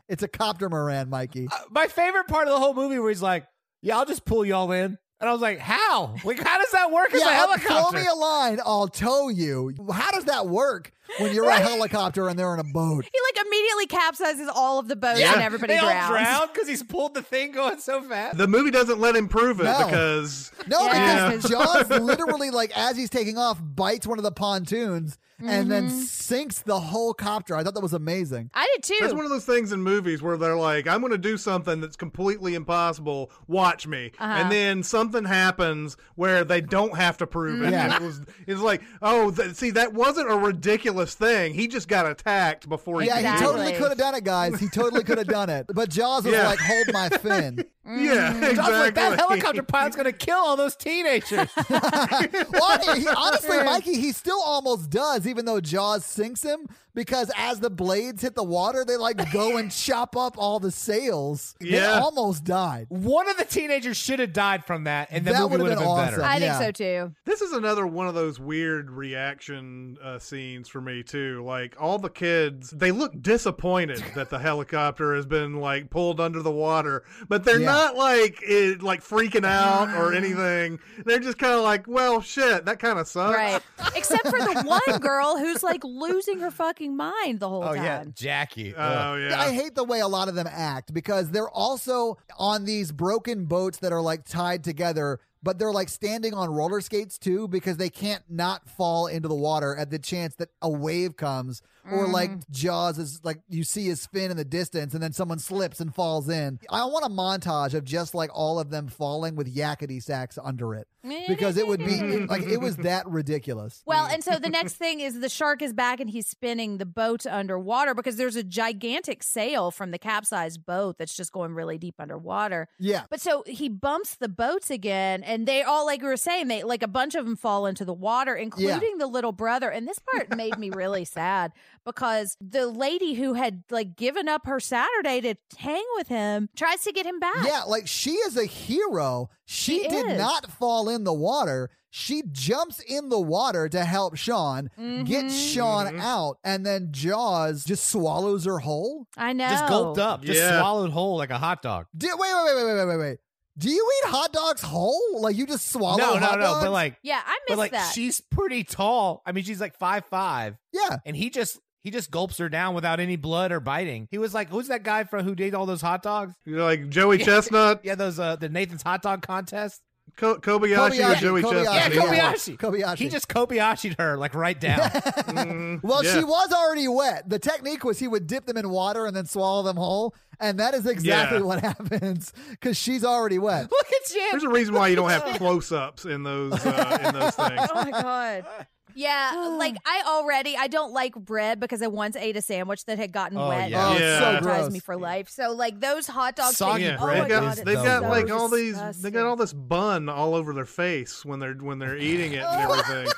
[SPEAKER 2] it's a copter Moran, Mikey.
[SPEAKER 3] Uh, my favorite part of the whole movie where he's like, "Yeah, I'll just pull y'all in," and I was like, "How? Like, how does that work as a
[SPEAKER 2] Yeah, throw
[SPEAKER 3] helicopter?"
[SPEAKER 2] me a line, I'll tow you. How does that work when you're a helicopter and they're in a boat?
[SPEAKER 4] he like immediately capsizes all of the boats,
[SPEAKER 3] Yeah,
[SPEAKER 4] and everybody
[SPEAKER 3] they
[SPEAKER 4] drowns.
[SPEAKER 3] all drown because he's pulled the thing going so fast.
[SPEAKER 5] The movie doesn't let him prove it
[SPEAKER 2] No.
[SPEAKER 5] because
[SPEAKER 2] No,
[SPEAKER 4] Yeah.
[SPEAKER 2] because Jaws literally, like, as he's taking off, bites one of the pontoons and then
[SPEAKER 4] Mm-hmm.
[SPEAKER 2] sinks the whole copter. I thought that was amazing.
[SPEAKER 4] I did too.
[SPEAKER 5] that's one of those things in movies where they're like, I'm going to do something that's completely impossible. Watch me. And then something happens where they don't have to prove it.
[SPEAKER 2] Yeah.
[SPEAKER 5] It was, it's like, oh, th- see, that wasn't a ridiculous thing. He just got attacked before he
[SPEAKER 2] Yeah,
[SPEAKER 5] could
[SPEAKER 2] he
[SPEAKER 5] do
[SPEAKER 2] totally
[SPEAKER 4] Exactly.
[SPEAKER 2] could have done it, guys. He totally could have done it. But Jaws was
[SPEAKER 5] Yeah.
[SPEAKER 2] like, hold my fin.
[SPEAKER 5] it. Yeah, exactly.
[SPEAKER 3] I was like, that helicopter pilot's gonna kill all those teenagers.
[SPEAKER 2] Well, I mean, he- honestly, Mikey, he still almost does, even though Jaws sinks him, because as the blades hit the water, they like go and chop up all the sails. They
[SPEAKER 5] Yeah.
[SPEAKER 2] almost died.
[SPEAKER 3] One of the teenagers should have died from that, and the
[SPEAKER 2] That
[SPEAKER 3] movie
[SPEAKER 2] would've
[SPEAKER 3] would have
[SPEAKER 2] been
[SPEAKER 3] been,
[SPEAKER 2] awesome.
[SPEAKER 3] better.
[SPEAKER 4] I
[SPEAKER 2] yeah.
[SPEAKER 4] think so too.
[SPEAKER 5] This is another one of those weird reaction uh, scenes for me too. Like all the kids, they look disappointed that the helicopter has been like pulled under the water, but they're
[SPEAKER 2] Yeah. Uh-huh.
[SPEAKER 5] not like it, like freaking out or anything. They're just kind of like, "Well, shit, that kind of
[SPEAKER 3] Oh.
[SPEAKER 5] sucks."
[SPEAKER 4] Right. Except for the one girl who's like losing her fucking mind the whole
[SPEAKER 3] Oh
[SPEAKER 4] time.
[SPEAKER 3] yeah, Jackie.
[SPEAKER 2] Uh,
[SPEAKER 5] Oh yeah.
[SPEAKER 2] I hate the way a lot of them act because they're also on these broken boats that are like tied together, but they're like standing on roller skates too because they can't not fall into the water at the chance that a wave comes or like Jaws is like you see his fin in the distance and then someone slips and falls in. I want a montage of just like all of them falling with yakety sacks under it because it would be like it was that ridiculous.
[SPEAKER 4] Well, and so the next thing is the shark is back and he's spinning the boat underwater because there's a gigantic sail from the capsized boat that's just going really deep underwater.
[SPEAKER 2] Yeah.
[SPEAKER 4] But so he bumps the boats again, and they all, like we were saying, they like a bunch of them fall into the water, including the little brother. And this part made me really sad because the lady who had like given up her Saturday to hang with him tries to get him
[SPEAKER 3] Ah.
[SPEAKER 4] back.
[SPEAKER 2] Yeah, like she is a hero. She,
[SPEAKER 4] She
[SPEAKER 2] did
[SPEAKER 4] is.
[SPEAKER 2] not fall in the water. She jumps in the water to help Sean
[SPEAKER 4] Mm-hmm.
[SPEAKER 3] Mm-hmm.
[SPEAKER 2] get Sean out, and then Jaws just swallows her whole.
[SPEAKER 4] I know.
[SPEAKER 3] Just gulped up, just
[SPEAKER 5] Yeah.
[SPEAKER 3] swallowed whole like a hot dog.
[SPEAKER 2] Did, wait, wait, wait, wait, wait, wait, wait, wait. Do you eat hot dogs whole? Like you just swallow?
[SPEAKER 3] no, no,
[SPEAKER 2] hot
[SPEAKER 3] no.
[SPEAKER 2] dogs?
[SPEAKER 3] But like,
[SPEAKER 4] Yeah, I
[SPEAKER 3] but
[SPEAKER 4] missed
[SPEAKER 3] like,
[SPEAKER 4] that.
[SPEAKER 3] she's pretty tall. I mean, she's like five five.
[SPEAKER 2] yeah,
[SPEAKER 3] and he just he just gulps her down without any blood or biting. He was like, "Who's that guy from who did all those hot dogs?"
[SPEAKER 5] You're like Joey Chestnut,
[SPEAKER 3] Yeah, those uh the Nathan's hot dog contest.
[SPEAKER 5] Ko- Kobayashi, or
[SPEAKER 2] Kobayashi,
[SPEAKER 5] Joey
[SPEAKER 2] Kobayashi.
[SPEAKER 3] Yeah,
[SPEAKER 5] Chestnut.
[SPEAKER 3] Kobayashi.
[SPEAKER 2] Kobayashi.
[SPEAKER 3] He just Kobayashi'd her like right down. Mm-hmm.
[SPEAKER 5] Mhm.
[SPEAKER 2] Well,
[SPEAKER 5] Yeah.
[SPEAKER 2] she was already wet. The technique was he would dip them in water and then swallow them whole, and that is exactly
[SPEAKER 5] Yeah.
[SPEAKER 2] what happens because she's already wet.
[SPEAKER 3] Look at you.
[SPEAKER 5] There's a reason why you don't have close-ups in those uh, in those things.
[SPEAKER 4] oh my god. Yeah, like I already I don't like bread because I once ate a sandwich that had gotten
[SPEAKER 3] Oh,
[SPEAKER 4] wet.
[SPEAKER 3] yeah.
[SPEAKER 2] Oh,
[SPEAKER 4] and
[SPEAKER 2] it's
[SPEAKER 5] Yeah.
[SPEAKER 2] so
[SPEAKER 4] it traumatized
[SPEAKER 2] gross.
[SPEAKER 4] me for life. So like those hot dogs,
[SPEAKER 3] Soggy
[SPEAKER 5] Yeah,
[SPEAKER 4] oh
[SPEAKER 3] bread
[SPEAKER 4] my
[SPEAKER 5] they've got,
[SPEAKER 4] god,
[SPEAKER 3] is
[SPEAKER 4] it's
[SPEAKER 5] they've
[SPEAKER 3] the
[SPEAKER 5] got
[SPEAKER 4] so
[SPEAKER 5] like all these, they
[SPEAKER 4] disgusting.
[SPEAKER 5] got all this bun all over their face when they're when they're eating it and everything.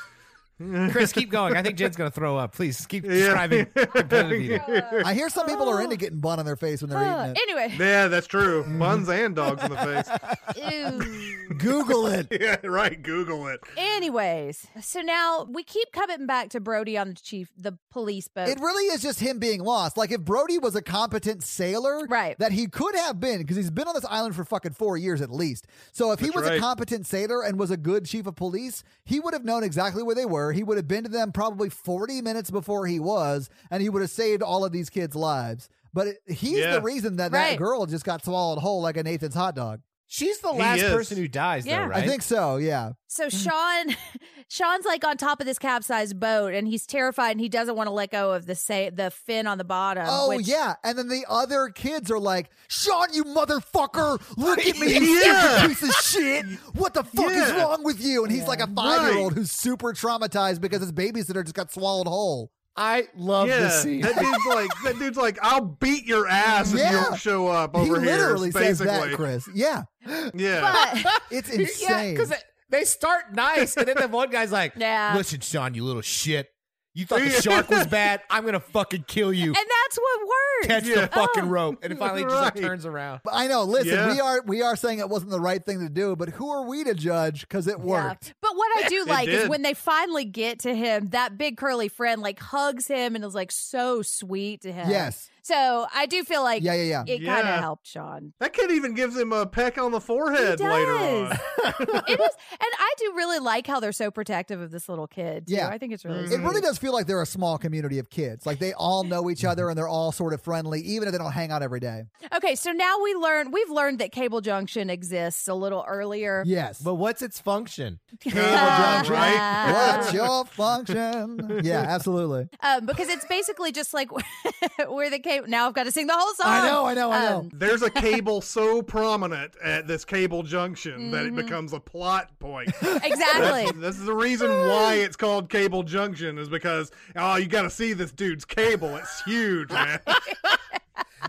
[SPEAKER 13] Chris, keep going. I think Jen's gonna throw up. Please keep
[SPEAKER 5] Yeah.
[SPEAKER 13] describing competitive eating.
[SPEAKER 2] I hear some people are into getting bun on their face when they're
[SPEAKER 4] Uh,
[SPEAKER 2] eating it.
[SPEAKER 4] anyway,
[SPEAKER 5] yeah, that's true. Buns and dogs in the face.
[SPEAKER 4] ew.
[SPEAKER 2] Google it.
[SPEAKER 5] Yeah, right. Google it.
[SPEAKER 4] anyways, so now we keep coming back to Brody on the chief, the police boat.
[SPEAKER 2] It really is just him being lost. Like if Brody was a competent sailor,
[SPEAKER 4] Right.
[SPEAKER 2] That he could have been because he's been on this island for fucking four years at least. So if he
[SPEAKER 5] That's
[SPEAKER 2] was a
[SPEAKER 5] right.
[SPEAKER 2] competent sailor and was a good chief of police, he would have known exactly where they were. He would have been to them probably forty minutes before he was, and he would have saved all of these kids' lives. But it, he's
[SPEAKER 5] Yeah.
[SPEAKER 2] the reason that that
[SPEAKER 4] Right.
[SPEAKER 2] girl just got swallowed whole like a Nathan's hot dog.
[SPEAKER 13] She's the
[SPEAKER 5] He
[SPEAKER 13] last
[SPEAKER 5] is.
[SPEAKER 13] person who dies,
[SPEAKER 4] Yeah.
[SPEAKER 13] though, right?
[SPEAKER 2] I think so. Yeah.
[SPEAKER 4] So Sean, Sean's like on top of this capsized boat, and he's terrified, and he doesn't want to let go of the say the fin on the bottom.
[SPEAKER 2] Oh
[SPEAKER 4] which-
[SPEAKER 2] yeah, and then the other kids are like, "Sean, you motherfucker! Look at me, you
[SPEAKER 5] Yeah.
[SPEAKER 2] stupid piece of shit! What the fuck is
[SPEAKER 5] Yeah.
[SPEAKER 2] wrong with you?" And he's like a five-year-old
[SPEAKER 5] Right.
[SPEAKER 2] who's super traumatized because his babysitter just got swallowed whole.
[SPEAKER 3] I love
[SPEAKER 5] yeah,
[SPEAKER 3] this scene.
[SPEAKER 5] that dude's like, that dude's like, I'll beat your ass if you
[SPEAKER 2] Yeah.
[SPEAKER 5] don't show up over
[SPEAKER 2] he
[SPEAKER 5] here.
[SPEAKER 2] literally
[SPEAKER 5] basically.
[SPEAKER 2] says that, Chris. Yeah,
[SPEAKER 5] Yeah,
[SPEAKER 4] But
[SPEAKER 2] it's
[SPEAKER 13] Yeah,
[SPEAKER 2] insane.
[SPEAKER 13] because they start nice, and then the one guy's like,
[SPEAKER 4] Yeah.
[SPEAKER 13] "Listen, Sean, you little shit. You thought the shark was bad. I'm gonna fucking kill you.
[SPEAKER 4] and that's what works.
[SPEAKER 13] Catch
[SPEAKER 5] Yeah.
[SPEAKER 13] the fucking rope." And it finally just like
[SPEAKER 5] Right.
[SPEAKER 13] turns around.
[SPEAKER 2] But I know. Listen,
[SPEAKER 5] Yeah.
[SPEAKER 2] we are we are saying it wasn't the right thing to do, but who are we to judge? Because it worked.
[SPEAKER 4] Yeah. But what I do
[SPEAKER 5] It
[SPEAKER 4] like is
[SPEAKER 5] did.
[SPEAKER 4] when they finally get to him, that big curly friend like hugs him and is like so sweet to him.
[SPEAKER 2] Yes.
[SPEAKER 4] So I do feel like
[SPEAKER 2] Yeah, yeah, yeah.
[SPEAKER 4] it kind of
[SPEAKER 5] Yeah.
[SPEAKER 4] helped Sean.
[SPEAKER 5] that kid even gives him a peck on the forehead
[SPEAKER 4] He
[SPEAKER 5] later
[SPEAKER 4] does.
[SPEAKER 5] on.
[SPEAKER 4] It is, and I do really like how they're so protective of this little kid. too.
[SPEAKER 2] Yeah.
[SPEAKER 4] I think it's really.
[SPEAKER 5] Mm-hmm.
[SPEAKER 2] It really does feel like they're a small community of kids. Like they all know each other and they're all sort of friendly, even if they don't hang out every day.
[SPEAKER 4] Okay, so now we learn we've learned that Cable Junction exists a little earlier.
[SPEAKER 2] Yes.
[SPEAKER 3] But what's its function?
[SPEAKER 5] Yeah, right?
[SPEAKER 2] What's your function? Yeah, absolutely.
[SPEAKER 4] Um, because it's basically just like where the cable. Now I've got to sing the whole song.
[SPEAKER 2] I know, I know, I know.
[SPEAKER 4] Um,
[SPEAKER 5] There's a cable so prominent at this cable junction that it becomes a plot point.
[SPEAKER 4] exactly.
[SPEAKER 5] This is the reason why it's called Cable Junction is because oh you got to see this dude's cable. It's huge, man.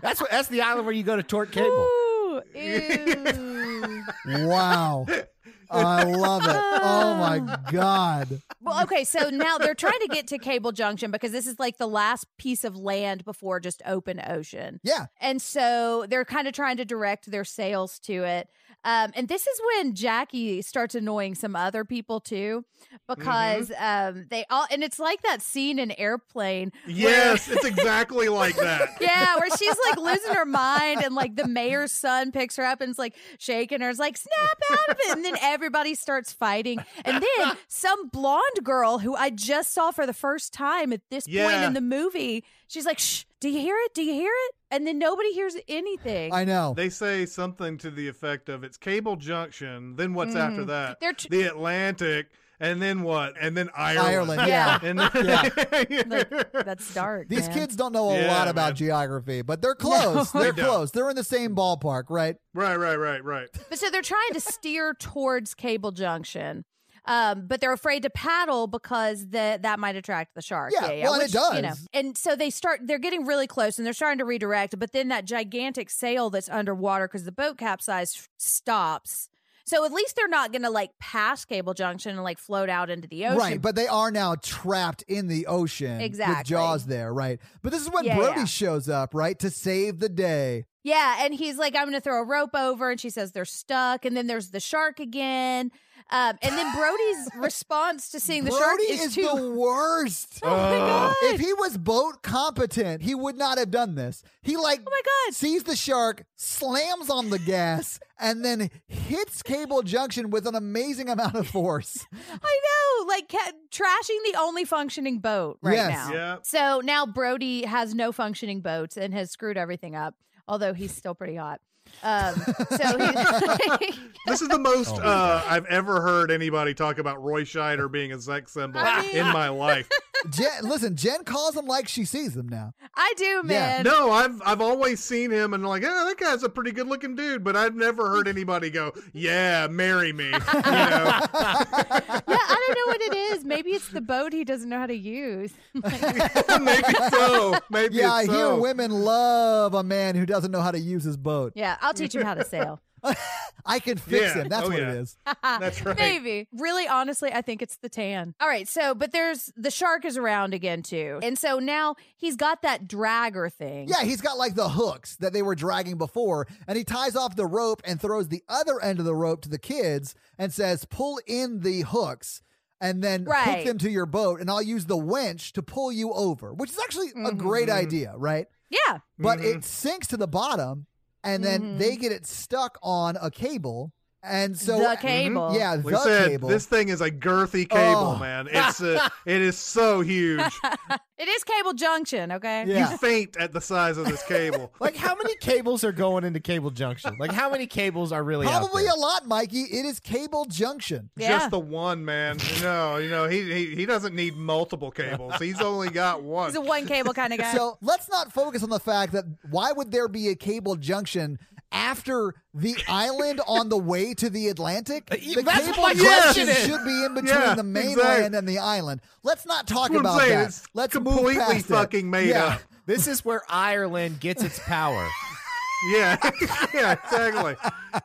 [SPEAKER 13] That's what. That's the island where you go to tort cable.
[SPEAKER 4] Ooh, ew.
[SPEAKER 2] Wow. I love it. Oh my God.
[SPEAKER 4] well, okay, so now they're trying to get to Cable Junction because this is like the last piece of land before just open ocean.
[SPEAKER 2] Yeah.
[SPEAKER 4] And so they're kind of trying to direct their sales to it. Um, and this is when Jackie starts annoying some other people too, because um, they all, and it's like that scene in Airplane.
[SPEAKER 5] yes, it's exactly like that.
[SPEAKER 4] Yeah, where she's like losing her mind, and like the mayor's son picks her up and is like shaking her. It's like, snap out of it. And then everybody starts fighting. And then some blonde girl who I just saw for the first time at this point
[SPEAKER 5] Yeah.
[SPEAKER 4] in the movie, she's like, shh, do you hear it? Do you hear it? And then nobody hears anything.
[SPEAKER 2] I know.
[SPEAKER 5] They say something to the effect of it's Cable Junction, then what's after that?
[SPEAKER 4] Mm-hmm. They're tr-
[SPEAKER 5] the Atlantic, and then what? And then Ireland.
[SPEAKER 2] Ireland.
[SPEAKER 4] Yeah.
[SPEAKER 2] Yeah.
[SPEAKER 5] And then-
[SPEAKER 4] Like, that's dark.
[SPEAKER 2] These
[SPEAKER 4] man.
[SPEAKER 2] kids don't know a
[SPEAKER 5] Yeah,
[SPEAKER 2] lot about
[SPEAKER 5] man.
[SPEAKER 2] geography, but they're close. they're
[SPEAKER 5] They don't.
[SPEAKER 2] close. They're in the same ballpark, right?
[SPEAKER 5] Right, right, right, right.
[SPEAKER 4] But so they're trying to steer towards Cable Junction. Um, but they're afraid to paddle because the, that might attract the shark.
[SPEAKER 2] Yeah, well, and it
[SPEAKER 4] You know,
[SPEAKER 2] does.
[SPEAKER 4] and so they start, they're getting really close and they're starting to redirect. But then that gigantic sail that's underwater because the boat capsized f- stops. So at least they're not going to like pass Cable Junction and like float out into the ocean.
[SPEAKER 2] Right. But they are now trapped in the ocean
[SPEAKER 4] Exactly.
[SPEAKER 2] with Jaws there, right? But this is when
[SPEAKER 4] Yeah,
[SPEAKER 2] Brody
[SPEAKER 4] yeah.
[SPEAKER 2] shows up, right? To save the day.
[SPEAKER 4] Yeah, and he's like, I'm gonna throw a rope over, and she says they're stuck, and then there's the shark again. Um, and then Brody's response to seeing the shark
[SPEAKER 2] Brody
[SPEAKER 4] is,
[SPEAKER 2] is
[SPEAKER 4] too
[SPEAKER 2] the worst.
[SPEAKER 4] Oh my god.
[SPEAKER 2] If he was boat competent, he would not have done this. He like
[SPEAKER 4] Oh my god.
[SPEAKER 2] sees the shark, slams on the gas, and then hits Cable Junction with an amazing amount of force.
[SPEAKER 4] I know, like ca- trashing the only functioning boat right
[SPEAKER 2] Yes.
[SPEAKER 4] now.
[SPEAKER 5] Yeah.
[SPEAKER 4] So now Brody has no functioning boats and has screwed everything up. Although he's still pretty hot. Um, so he,
[SPEAKER 5] This is the most
[SPEAKER 2] Oh,
[SPEAKER 5] uh, I've ever heard anybody talk about Roy Scheider being a sex symbol
[SPEAKER 4] I mean-
[SPEAKER 5] in my life.
[SPEAKER 2] Jen, listen, Jen calls him like she sees him now.
[SPEAKER 4] I do, man.
[SPEAKER 5] No, I've I've always seen him and like, oh, that guy's a pretty good looking dude, but I've never heard anybody go, "Yeah, marry me." You know?
[SPEAKER 4] Yeah, I don't know what it is. Maybe it's the boat he doesn't know how to use.
[SPEAKER 5] Maybe so. Maybe
[SPEAKER 2] Yeah, I
[SPEAKER 5] it's
[SPEAKER 2] hear
[SPEAKER 5] so.
[SPEAKER 2] women love a man who doesn't know how to use his boat.
[SPEAKER 4] yeah, I'll teach him how to sail.
[SPEAKER 2] I can fix
[SPEAKER 5] Yeah.
[SPEAKER 2] him. That's
[SPEAKER 5] Oh,
[SPEAKER 2] what
[SPEAKER 5] yeah.
[SPEAKER 2] it is.
[SPEAKER 5] That's right.
[SPEAKER 4] Maybe.
[SPEAKER 12] Really, honestly, I think it's the tan.
[SPEAKER 4] All right, so but there's the shark is around again too. And so now he's got that dragger thing.
[SPEAKER 2] Yeah, he's got like the hooks that they were dragging before, and he ties off the rope and throws the other end of the rope to the kids and says, "Pull in the hooks." And then hook
[SPEAKER 4] Right.
[SPEAKER 2] them to your boat, and I'll use the winch to pull you over, which is actually a great
[SPEAKER 4] Mm-hmm.
[SPEAKER 2] idea, right?
[SPEAKER 4] Yeah.
[SPEAKER 2] but
[SPEAKER 5] Mhm.
[SPEAKER 4] Mm-hmm.
[SPEAKER 2] it sinks to the bottom and then they get it stuck on a cable and so Mm-hmm.
[SPEAKER 4] the cable.
[SPEAKER 2] yeah
[SPEAKER 5] We
[SPEAKER 2] the
[SPEAKER 5] said
[SPEAKER 2] cable
[SPEAKER 5] this thing is a girthy cable,
[SPEAKER 2] Oh.
[SPEAKER 5] man. It's a, it is so huge.
[SPEAKER 4] It is cable junction, okay?
[SPEAKER 2] yeah
[SPEAKER 5] You faint at the size of this cable.
[SPEAKER 3] Like how many cables are going into Cable Junction? Like how many cables are really out
[SPEAKER 2] probably
[SPEAKER 3] there?
[SPEAKER 2] a lot mikey it is cable junction
[SPEAKER 4] Yeah.
[SPEAKER 5] Just the one, man. No, you know he, he he doesn't need multiple cables. He's only got one.
[SPEAKER 4] He's a one cable kind of guy.
[SPEAKER 2] so let's not focus on the fact that why would there be a cable junction after the island on the way to the Atlantic?
[SPEAKER 5] Uh, e,
[SPEAKER 2] The
[SPEAKER 13] that's
[SPEAKER 2] cable
[SPEAKER 13] my
[SPEAKER 2] junction
[SPEAKER 13] question is.
[SPEAKER 2] should be in between
[SPEAKER 5] Yeah,
[SPEAKER 2] the mainland
[SPEAKER 5] exactly.
[SPEAKER 2] and the island. Let's not talk
[SPEAKER 5] That's what I'm
[SPEAKER 2] about
[SPEAKER 5] saying.
[SPEAKER 2] that.
[SPEAKER 5] It's
[SPEAKER 2] let's
[SPEAKER 5] completely
[SPEAKER 2] move past it.
[SPEAKER 5] fucking made
[SPEAKER 2] Yeah.
[SPEAKER 5] up.
[SPEAKER 3] This is where Ireland gets its power.
[SPEAKER 5] Yeah, yeah, exactly.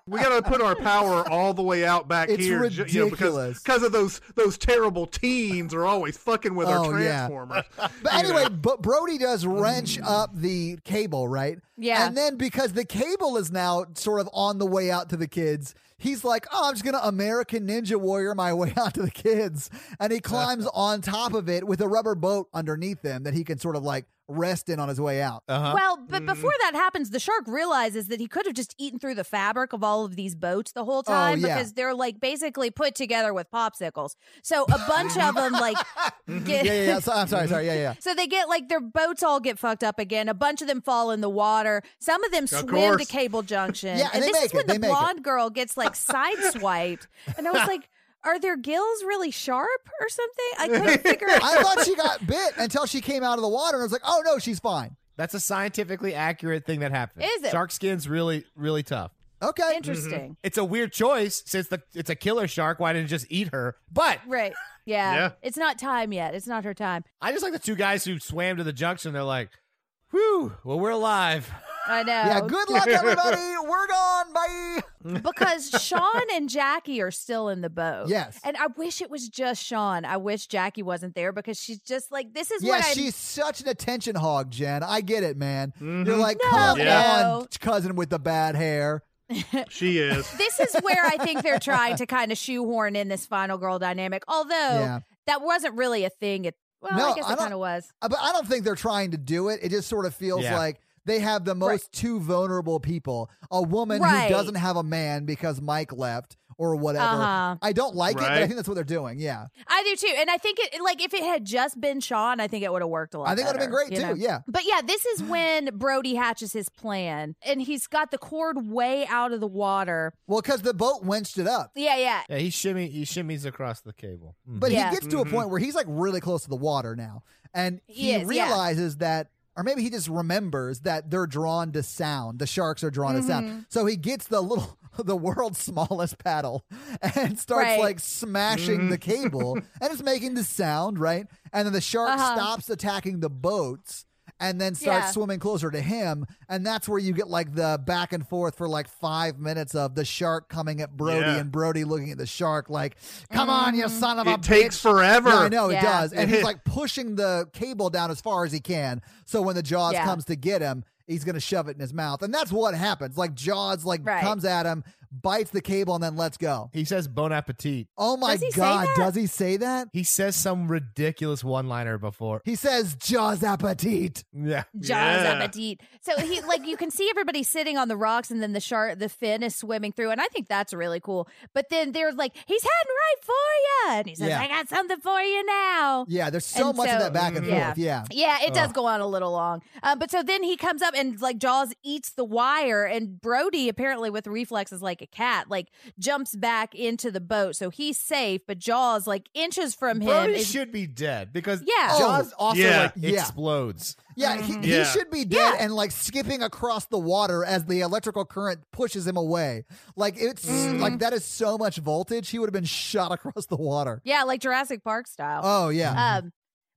[SPEAKER 5] We got to put our power all the way out back
[SPEAKER 2] It's
[SPEAKER 5] here, ju- you know, because
[SPEAKER 2] ridiculous.
[SPEAKER 5] because of those those terrible teens are always fucking with our
[SPEAKER 2] Oh, yeah.
[SPEAKER 5] transformers.
[SPEAKER 2] But anyway, but Brody does wrench up the cable, right?
[SPEAKER 4] Yeah.
[SPEAKER 2] And then because the cable is now sort of on the way out to the kids, he's like, "Oh, I'm just gonna American Ninja Warrior my way out to the kids," and he climbs on top of it with a rubber boat underneath him that he can sort of like rest in on his way out.
[SPEAKER 4] Well, but before that happens, the shark realizes that he could have just eaten through the fabric of all of these boats the whole time
[SPEAKER 2] Oh, yeah.
[SPEAKER 4] because they're like basically put together with popsicles. So a bunch of them like get
[SPEAKER 2] Mm-hmm. yeah, yeah, yeah. So, I'm sorry, sorry. Yeah, yeah.
[SPEAKER 4] So they get like their boats all get fucked up again. A bunch of them fall in the water. Some of them swim to
[SPEAKER 5] course.
[SPEAKER 4] Cable Junction.
[SPEAKER 2] Yeah, and they
[SPEAKER 4] this
[SPEAKER 2] make
[SPEAKER 4] is when
[SPEAKER 2] it. They
[SPEAKER 4] the
[SPEAKER 2] make it.
[SPEAKER 4] blonde girl gets like sideswiped. And I was like, are their gills really sharp or something? I couldn't figure out.
[SPEAKER 2] I thought she got bit until she came out of the water, and I was like, "Oh no, she's fine."
[SPEAKER 3] That's a scientifically accurate thing that happened.
[SPEAKER 4] Is it?
[SPEAKER 3] Shark skin's really, really tough.
[SPEAKER 2] Okay.
[SPEAKER 4] Interesting.
[SPEAKER 3] It's a weird choice since the it's a killer shark. Why didn't it just eat her? But
[SPEAKER 4] Right. Yeah.
[SPEAKER 5] Yeah.
[SPEAKER 4] It's not time yet. It's not her time.
[SPEAKER 3] I just like the two guys who swam to the junction. They're like, "Whew, well we're alive."
[SPEAKER 4] I know.
[SPEAKER 2] Yeah. Good luck, everybody. We're gone. Bye.
[SPEAKER 4] because Sean and Jackie are still in the boat.
[SPEAKER 2] Yes.
[SPEAKER 4] And I wish it was just Sean. I wish Jackie wasn't there because she's just like, this is
[SPEAKER 2] Yeah,
[SPEAKER 4] what I
[SPEAKER 2] she's such an attention hog, Jen. I get it, man. You're like, come
[SPEAKER 4] Yeah.
[SPEAKER 2] on, cousin with the bad hair.
[SPEAKER 5] she is.
[SPEAKER 4] this is where I think they're trying to kind of shoehorn in this final girl dynamic. Although
[SPEAKER 2] Yeah.
[SPEAKER 4] that wasn't really a thing. It well,
[SPEAKER 2] No,
[SPEAKER 4] I guess
[SPEAKER 2] I
[SPEAKER 4] it
[SPEAKER 2] don't-
[SPEAKER 4] kind of was.
[SPEAKER 2] Uh, But I don't think they're trying to do it. It just sort of feels
[SPEAKER 3] Yeah.
[SPEAKER 2] like they have the most two vulnerable people a woman who
[SPEAKER 4] Right.
[SPEAKER 2] doesn't have a man because Mike left or whatever.
[SPEAKER 4] Uh-huh.
[SPEAKER 2] I don't like it, but I
[SPEAKER 5] Right.
[SPEAKER 2] think that's what they're doing. Yeah.
[SPEAKER 4] I do too, and I think it like if it had just been Sean, I think it would have worked a lot.
[SPEAKER 2] I think it would have been
[SPEAKER 4] better,
[SPEAKER 2] great,
[SPEAKER 4] you
[SPEAKER 2] too.
[SPEAKER 4] know?
[SPEAKER 2] Yeah.
[SPEAKER 4] But yeah, this is when Brody hatches his plan, and he's got the cord way out of the water.
[SPEAKER 2] Well, because the boat winched it up.
[SPEAKER 4] Yeah, yeah.
[SPEAKER 3] Yeah, he shimmy he shimmies across the cable. Mm.
[SPEAKER 2] But
[SPEAKER 4] Yeah.
[SPEAKER 2] he gets to a point where he's like really close to the water now. And he
[SPEAKER 4] He is, yeah.
[SPEAKER 2] realizes that, or maybe he just remembers that they're drawn to sound. The sharks are drawn to
[SPEAKER 4] Mm-hmm.
[SPEAKER 2] sound. So he gets the little, the world's smallest paddle and starts
[SPEAKER 4] Right. Mm-hmm.
[SPEAKER 2] like smashing the cable and it's making the sound, right? And then the shark
[SPEAKER 4] Uh-huh.
[SPEAKER 2] stops attacking the boats. And then starts
[SPEAKER 4] Yeah.
[SPEAKER 2] swimming closer to him, and that's where you get like the back and forth for like five minutes of the shark coming at Brody
[SPEAKER 5] Yeah.
[SPEAKER 2] and Brody looking at the shark like, "Come on, you
[SPEAKER 4] Mm-hmm.
[SPEAKER 2] son of a
[SPEAKER 5] It takes
[SPEAKER 2] bitch."
[SPEAKER 5] forever.
[SPEAKER 2] Yeah, I know it
[SPEAKER 4] Yeah.
[SPEAKER 2] does. And he's like pushing the cable down as far as he can. So when the Jaws
[SPEAKER 4] Yeah.
[SPEAKER 2] comes to get him, he's gonna shove it in his mouth. And that's what happens. Like Jaws like
[SPEAKER 4] Right.
[SPEAKER 2] comes at him, bites the cable, and then lets go.
[SPEAKER 3] He says bon appetit.
[SPEAKER 2] Oh my
[SPEAKER 4] Does he say
[SPEAKER 2] god,
[SPEAKER 4] that?
[SPEAKER 2] does he say that?
[SPEAKER 3] He says some ridiculous one liner before.
[SPEAKER 2] He says Jaws appetit.
[SPEAKER 3] Yeah.
[SPEAKER 4] Jaws
[SPEAKER 5] Yeah.
[SPEAKER 4] appetit. So he like you can see everybody sitting on the rocks, and then the shark, the fin is swimming through, and I think that's really cool. But then they're like, "He's heading right for you," and he says,
[SPEAKER 2] Yeah.
[SPEAKER 4] "I got something for you now."
[SPEAKER 2] Yeah, there's so
[SPEAKER 4] And
[SPEAKER 2] much
[SPEAKER 4] so- Mm,
[SPEAKER 2] of that back and
[SPEAKER 4] Yeah.
[SPEAKER 2] forth. Yeah.
[SPEAKER 4] Yeah, it does go on a little long. Um, but so then he comes up and like Jaws eats the wire, and Brody apparently with reflexes like a cat, like jumps back into the boat, so he's safe. But Jaws like inches from him.
[SPEAKER 3] Brody
[SPEAKER 4] is-
[SPEAKER 3] should be dead because
[SPEAKER 4] Yeah.
[SPEAKER 3] Jaws also
[SPEAKER 5] Yeah.
[SPEAKER 3] like
[SPEAKER 2] Yeah.
[SPEAKER 3] explodes.
[SPEAKER 2] Yeah, he,
[SPEAKER 4] Mm-hmm.
[SPEAKER 2] he
[SPEAKER 5] Yeah.
[SPEAKER 2] should be dead and like skipping across the water as the electrical current pushes him away. Like it's
[SPEAKER 4] Mm-hmm.
[SPEAKER 2] like that is so much voltage, he would have been shot across the water.
[SPEAKER 4] yeah, like Jurassic Park style.
[SPEAKER 2] Oh yeah.
[SPEAKER 4] Um,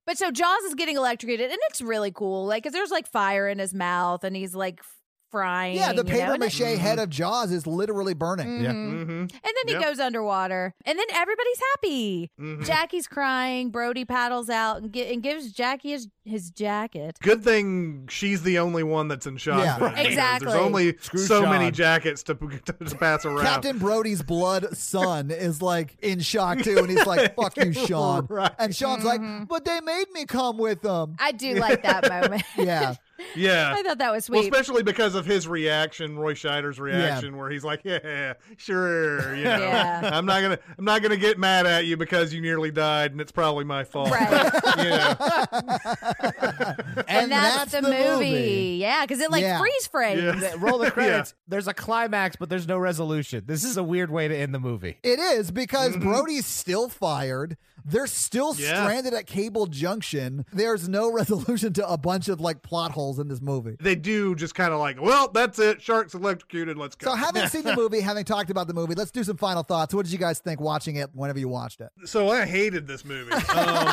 [SPEAKER 4] but so Jaws is getting electrocuted, and it's really cool. Like, 'cause there's like fire in his mouth, and he's like f- frying.
[SPEAKER 2] Yeah, the
[SPEAKER 4] you know,
[SPEAKER 2] paper
[SPEAKER 4] and it-
[SPEAKER 2] mache head of Jaws is literally burning.
[SPEAKER 4] Mhm.
[SPEAKER 5] Mm-hmm.
[SPEAKER 4] And then he
[SPEAKER 5] Yep.
[SPEAKER 4] goes underwater, and then everybody's happy.
[SPEAKER 5] mm-hmm.
[SPEAKER 4] Jackie's crying. Brody paddles out and, gi- and gives Jackie his, his jacket.
[SPEAKER 5] Good thing she's the only one that's in shot.
[SPEAKER 2] Yeah.
[SPEAKER 5] there, because
[SPEAKER 4] Exactly.
[SPEAKER 5] There's only
[SPEAKER 3] Screw
[SPEAKER 5] so
[SPEAKER 3] Sean.
[SPEAKER 5] many jackets to, to, to pass around.
[SPEAKER 2] Captain Brody's blood son is like in shock too, and he's like, "Fuck you, Sean."
[SPEAKER 5] Right.
[SPEAKER 2] And Sean's
[SPEAKER 4] Mm-hmm.
[SPEAKER 2] like, "But they made me come with them."
[SPEAKER 4] I do like that moment.
[SPEAKER 2] Yeah,
[SPEAKER 5] yeah.
[SPEAKER 4] I thought that was
[SPEAKER 5] Well,
[SPEAKER 4] sweet.
[SPEAKER 5] especially because of his reaction, Roy Scheider's reaction, where he's like, "Yeah, sure, you know,
[SPEAKER 4] Yeah.
[SPEAKER 5] I'm not gonna, I'm not gonna get mad at you because you nearly died, and it's probably my fault."
[SPEAKER 4] Right.
[SPEAKER 5] You know?
[SPEAKER 2] and,
[SPEAKER 4] and that's, the, movie. Yeah, because it like
[SPEAKER 2] Yeah.
[SPEAKER 4] freeze frames.
[SPEAKER 5] Yeah.
[SPEAKER 13] Roll the
[SPEAKER 5] Yeah.
[SPEAKER 13] credits. There's a climax, but there's no resolution. This is a weird way to end the movie.
[SPEAKER 2] It is because Brody's still fired. They're still
[SPEAKER 5] Yeah.
[SPEAKER 2] stranded at Cable Junction. There's no resolution to a bunch of like plot holes in this movie.
[SPEAKER 5] They do just kind of like, "Well, that's it. Sharks electrocuted. Let's go."
[SPEAKER 2] So, having seen the movie, having talked about the movie, let's do some final thoughts. What did you guys think watching it whenever you watched it?
[SPEAKER 5] So I hated this movie. Um,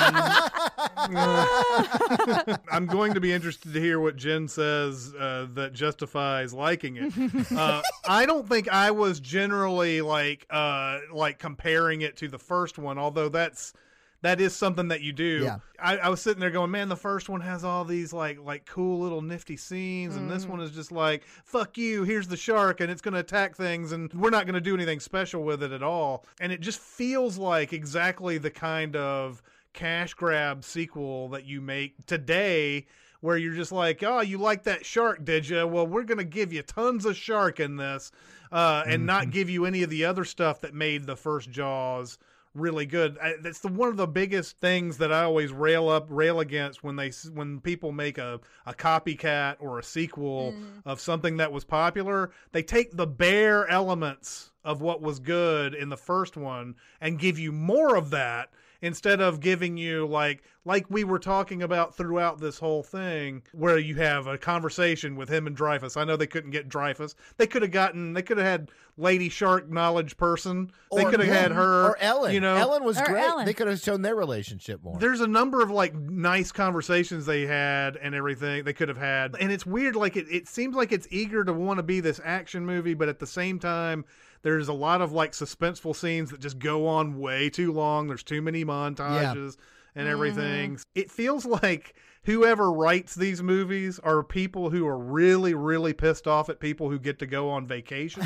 [SPEAKER 5] uh, I'm going to be interested to hear what Jen says uh, that justifies liking it. Uh, I don't think I was generally like uh, like comparing it to the first one, although that's that is something that you do.
[SPEAKER 2] Yeah.
[SPEAKER 5] I, I was sitting there going, man, the first one has all these like like cool little nifty scenes, and this one is just like, fuck you, here's the shark, and it's gonna attack things, and we're not gonna do anything special with it at all. And it just feels like exactly the kind of cash grab sequel that you make today where you're just like, oh, you like that shark, did you? Well, we're going to give you tons of shark in this uh, and not give you any of the other stuff that made the first Jaws really good. I, that's the one of the biggest things that I always rail up rail against when they s- when people make a a copycat or a sequel of something that was popular, they take the bare elements of what was good in the first one and give you more of that instead of giving you like like we were talking about throughout this whole thing where you have a conversation with him and Dreyfus. I know they couldn't get Dreyfus. They could have gotten they could have had Lady Shark knowledge person. They
[SPEAKER 3] Or
[SPEAKER 5] could have
[SPEAKER 3] him,
[SPEAKER 5] had her
[SPEAKER 3] or Ellen.
[SPEAKER 5] You know
[SPEAKER 3] Ellen was
[SPEAKER 4] Or
[SPEAKER 3] great.
[SPEAKER 4] Ellen.
[SPEAKER 3] They could have shown their relationship more.
[SPEAKER 5] there's a number of like nice conversations they had and everything they could have had. And it's weird, like it, it seems like it's eager to want to be this action movie, but at the same time, there's a lot of like suspenseful scenes that just go on way too long. There's too many montages
[SPEAKER 3] Mm-hmm.
[SPEAKER 5] and everything. It feels like whoever writes these movies are people who are really, really pissed off at people who get to go on vacation.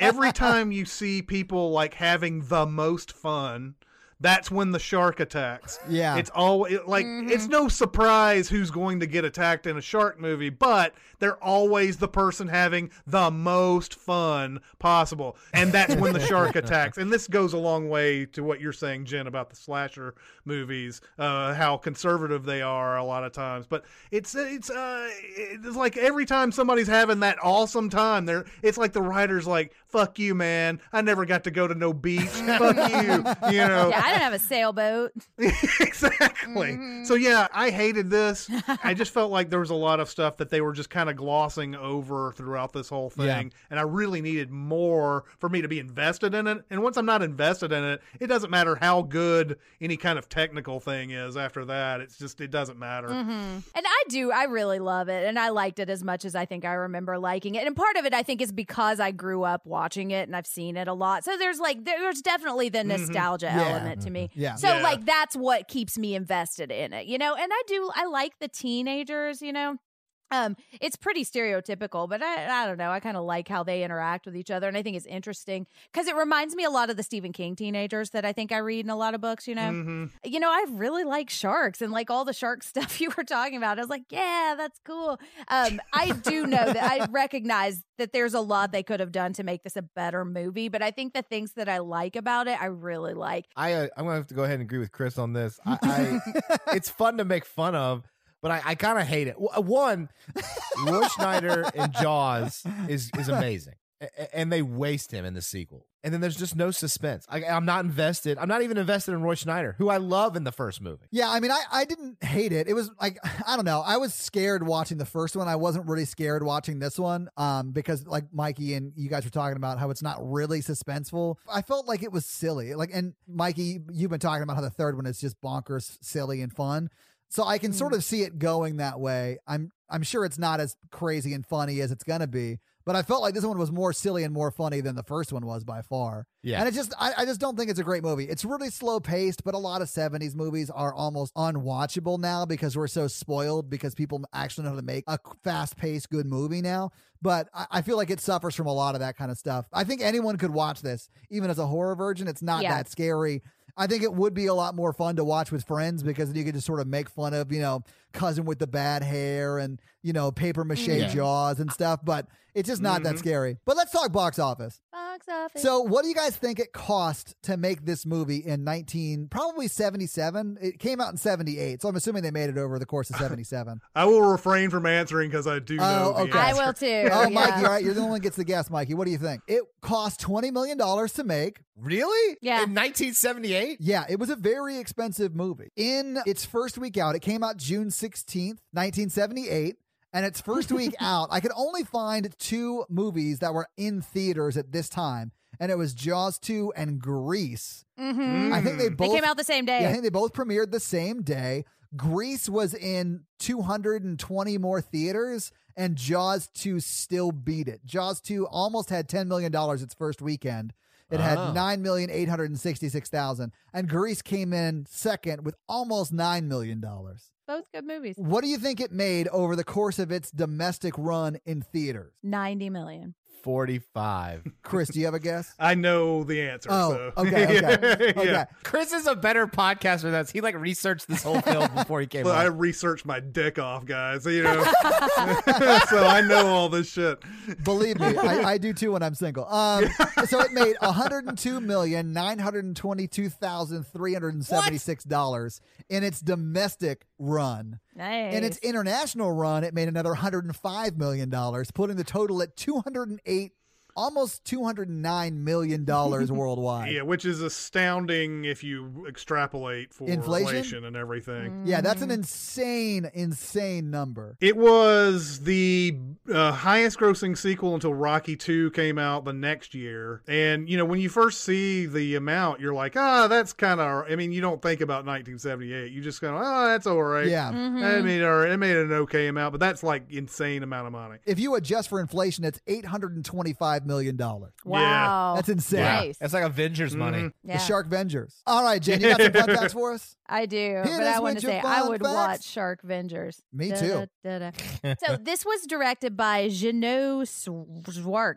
[SPEAKER 5] Every time you see people like having the most fun, that's when the shark attacks.
[SPEAKER 2] Yeah.
[SPEAKER 5] It's always like it's
[SPEAKER 4] Mm-hmm.
[SPEAKER 5] no surprise who's going to get attacked in a shark movie, but they're always the person having the most fun possible. And that's when the shark attacks. And this goes a long way to what you're saying, Jen, about the slasher movies, uh, how conservative they are a lot of times. But it's it's uh it's like every time somebody's having that awesome time, they're it's like the writer's like, Fuck you, man. I never got to go to no beach. Fuck you. You know
[SPEAKER 4] Yeah, I don't have a sailboat.
[SPEAKER 5] exactly. So
[SPEAKER 2] Mm-hmm.
[SPEAKER 5] yeah, I hated this. I just felt like there was a lot of stuff that they were just kind of glossing over throughout this whole thing, and I really needed more for me to be invested in it. And once I'm not invested in it, it doesn't matter how good any kind of technical thing is after that. It's just it doesn't matter.
[SPEAKER 2] Mm-hmm.
[SPEAKER 4] Mm-hmm. And I do, I really love it. And I liked it as much as I think I remember liking it. And part of it, I think, is because I grew up watching it and I've seen it a lot. So there's like, there's definitely the nostalgia
[SPEAKER 2] Yeah.
[SPEAKER 4] element to me.
[SPEAKER 2] Yeah.
[SPEAKER 4] So,
[SPEAKER 5] Yeah.
[SPEAKER 4] like, that's what keeps me invested in it, you know? And I do, I like the teenagers, you know? Um, it's pretty stereotypical, but I, I don't know. I kind of like how they interact with each other, and I think it's interesting because it reminds me a lot of the Stephen King teenagers that I think I read in a lot of books. You know,
[SPEAKER 5] Mm. Mm-hmm.
[SPEAKER 4] you know, I really like sharks and like all the shark stuff you were talking about. I was like, yeah, that's cool. Um, I do know that I recognize that there's a lot they could have done to make this a better movie, but I think the things that I like about it, I really like.
[SPEAKER 3] I uh, I'm gonna have to go ahead and agree with Chris on this. I, I it's fun to make fun of, but I, I kind of hate it. W- uh, One, Roy Schneider in Jaws is is amazing, A- a- and they waste him in the sequel. And then there's just no suspense. I, I'm not invested. I'm not even invested in Roy Schneider, who I love in the first movie.
[SPEAKER 2] Yeah, I mean, I, I didn't hate it. It was like I don't know. I was scared watching the first one. I wasn't really scared watching this one, um, because like Mikey and you guys were talking about how it's not really suspenseful. I felt like it was silly. Like, and Mikey, you've been talking about how the third one is just bonkers, silly, and fun. So I can sort of see it going that way. I'm I'm sure it's not as crazy and funny as it's gonna be, but I felt like this one was more silly and more funny than the first one was by far.
[SPEAKER 3] Yeah.
[SPEAKER 2] And it just I, I just don't think it's a great movie. It's really slow paced, but a lot of seventies movies are almost unwatchable now because we're so spoiled because people actually know how to make a fast paced good movie now. But I, I feel like it suffers from a lot of that kind of stuff. I think anyone could watch this, even as a horror virgin. It's not
[SPEAKER 4] Yeah.
[SPEAKER 2] that scary. I think it would be a lot more fun to watch with friends because you could just sort of make fun of, you know, cousin with the bad hair and, you know, paper mache
[SPEAKER 3] Yeah.
[SPEAKER 2] jaws and stuff, but it's just not that
[SPEAKER 5] Mhm.
[SPEAKER 2] scary. But let's talk box office.
[SPEAKER 4] Box office.
[SPEAKER 2] So, what do you guys think it cost to make this movie in 19 probably 77? It came out in 78, so I'm assuming they made it over the course of 77.
[SPEAKER 5] I will refrain from answering because I do know.
[SPEAKER 2] Oh,
[SPEAKER 5] the
[SPEAKER 2] okay.
[SPEAKER 4] I
[SPEAKER 5] answer.
[SPEAKER 4] will too.
[SPEAKER 2] oh,
[SPEAKER 4] yeah.
[SPEAKER 2] Mikey, all right, you're the only one who gets the guess, Mikey. What do you think? It cost 20 million dollars to make.
[SPEAKER 3] Really?
[SPEAKER 4] Yeah.
[SPEAKER 3] In 1978?
[SPEAKER 2] Yeah, it was a very expensive movie. In its first week out, it came out June 16th, 1978. And its first week out, I could only find two movies that were in theaters at this time, and it was Jaws 2 and Grease.
[SPEAKER 4] Mm-hmm.
[SPEAKER 2] I think they
[SPEAKER 5] Mm.
[SPEAKER 2] both
[SPEAKER 4] They came out the same day.
[SPEAKER 2] Yeah, I think they both premiered the same day. Grease was in 220 more theaters, and Jaws 2 still beat it. Jaws 2 almost had $10 million its first weekend. It had
[SPEAKER 5] Ah.
[SPEAKER 3] Oh.
[SPEAKER 2] 9,866,000. And Grease came in second with almost $9 million.
[SPEAKER 4] Both good movies.
[SPEAKER 2] What do you think it made over the course of its domestic run in theaters?
[SPEAKER 4] 90 million.
[SPEAKER 3] 45.
[SPEAKER 2] Chris, do you have a guess?
[SPEAKER 5] I know the answer.
[SPEAKER 2] Oh,
[SPEAKER 5] so.
[SPEAKER 2] okay, okay,
[SPEAKER 5] Yeah.
[SPEAKER 2] okay.
[SPEAKER 3] Chris is a better podcaster than us. He like researched this whole film before he came
[SPEAKER 5] Look, I
[SPEAKER 3] on.
[SPEAKER 5] researched my dick off, guys. You know, so I know all this shit.
[SPEAKER 2] Believe me, I, I do too when I'm single. Um, so it made one hundred and two million nine hundred twenty two thousand three hundred seventy six dollars in its domestic run.
[SPEAKER 4] Nice.
[SPEAKER 2] In its international run, it made another one hundred and five million dollars, putting the total at two hundred and eight, almost two hundred nine million dollars worldwide.
[SPEAKER 5] Yeah, which is astounding if you extrapolate for
[SPEAKER 2] Inflation? Mm.
[SPEAKER 5] inflation, and everything.
[SPEAKER 2] Yeah, that's an insane, insane number.
[SPEAKER 5] It was the uh, highest grossing sequel until Rocky 2 came out the next year. And, you know, when you first see the amount, you're like, ah, that's kind of, I mean, you don't think about 1978. You just kind of, oh, that's all right.
[SPEAKER 2] Yeah.
[SPEAKER 4] Mm-hmm.
[SPEAKER 5] I mean, all right, it made an okay amount, but that's like insane amount of money.
[SPEAKER 2] If you adjust for inflation, it's eight hundred and twenty five million dollars.
[SPEAKER 4] wow.
[SPEAKER 2] That's insane.
[SPEAKER 3] yeah. Mm-hmm.
[SPEAKER 4] Nice.
[SPEAKER 3] It's like Avengers money.
[SPEAKER 4] yeah.
[SPEAKER 2] The Shark Vengers. All right, Jen, you got some fun facts for us?
[SPEAKER 4] I do,
[SPEAKER 2] Hit
[SPEAKER 4] but
[SPEAKER 2] us
[SPEAKER 4] I
[SPEAKER 2] with
[SPEAKER 4] want to
[SPEAKER 2] your
[SPEAKER 4] say I
[SPEAKER 2] fun
[SPEAKER 4] would
[SPEAKER 2] facts.
[SPEAKER 4] watch Shark Vengers.
[SPEAKER 2] Me
[SPEAKER 4] Da-da,
[SPEAKER 2] too.
[SPEAKER 4] da-da. so this was directed by Gino Zwark.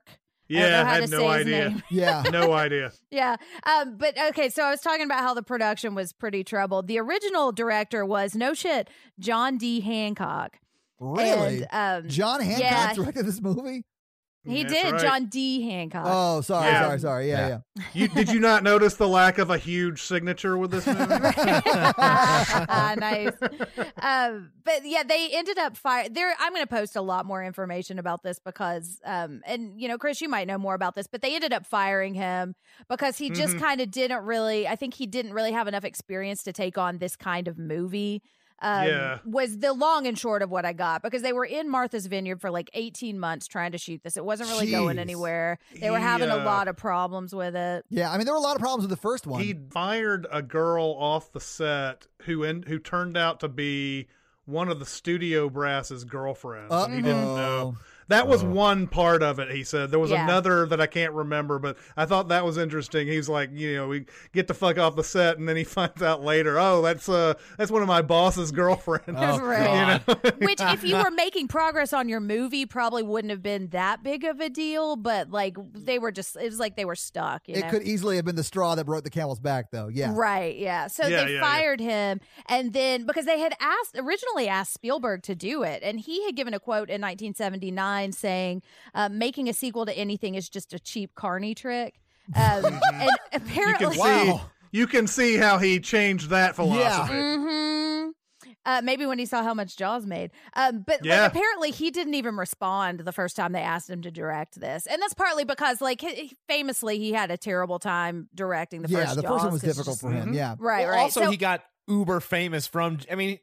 [SPEAKER 4] I don't
[SPEAKER 5] Yeah,
[SPEAKER 4] know how
[SPEAKER 5] I
[SPEAKER 4] to
[SPEAKER 5] had
[SPEAKER 4] say
[SPEAKER 5] no
[SPEAKER 4] his
[SPEAKER 5] idea.
[SPEAKER 4] name.
[SPEAKER 2] Yeah.
[SPEAKER 5] no idea.
[SPEAKER 4] Yeah. Um, but okay, so I was talking about how the production was pretty troubled. The original director was no shit, John D. Hancock.
[SPEAKER 2] Really?
[SPEAKER 4] And, um,
[SPEAKER 2] John Hancock
[SPEAKER 4] yeah.
[SPEAKER 2] directed this movie?
[SPEAKER 4] he
[SPEAKER 5] That's
[SPEAKER 4] did,
[SPEAKER 5] right.
[SPEAKER 4] John D. Hancock.
[SPEAKER 2] Oh, sorry,
[SPEAKER 5] Yeah.
[SPEAKER 2] sorry, sorry. Yeah, yeah.
[SPEAKER 5] You, did you not notice the lack of a huge signature with this movie?
[SPEAKER 4] nice. Um, but yeah, they ended up fire there. I'm going to post a lot more information about this because, um, and you know, Chris, you might know more about this, but they ended up firing him because he just
[SPEAKER 5] Mhm.
[SPEAKER 4] kind of didn't really, I think he didn't really have enough experience to take on this kind of movie. Um,
[SPEAKER 5] Yeah.
[SPEAKER 4] was the long and short of what I got because they were in Martha's Vineyard for like 18 months trying to shoot this. It wasn't really going
[SPEAKER 2] Jeez.
[SPEAKER 4] anywhere. They were having a
[SPEAKER 5] Yeah.
[SPEAKER 4] lot of problems with it.
[SPEAKER 2] Yeah, I mean, there were a lot of problems with the first one.
[SPEAKER 5] He fired a girl off the set who in, who turned out to be one of the studio brass's girlfriends. and He didn't know. That was one part of it, he said. There was
[SPEAKER 4] Yeah.
[SPEAKER 5] another that I can't remember, but I thought that was interesting. He's like, you know, we get the fuck off the set, and then he finds out later, oh, that's uh, that's one of my boss's girlfriends.
[SPEAKER 3] Oh,
[SPEAKER 4] Right.
[SPEAKER 3] God.
[SPEAKER 4] Which, if you were making progress on your movie, probably wouldn't have been that big of a deal. But like, they were just—it was like they were stuck. You
[SPEAKER 2] It
[SPEAKER 4] know?
[SPEAKER 2] could easily have been the straw that broke the camel's back, though. Yeah.
[SPEAKER 4] Right, yeah. So
[SPEAKER 5] Yeah,
[SPEAKER 4] they
[SPEAKER 5] yeah, yeah.
[SPEAKER 4] fired him and then because they had asked originally asked Spielberg to do it and he had given a quote in 1979 saying uh, making a sequel to anything is just a cheap carny trick. Um, and
[SPEAKER 5] you can
[SPEAKER 4] apparently
[SPEAKER 5] see you can see how he changed that philosophy.
[SPEAKER 4] hmm Uh, maybe when he saw how much Jaws made. Um, but
[SPEAKER 5] Yeah.
[SPEAKER 4] like, apparently, he didn't even respond the first time they asked him to direct this, and that's partly because, like, he- he- famously, he had a terrible time directing the
[SPEAKER 2] yeah,
[SPEAKER 4] first.
[SPEAKER 2] the first
[SPEAKER 4] Jaws
[SPEAKER 2] one was
[SPEAKER 4] 'cause it's
[SPEAKER 2] difficult
[SPEAKER 4] just-
[SPEAKER 2] for him.
[SPEAKER 5] Mhm.
[SPEAKER 2] Yeah.
[SPEAKER 4] Right,
[SPEAKER 3] Well,
[SPEAKER 4] right.
[SPEAKER 3] Also,
[SPEAKER 4] so,
[SPEAKER 3] he got uber famous from. I mean,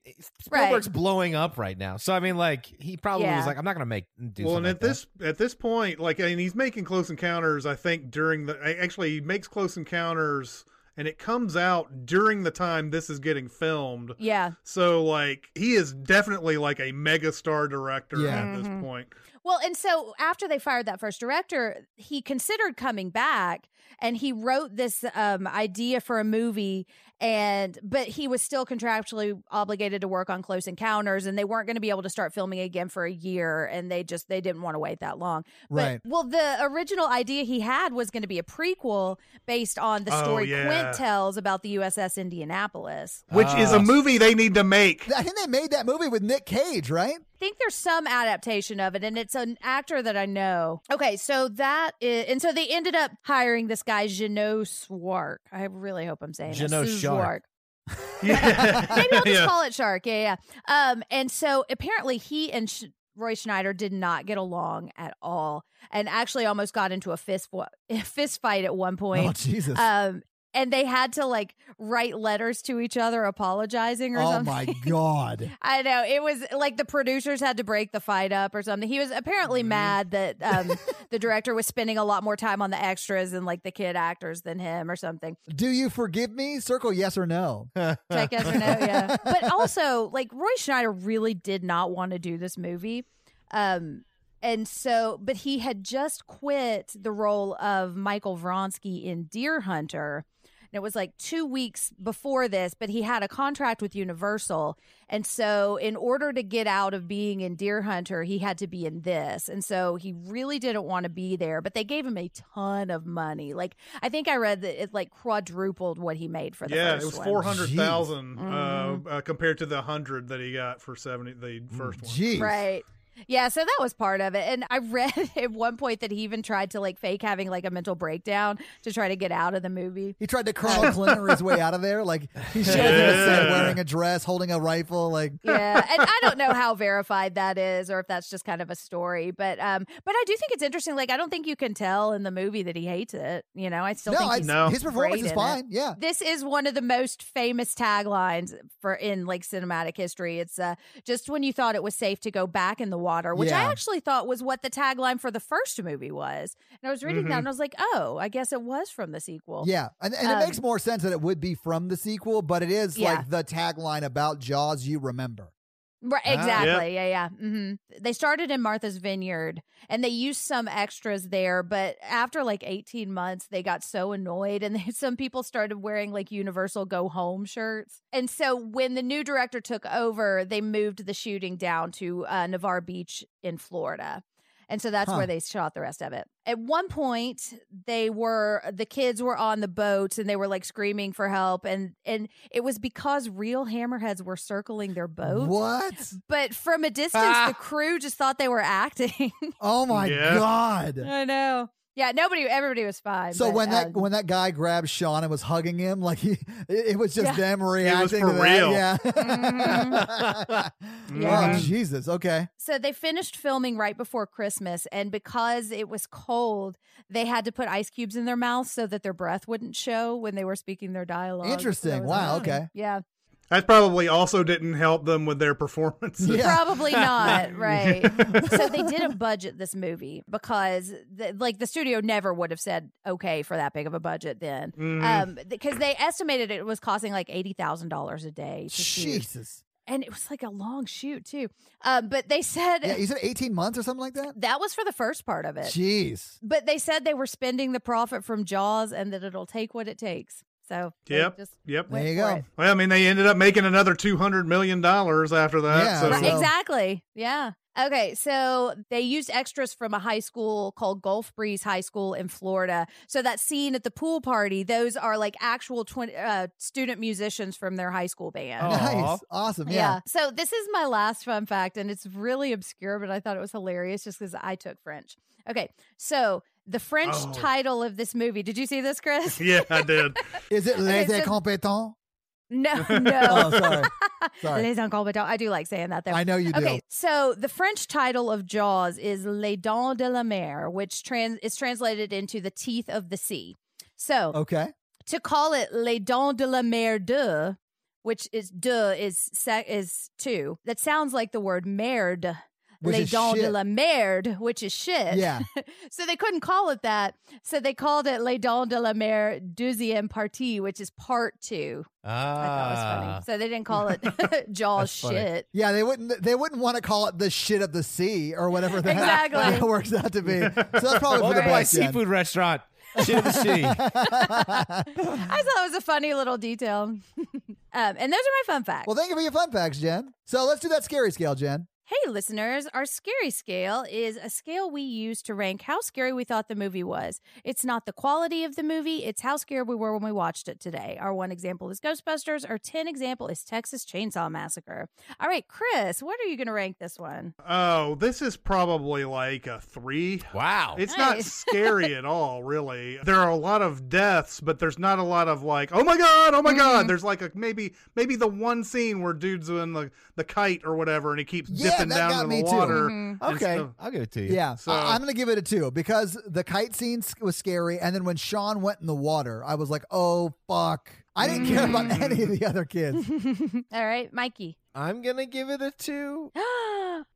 [SPEAKER 4] Right.
[SPEAKER 3] Spielberg's blowing up right now. So I mean, like he probably
[SPEAKER 4] Yeah.
[SPEAKER 3] was like, I'm not gonna make. Do
[SPEAKER 5] well,
[SPEAKER 3] something
[SPEAKER 5] and
[SPEAKER 3] like
[SPEAKER 5] at this at this point, like, and he's making Close Encounters. I think during the actually he makes Close Encounters and it comes out during the time this is getting filmed.
[SPEAKER 4] Yeah.
[SPEAKER 5] So like he is definitely like a mega star director
[SPEAKER 2] Yeah.
[SPEAKER 5] at this
[SPEAKER 4] Mm-hmm.
[SPEAKER 12] Mhm.
[SPEAKER 5] point.
[SPEAKER 4] Well, and so after they fired that first director, he considered coming back and he wrote this um, idea for a movie and but he was still contractually obligated to work on close encounters and they weren't going to be able to start filming again for a year and they just they didn't want to wait that long.
[SPEAKER 2] Right.
[SPEAKER 4] But, well, the original idea he had was going to be a prequel based on the
[SPEAKER 5] Oh,
[SPEAKER 4] story
[SPEAKER 5] yeah.
[SPEAKER 4] Quint tells about the USS Indianapolis.
[SPEAKER 5] Which is a
[SPEAKER 3] Ah.
[SPEAKER 5] movie they need to make.
[SPEAKER 2] I think they made that movie with Nick Cage, right?
[SPEAKER 4] think there's some adaptation of it, and it's an actor that I know. Okay, so that is, and so they ended up hiring this guy Janot Swark. I really hope I'm saying that.
[SPEAKER 3] Janot
[SPEAKER 4] Sue
[SPEAKER 3] Shark.
[SPEAKER 5] Yeah.
[SPEAKER 4] Maybe I'll just
[SPEAKER 5] Yeah.
[SPEAKER 4] call it Shark. Yeah, yeah. Um, and so apparently he and Sh- Roy Schneider did not get along at all, and actually almost got into a fist wa- fist fight at one
[SPEAKER 2] Oh
[SPEAKER 4] point.
[SPEAKER 2] Jesus!
[SPEAKER 4] Um, and they had to like write letters to each other apologizing or
[SPEAKER 2] oh
[SPEAKER 4] something.
[SPEAKER 2] my God!
[SPEAKER 4] I know it was like the producers had to break the fight up or something. He was apparently mad that um, the director was spending a lot more time on the extras and like the kid actors than him or something.
[SPEAKER 2] Do you forgive me? Circle yes or no.
[SPEAKER 4] Check yes or no, yeah. But also, like Roy Schneider really did not want to do this movie, um, and so but he had just quit the role of Michael Vronsky in Deer Hunter. And it was like two weeks before this, but he had a contract with Universal. And so, in order to get out of being in Deer Hunter, he had to be in this. And so, he really didn't want to be there, but they gave him a ton of money. Like, I think I read that it like quadrupled what he made for the
[SPEAKER 5] yeah, it
[SPEAKER 4] first
[SPEAKER 5] was
[SPEAKER 4] one.
[SPEAKER 5] four hundred thousand
[SPEAKER 4] Mhm.
[SPEAKER 5] uh, uh, compared to the hundred that he got for seventy the first one.
[SPEAKER 2] Jeez.
[SPEAKER 4] Right. Yeah, so that was part of it. And I read at one point that he even tried to like fake having like a mental breakdown to try to get out of the movie.
[SPEAKER 2] He tried to Carl Clinner his way out of there. Like he showed up on set
[SPEAKER 5] Yeah.
[SPEAKER 2] wearing a dress, holding a rifle. Like
[SPEAKER 4] Yeah. and I don't know how verified that is or if that's just kind of a story, but um but I do think it's interesting like I don't think you can tell in the movie that he hates it, you know. I still
[SPEAKER 2] no,
[SPEAKER 4] think
[SPEAKER 2] I,
[SPEAKER 4] he's
[SPEAKER 5] No.
[SPEAKER 2] his performance
[SPEAKER 4] great
[SPEAKER 2] is
[SPEAKER 4] in it.
[SPEAKER 2] fine. Yeah.
[SPEAKER 4] This is one of the most famous taglines for in like cinematic history. It's uh, just when you thought it was safe to go back in the water, which
[SPEAKER 2] Yeah.
[SPEAKER 4] I actually thought was what the tagline for the first movie was. And I was reading
[SPEAKER 2] Mm-hmm.
[SPEAKER 4] that and I was like, oh, I guess it was from the sequel.
[SPEAKER 2] Yeah, and, and
[SPEAKER 4] Um,
[SPEAKER 2] it makes more sense that it would be from the sequel, but it is
[SPEAKER 4] Yeah.
[SPEAKER 2] like the tagline about Jaws you remember.
[SPEAKER 4] Right,
[SPEAKER 3] Ah.
[SPEAKER 4] exactly. Yeah, yeah. hmm They started in Martha's Vineyard and they used some extras there, but after like 18 months, they got so annoyed and they, some people started wearing like Universal Go Home shirts. And so when the new director took over, they moved the shooting down to uh, Navarre Beach in Florida. And so that's
[SPEAKER 2] Huh.
[SPEAKER 4] where they shot the rest of it. At one point, they were the kids were on the boat and they were like screaming for help and and it was because real hammerheads were circling their boat
[SPEAKER 2] What?
[SPEAKER 4] but from a distance, the
[SPEAKER 2] Ah.
[SPEAKER 4] crew just thought they were acting.
[SPEAKER 2] Oh my
[SPEAKER 5] Yeah.
[SPEAKER 2] god!
[SPEAKER 4] I know. Yeah, nobody, everybody was fine.
[SPEAKER 2] So
[SPEAKER 4] but,
[SPEAKER 2] when that
[SPEAKER 4] um,
[SPEAKER 2] when that guy grabbed Sean and was hugging him, like he, it, it was just
[SPEAKER 4] Yeah.
[SPEAKER 2] them reacting
[SPEAKER 5] for
[SPEAKER 2] to
[SPEAKER 5] real. Mm-hmm.
[SPEAKER 2] that. Yeah.
[SPEAKER 4] Mhm.
[SPEAKER 2] Oh
[SPEAKER 4] Yeah.
[SPEAKER 2] Jesus! Okay.
[SPEAKER 4] so they finished filming right before Christmas, and because it was cold, they had to put ice cubes in their mouths so that their breath wouldn't show when they were speaking their dialogue. So that
[SPEAKER 2] Interesting.
[SPEAKER 4] was
[SPEAKER 2] Wow,
[SPEAKER 4] awesome.
[SPEAKER 2] okay.
[SPEAKER 4] Yeah,
[SPEAKER 5] That probably also didn't help them with their performances.
[SPEAKER 2] Yeah.
[SPEAKER 4] probably not. Right. so they didn't budget this movie because, the, like, the studio never would have said okay for that big of a budget then.
[SPEAKER 5] Mhm.
[SPEAKER 2] Mm.
[SPEAKER 4] um because they estimated it was costing like eighty thousand dollars a day to shoot,
[SPEAKER 2] Jesus.
[SPEAKER 4] and it was like a long shoot too. Um, but they said
[SPEAKER 2] Yeah, you said eighteen months or something like that.
[SPEAKER 4] that was for the first part of it.
[SPEAKER 2] Jeez.
[SPEAKER 4] but they said they were spending the profit from Jaws, and that it'll take what it takes. So they
[SPEAKER 5] Yep.
[SPEAKER 4] just
[SPEAKER 5] Yep.
[SPEAKER 2] There
[SPEAKER 4] went
[SPEAKER 2] you
[SPEAKER 4] for
[SPEAKER 2] go.
[SPEAKER 4] it.
[SPEAKER 5] Well, I mean, they ended up making another two hundred million dollars after that.
[SPEAKER 2] Yeah,
[SPEAKER 5] so
[SPEAKER 2] that's
[SPEAKER 4] Right,
[SPEAKER 2] well.
[SPEAKER 4] exactly. Yeah. Okay, so they used extras from a high school called Gulf Breeze High School in Florida. So that scene at the pool party, those are like actual twin, uh, student musicians from their high school band.
[SPEAKER 3] Oh.
[SPEAKER 2] Nice. Awesome. Yeah.
[SPEAKER 4] Yeah. So this is my last fun fact, and it's really obscure, but I thought it was hilarious just because I took French. Okay. So the French
[SPEAKER 5] Oh.
[SPEAKER 4] title of this movie. Did you see this, Chris?
[SPEAKER 5] yeah, I did.
[SPEAKER 2] Is it Les
[SPEAKER 4] so-
[SPEAKER 2] Incompetents?
[SPEAKER 4] no,
[SPEAKER 2] Oh,
[SPEAKER 4] no.
[SPEAKER 2] sorry. sorry.
[SPEAKER 4] Les Incompetents. I do like saying that though.
[SPEAKER 2] I know you do.
[SPEAKER 4] Okay, so the French title of Jaws is Les Dents de la Mer, which trans is translated into the teeth of the sea. So
[SPEAKER 2] Okay.
[SPEAKER 4] to call it Les Dents de la Mer de, which is de is sec- is two. That sounds like the word merde.
[SPEAKER 2] Which
[SPEAKER 4] Les
[SPEAKER 2] is
[SPEAKER 4] Dents de
[SPEAKER 2] shit.
[SPEAKER 4] la Merde, which is shit.
[SPEAKER 2] Yeah.
[SPEAKER 4] so they couldn't call it that. So they called it Les Dents de la Mer Deuxième Partie, which is part two. I thought it
[SPEAKER 13] Ah,
[SPEAKER 4] was funny. So they didn't call it Jaws
[SPEAKER 13] That's funny.
[SPEAKER 4] shit.
[SPEAKER 2] Yeah, they wouldn't. They wouldn't want to call it the shit of the sea or whatever the heck
[SPEAKER 4] Exactly.
[SPEAKER 2] that works out to be. So that's probably for the
[SPEAKER 13] Welcome to my
[SPEAKER 2] best. Jen.
[SPEAKER 13] seafood restaurant. Shit of the sea.
[SPEAKER 4] I thought it was a funny little detail. um, and those are my fun facts.
[SPEAKER 2] Well, thank you for your fun facts, Jen. So let's do that scary scale, Jen.
[SPEAKER 4] Hey, listeners, our scary scale is a scale we use to rank how scary we thought the movie was. It's not the quality of the movie, it's how scared we were when we watched it today. Our one example is Ghostbusters, our 10 example is Texas Chainsaw Massacre. All right, Chris, what are you going to rank this one?
[SPEAKER 5] Oh, this is probably like a three.
[SPEAKER 13] Wow.
[SPEAKER 5] It's not
[SPEAKER 4] Nice.
[SPEAKER 5] scary at all, really. There are a lot of deaths, but there's not a lot of like, oh my god, oh my god. There's like a maybe maybe the one scene where dude's in the, the kite or whatever and he keeps
[SPEAKER 2] Yeah,
[SPEAKER 5] dipping
[SPEAKER 2] that
[SPEAKER 5] down
[SPEAKER 2] got
[SPEAKER 5] in
[SPEAKER 2] me
[SPEAKER 5] the
[SPEAKER 2] too.
[SPEAKER 5] water.
[SPEAKER 4] Mm-hmm.
[SPEAKER 5] and
[SPEAKER 3] Okay,
[SPEAKER 5] stuff.
[SPEAKER 3] I'll give it to you.
[SPEAKER 2] Yeah,
[SPEAKER 5] So-
[SPEAKER 2] I- am gonna give it a two because the kite scene s- was scary, and then when Sean went in the water, I was like, "Oh fuck!" I didn't care about
[SPEAKER 4] Mm.
[SPEAKER 2] any of the other kids.
[SPEAKER 4] All right, Mikey.
[SPEAKER 3] I'm gonna give it a two.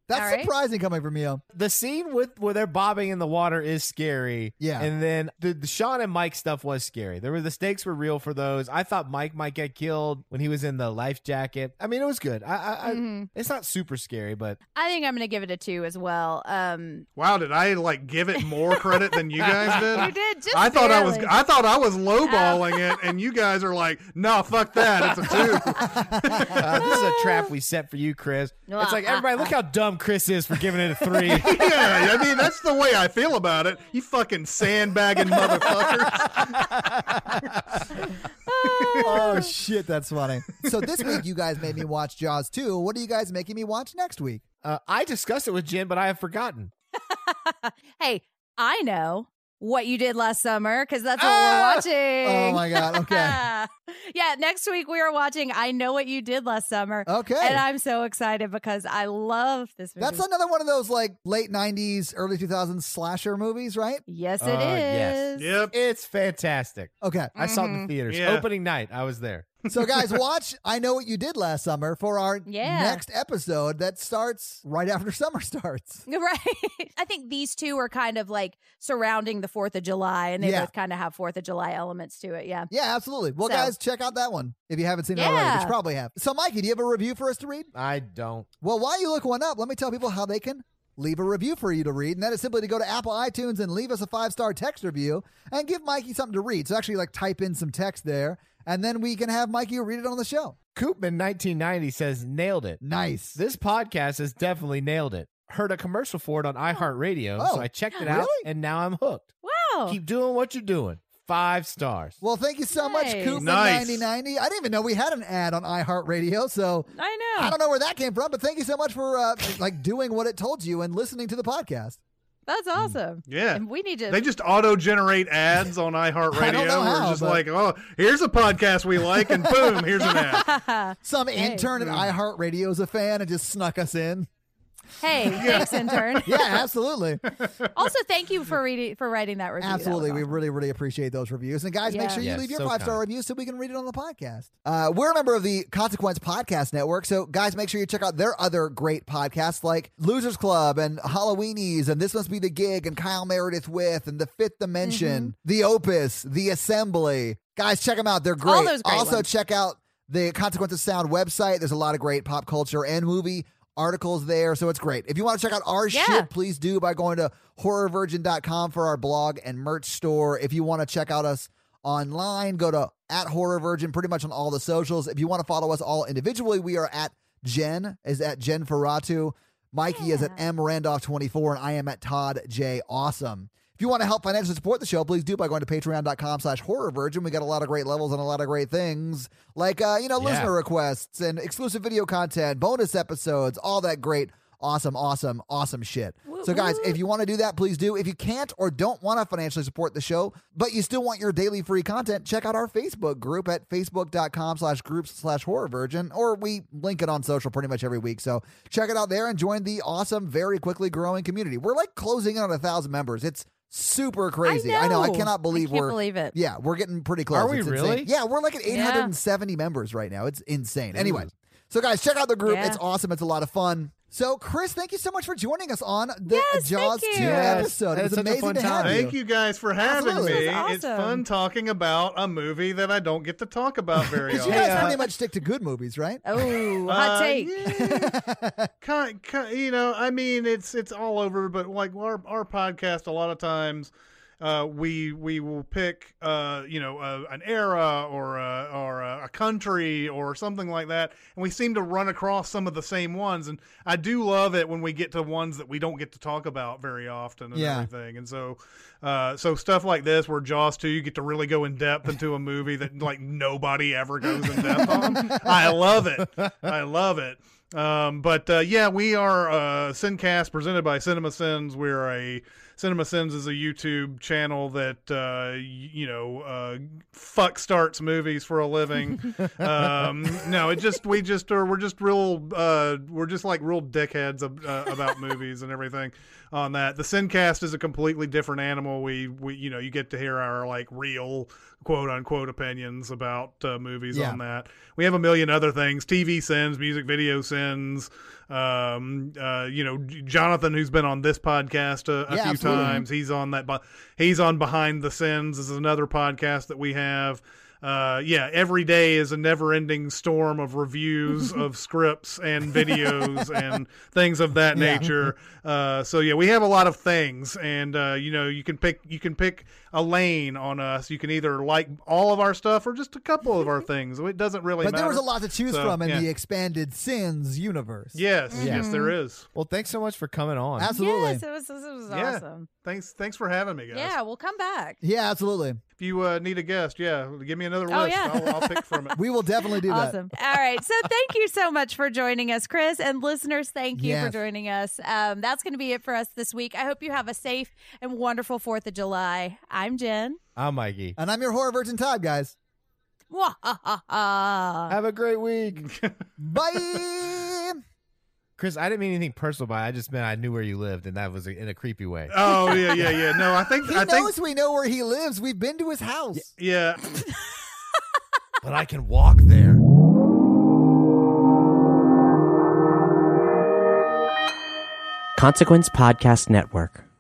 [SPEAKER 2] That's
[SPEAKER 4] All right.
[SPEAKER 2] surprising coming from you.
[SPEAKER 3] The scene with where they're bobbing in the water is scary.
[SPEAKER 2] Yeah.
[SPEAKER 3] and then the, the Sean and Mike stuff was scary. There were the stakes were real for those. I thought Mike might get killed when he was in the life jacket. I mean, it was good. I, I, I
[SPEAKER 4] Mhm.
[SPEAKER 3] it's not super scary, but
[SPEAKER 4] I think I'm going to give it a two as well. Um,
[SPEAKER 5] Wow, did I like give it more credit than you guys did?
[SPEAKER 4] you did just
[SPEAKER 5] I thought I was
[SPEAKER 4] barely.
[SPEAKER 5] I thought I was lowballing it and you guys are like, no, fuck that. It's a two.
[SPEAKER 3] uh, this is a trap we set for you, Chris. It's like everybody look how dumb Chris is for giving it a three.
[SPEAKER 5] yeah, I mean that's the way I feel about it. You fucking sandbagging motherfuckers.
[SPEAKER 2] Oh shit, that's funny. So this week you guys made me watch Jaws 2. What are you guys making me watch next week?
[SPEAKER 3] Uh, I discussed it with Jen, but I have forgotten.
[SPEAKER 4] hey, I know what you did last summer because that's what
[SPEAKER 3] Ah!
[SPEAKER 4] we're watching.
[SPEAKER 2] Oh my god. Okay.
[SPEAKER 4] yeah, next week we are watching I Know What You Did Last Summer.
[SPEAKER 2] Okay.
[SPEAKER 4] And I'm so excited because I love this movie.
[SPEAKER 2] That's another one of those like late 90s, early 2000s slasher movies, right?
[SPEAKER 4] yes, it
[SPEAKER 3] Uh,
[SPEAKER 4] is.
[SPEAKER 3] yes.
[SPEAKER 5] Yep.
[SPEAKER 3] It's fantastic.
[SPEAKER 2] Okay.
[SPEAKER 3] I saw it
[SPEAKER 2] Mm-hmm.
[SPEAKER 3] in the theaters.
[SPEAKER 5] Yeah.
[SPEAKER 3] Opening night, I was there.
[SPEAKER 2] So guys, watch I Know What You Did Last Summer for our
[SPEAKER 4] Yeah.
[SPEAKER 2] next episode that starts right after summer starts.
[SPEAKER 4] Right. I think these two are kind of like surrounding the 4th of July and they
[SPEAKER 2] Yeah.
[SPEAKER 4] both kind of have 4th of July elements to it. Yeah.
[SPEAKER 2] Yeah, absolutely. Well,
[SPEAKER 4] So-
[SPEAKER 2] guys, check out that one if you haven't seen it already, which
[SPEAKER 4] Yeah.
[SPEAKER 2] you probably have. So, Mikey, do you have a review for us to read?
[SPEAKER 3] I don't.
[SPEAKER 2] Well, while you look one up, let me tell people how they can leave a review for you to read. And that is simply to go to Apple iTunes and leave us a five star text review and give Mikey something to read. So, actually, like type in some text there, and then we can have Mikey read it on the show.
[SPEAKER 3] Koopman 1990 says, nailed it.
[SPEAKER 2] Nice.
[SPEAKER 3] This podcast has definitely nailed it. Heard a commercial for it on iHeartRadio,
[SPEAKER 2] Oh,
[SPEAKER 3] so I checked it out,
[SPEAKER 2] really? Oh.
[SPEAKER 3] and now I'm hooked.
[SPEAKER 4] Wow.
[SPEAKER 3] Keep doing what you're doing. Five stars.
[SPEAKER 2] Well, thank you so much,
[SPEAKER 4] Nice.
[SPEAKER 2] Cooper
[SPEAKER 5] Nice.
[SPEAKER 2] 9090. I didn't even know we had an ad on iHeartRadio, so
[SPEAKER 4] I know.
[SPEAKER 2] I don't know where that came from, but thank you so much for uh, like doing what it told you and listening to the podcast.
[SPEAKER 4] That's
[SPEAKER 2] Hmm.
[SPEAKER 4] awesome.
[SPEAKER 5] Yeah.
[SPEAKER 4] And we need to.
[SPEAKER 5] They just auto generate ads on
[SPEAKER 2] I don't
[SPEAKER 5] iHeartRadio.
[SPEAKER 2] know
[SPEAKER 5] We're
[SPEAKER 2] how,
[SPEAKER 5] just
[SPEAKER 2] but-
[SPEAKER 5] like, oh, here's a podcast we like, and boom, here's an ad.
[SPEAKER 2] Some intern at iHeartRadio is a fan and just snuck us in.
[SPEAKER 4] hey, thanks, intern.
[SPEAKER 2] Yeah, absolutely.
[SPEAKER 4] Also, thank you for reading for writing that review. That was
[SPEAKER 2] Absolutely.
[SPEAKER 4] awesome.
[SPEAKER 2] We really, really appreciate those reviews. And guys, make
[SPEAKER 4] Yeah.
[SPEAKER 2] sure you
[SPEAKER 3] Yes,
[SPEAKER 2] leave your
[SPEAKER 3] so
[SPEAKER 2] five star
[SPEAKER 3] kind.
[SPEAKER 2] reviews so we can read it on the podcast. Uh, we're a member of the Consequence Podcast Network. So, guys, make sure you check out their other great podcasts like Losers Club and Halloweenies and This Must Be the Gig and Kyle Meredith with and The Fifth Dimension,
[SPEAKER 4] Mm-hmm.
[SPEAKER 2] The Opus, The Assembly. Guys, check them out. They're great.
[SPEAKER 4] those great
[SPEAKER 2] also,
[SPEAKER 4] ones.
[SPEAKER 2] check out the Consequence of Sound website. There's a lot of great pop culture and movie articles there. So, it's great. If you want to check out our
[SPEAKER 4] Yeah.
[SPEAKER 2] shit, please do by going to horrorvirgin.com for our blog and merch store. If you want to check out us online, go to at horror virgin pretty much on all the socials. If you want to follow us all individually, we are at Jen is at Jen Ferratu. Mikey is at M Randolph24 and I am at Todd J Awesome. If you want to help financially support the show, please do by going to patreon.com slash horror virgin. We got a lot of great levels and a lot of great things like, uh, you know,
[SPEAKER 3] Yeah.
[SPEAKER 2] listener requests and exclusive video content, bonus episodes, all that great, awesome, awesome, awesome shit. So, guys, if you want to do that, please do. If you can't or don't want to financially support the show, but you still want your daily free content, check out our Facebook group at facebook.com slash groups slash horror virgin, or we link it on social pretty much every week. So check it out there and join the awesome, very quickly growing community. We're like closing in on a thousand members. It's super crazy. I know. I,
[SPEAKER 4] know.
[SPEAKER 2] cannot believe
[SPEAKER 4] I can't
[SPEAKER 2] we're
[SPEAKER 4] believe it.
[SPEAKER 2] yeah, we're getting pretty close.
[SPEAKER 3] Are we
[SPEAKER 2] It's insane.
[SPEAKER 3] really?
[SPEAKER 2] Yeah, we're like at 870 members right now. It's insane. Anyway, so guys, check out the group.
[SPEAKER 4] Yeah.
[SPEAKER 2] It's awesome. It's a lot of fun. So, Chris, thank you so much for joining us on the
[SPEAKER 12] Yes,
[SPEAKER 2] Jaws
[SPEAKER 12] thank
[SPEAKER 2] 2
[SPEAKER 12] you.
[SPEAKER 3] Yes,
[SPEAKER 2] episode.
[SPEAKER 3] that
[SPEAKER 2] It was
[SPEAKER 3] is such a
[SPEAKER 2] amazing
[SPEAKER 3] fun
[SPEAKER 2] to have
[SPEAKER 3] time.
[SPEAKER 2] you.
[SPEAKER 5] Thank you guys for having
[SPEAKER 12] Absolutely.
[SPEAKER 5] me.
[SPEAKER 12] This was
[SPEAKER 5] It's
[SPEAKER 12] awesome.
[SPEAKER 5] fun talking about a movie that I don't get to talk about very
[SPEAKER 2] Because you
[SPEAKER 5] often.
[SPEAKER 2] guys
[SPEAKER 3] Yeah.
[SPEAKER 2] pretty much stick to good movies, right?
[SPEAKER 12] Oh, hot
[SPEAKER 5] Uh,
[SPEAKER 12] take.
[SPEAKER 5] yeah. Ki- ki- you know, I mean, it's it's all over, but like our our podcast, a lot of times, uh, we we will pick, uh, you know, uh, an era or a, or a, a country or something like that, and we seem to run across some of the same ones. And I do love it when we get to ones that we don't get to talk about very often and
[SPEAKER 2] Yeah.
[SPEAKER 5] everything. And so, uh, so stuff like this, where Jaws two, you get to really go in depth into a movie that like nobody ever goes in depth on. I love it. I love it. Um, but uh, yeah, we are uh, Sincast presented by CinemaSins. We're a CinemaSins is a YouTube channel that uh, y- you know uh, fuck starts movies for a living. um, no, it just we just are we're just real uh, we're just like real dickheads ab- uh, about movies and everything on that. The Sincast is a completely different animal. We we you know you get to hear our like real quote unquote opinions about uh, movies
[SPEAKER 2] Yeah.
[SPEAKER 5] on that. We have a million other things: TV sins, music video sins. Um, uh, you know, J- Jonathan, who's been on this podcast a, a
[SPEAKER 2] Yeah,
[SPEAKER 5] few
[SPEAKER 2] absolutely.
[SPEAKER 5] times, he's on that. But he's on Behind the Sins. This is another podcast that we have. Uh, yeah, every day is a never-ending storm of reviews of scripts and videos and things of that
[SPEAKER 2] Yeah.
[SPEAKER 5] nature. Uh, so yeah, we have a lot of things, and uh, you know, you can pick you can pick a lane on us. You can either like all of our stuff or just a couple of our things. It doesn't really
[SPEAKER 2] Mm-hmm. But
[SPEAKER 5] matter.
[SPEAKER 2] there was a lot to choose
[SPEAKER 5] So,
[SPEAKER 2] from in
[SPEAKER 5] yeah.
[SPEAKER 2] the expanded Sins universe.
[SPEAKER 5] Yes, yes, there is.
[SPEAKER 3] Well, thanks so much for coming on.
[SPEAKER 2] Absolutely.
[SPEAKER 12] Yes, it was, it was
[SPEAKER 5] Yeah.
[SPEAKER 12] awesome.
[SPEAKER 5] Thanks, thanks for having me, guys.
[SPEAKER 12] Yeah, we'll come back.
[SPEAKER 2] Yeah, absolutely.
[SPEAKER 5] If you uh, need a guest, yeah, give me another
[SPEAKER 12] Oh,
[SPEAKER 5] list.
[SPEAKER 12] yeah.
[SPEAKER 5] I'll, I'll pick from it.
[SPEAKER 2] We will definitely do that.
[SPEAKER 12] Awesome. All right. So thank you so much for joining us, Chris. And listeners, thank you
[SPEAKER 2] Yes.
[SPEAKER 12] for joining us. Um, that's going to be it for us this week. I hope you have a safe and wonderful 4th of July. I'm Jen.
[SPEAKER 3] I'm Mikey.
[SPEAKER 2] And I'm your horror virgin Todd, guys.
[SPEAKER 12] Mwahaha.
[SPEAKER 3] Have a great week.
[SPEAKER 2] Bye.
[SPEAKER 3] Chris, I didn't mean anything personal by it. I just meant I knew where you lived, and that was in a creepy way.
[SPEAKER 5] Oh yeah, yeah, yeah. No, I think
[SPEAKER 2] he
[SPEAKER 5] I think
[SPEAKER 2] knows we know where he lives. We've been to his house.
[SPEAKER 5] yeah.
[SPEAKER 3] But I can walk there.
[SPEAKER 1] Consequence Podcast Network.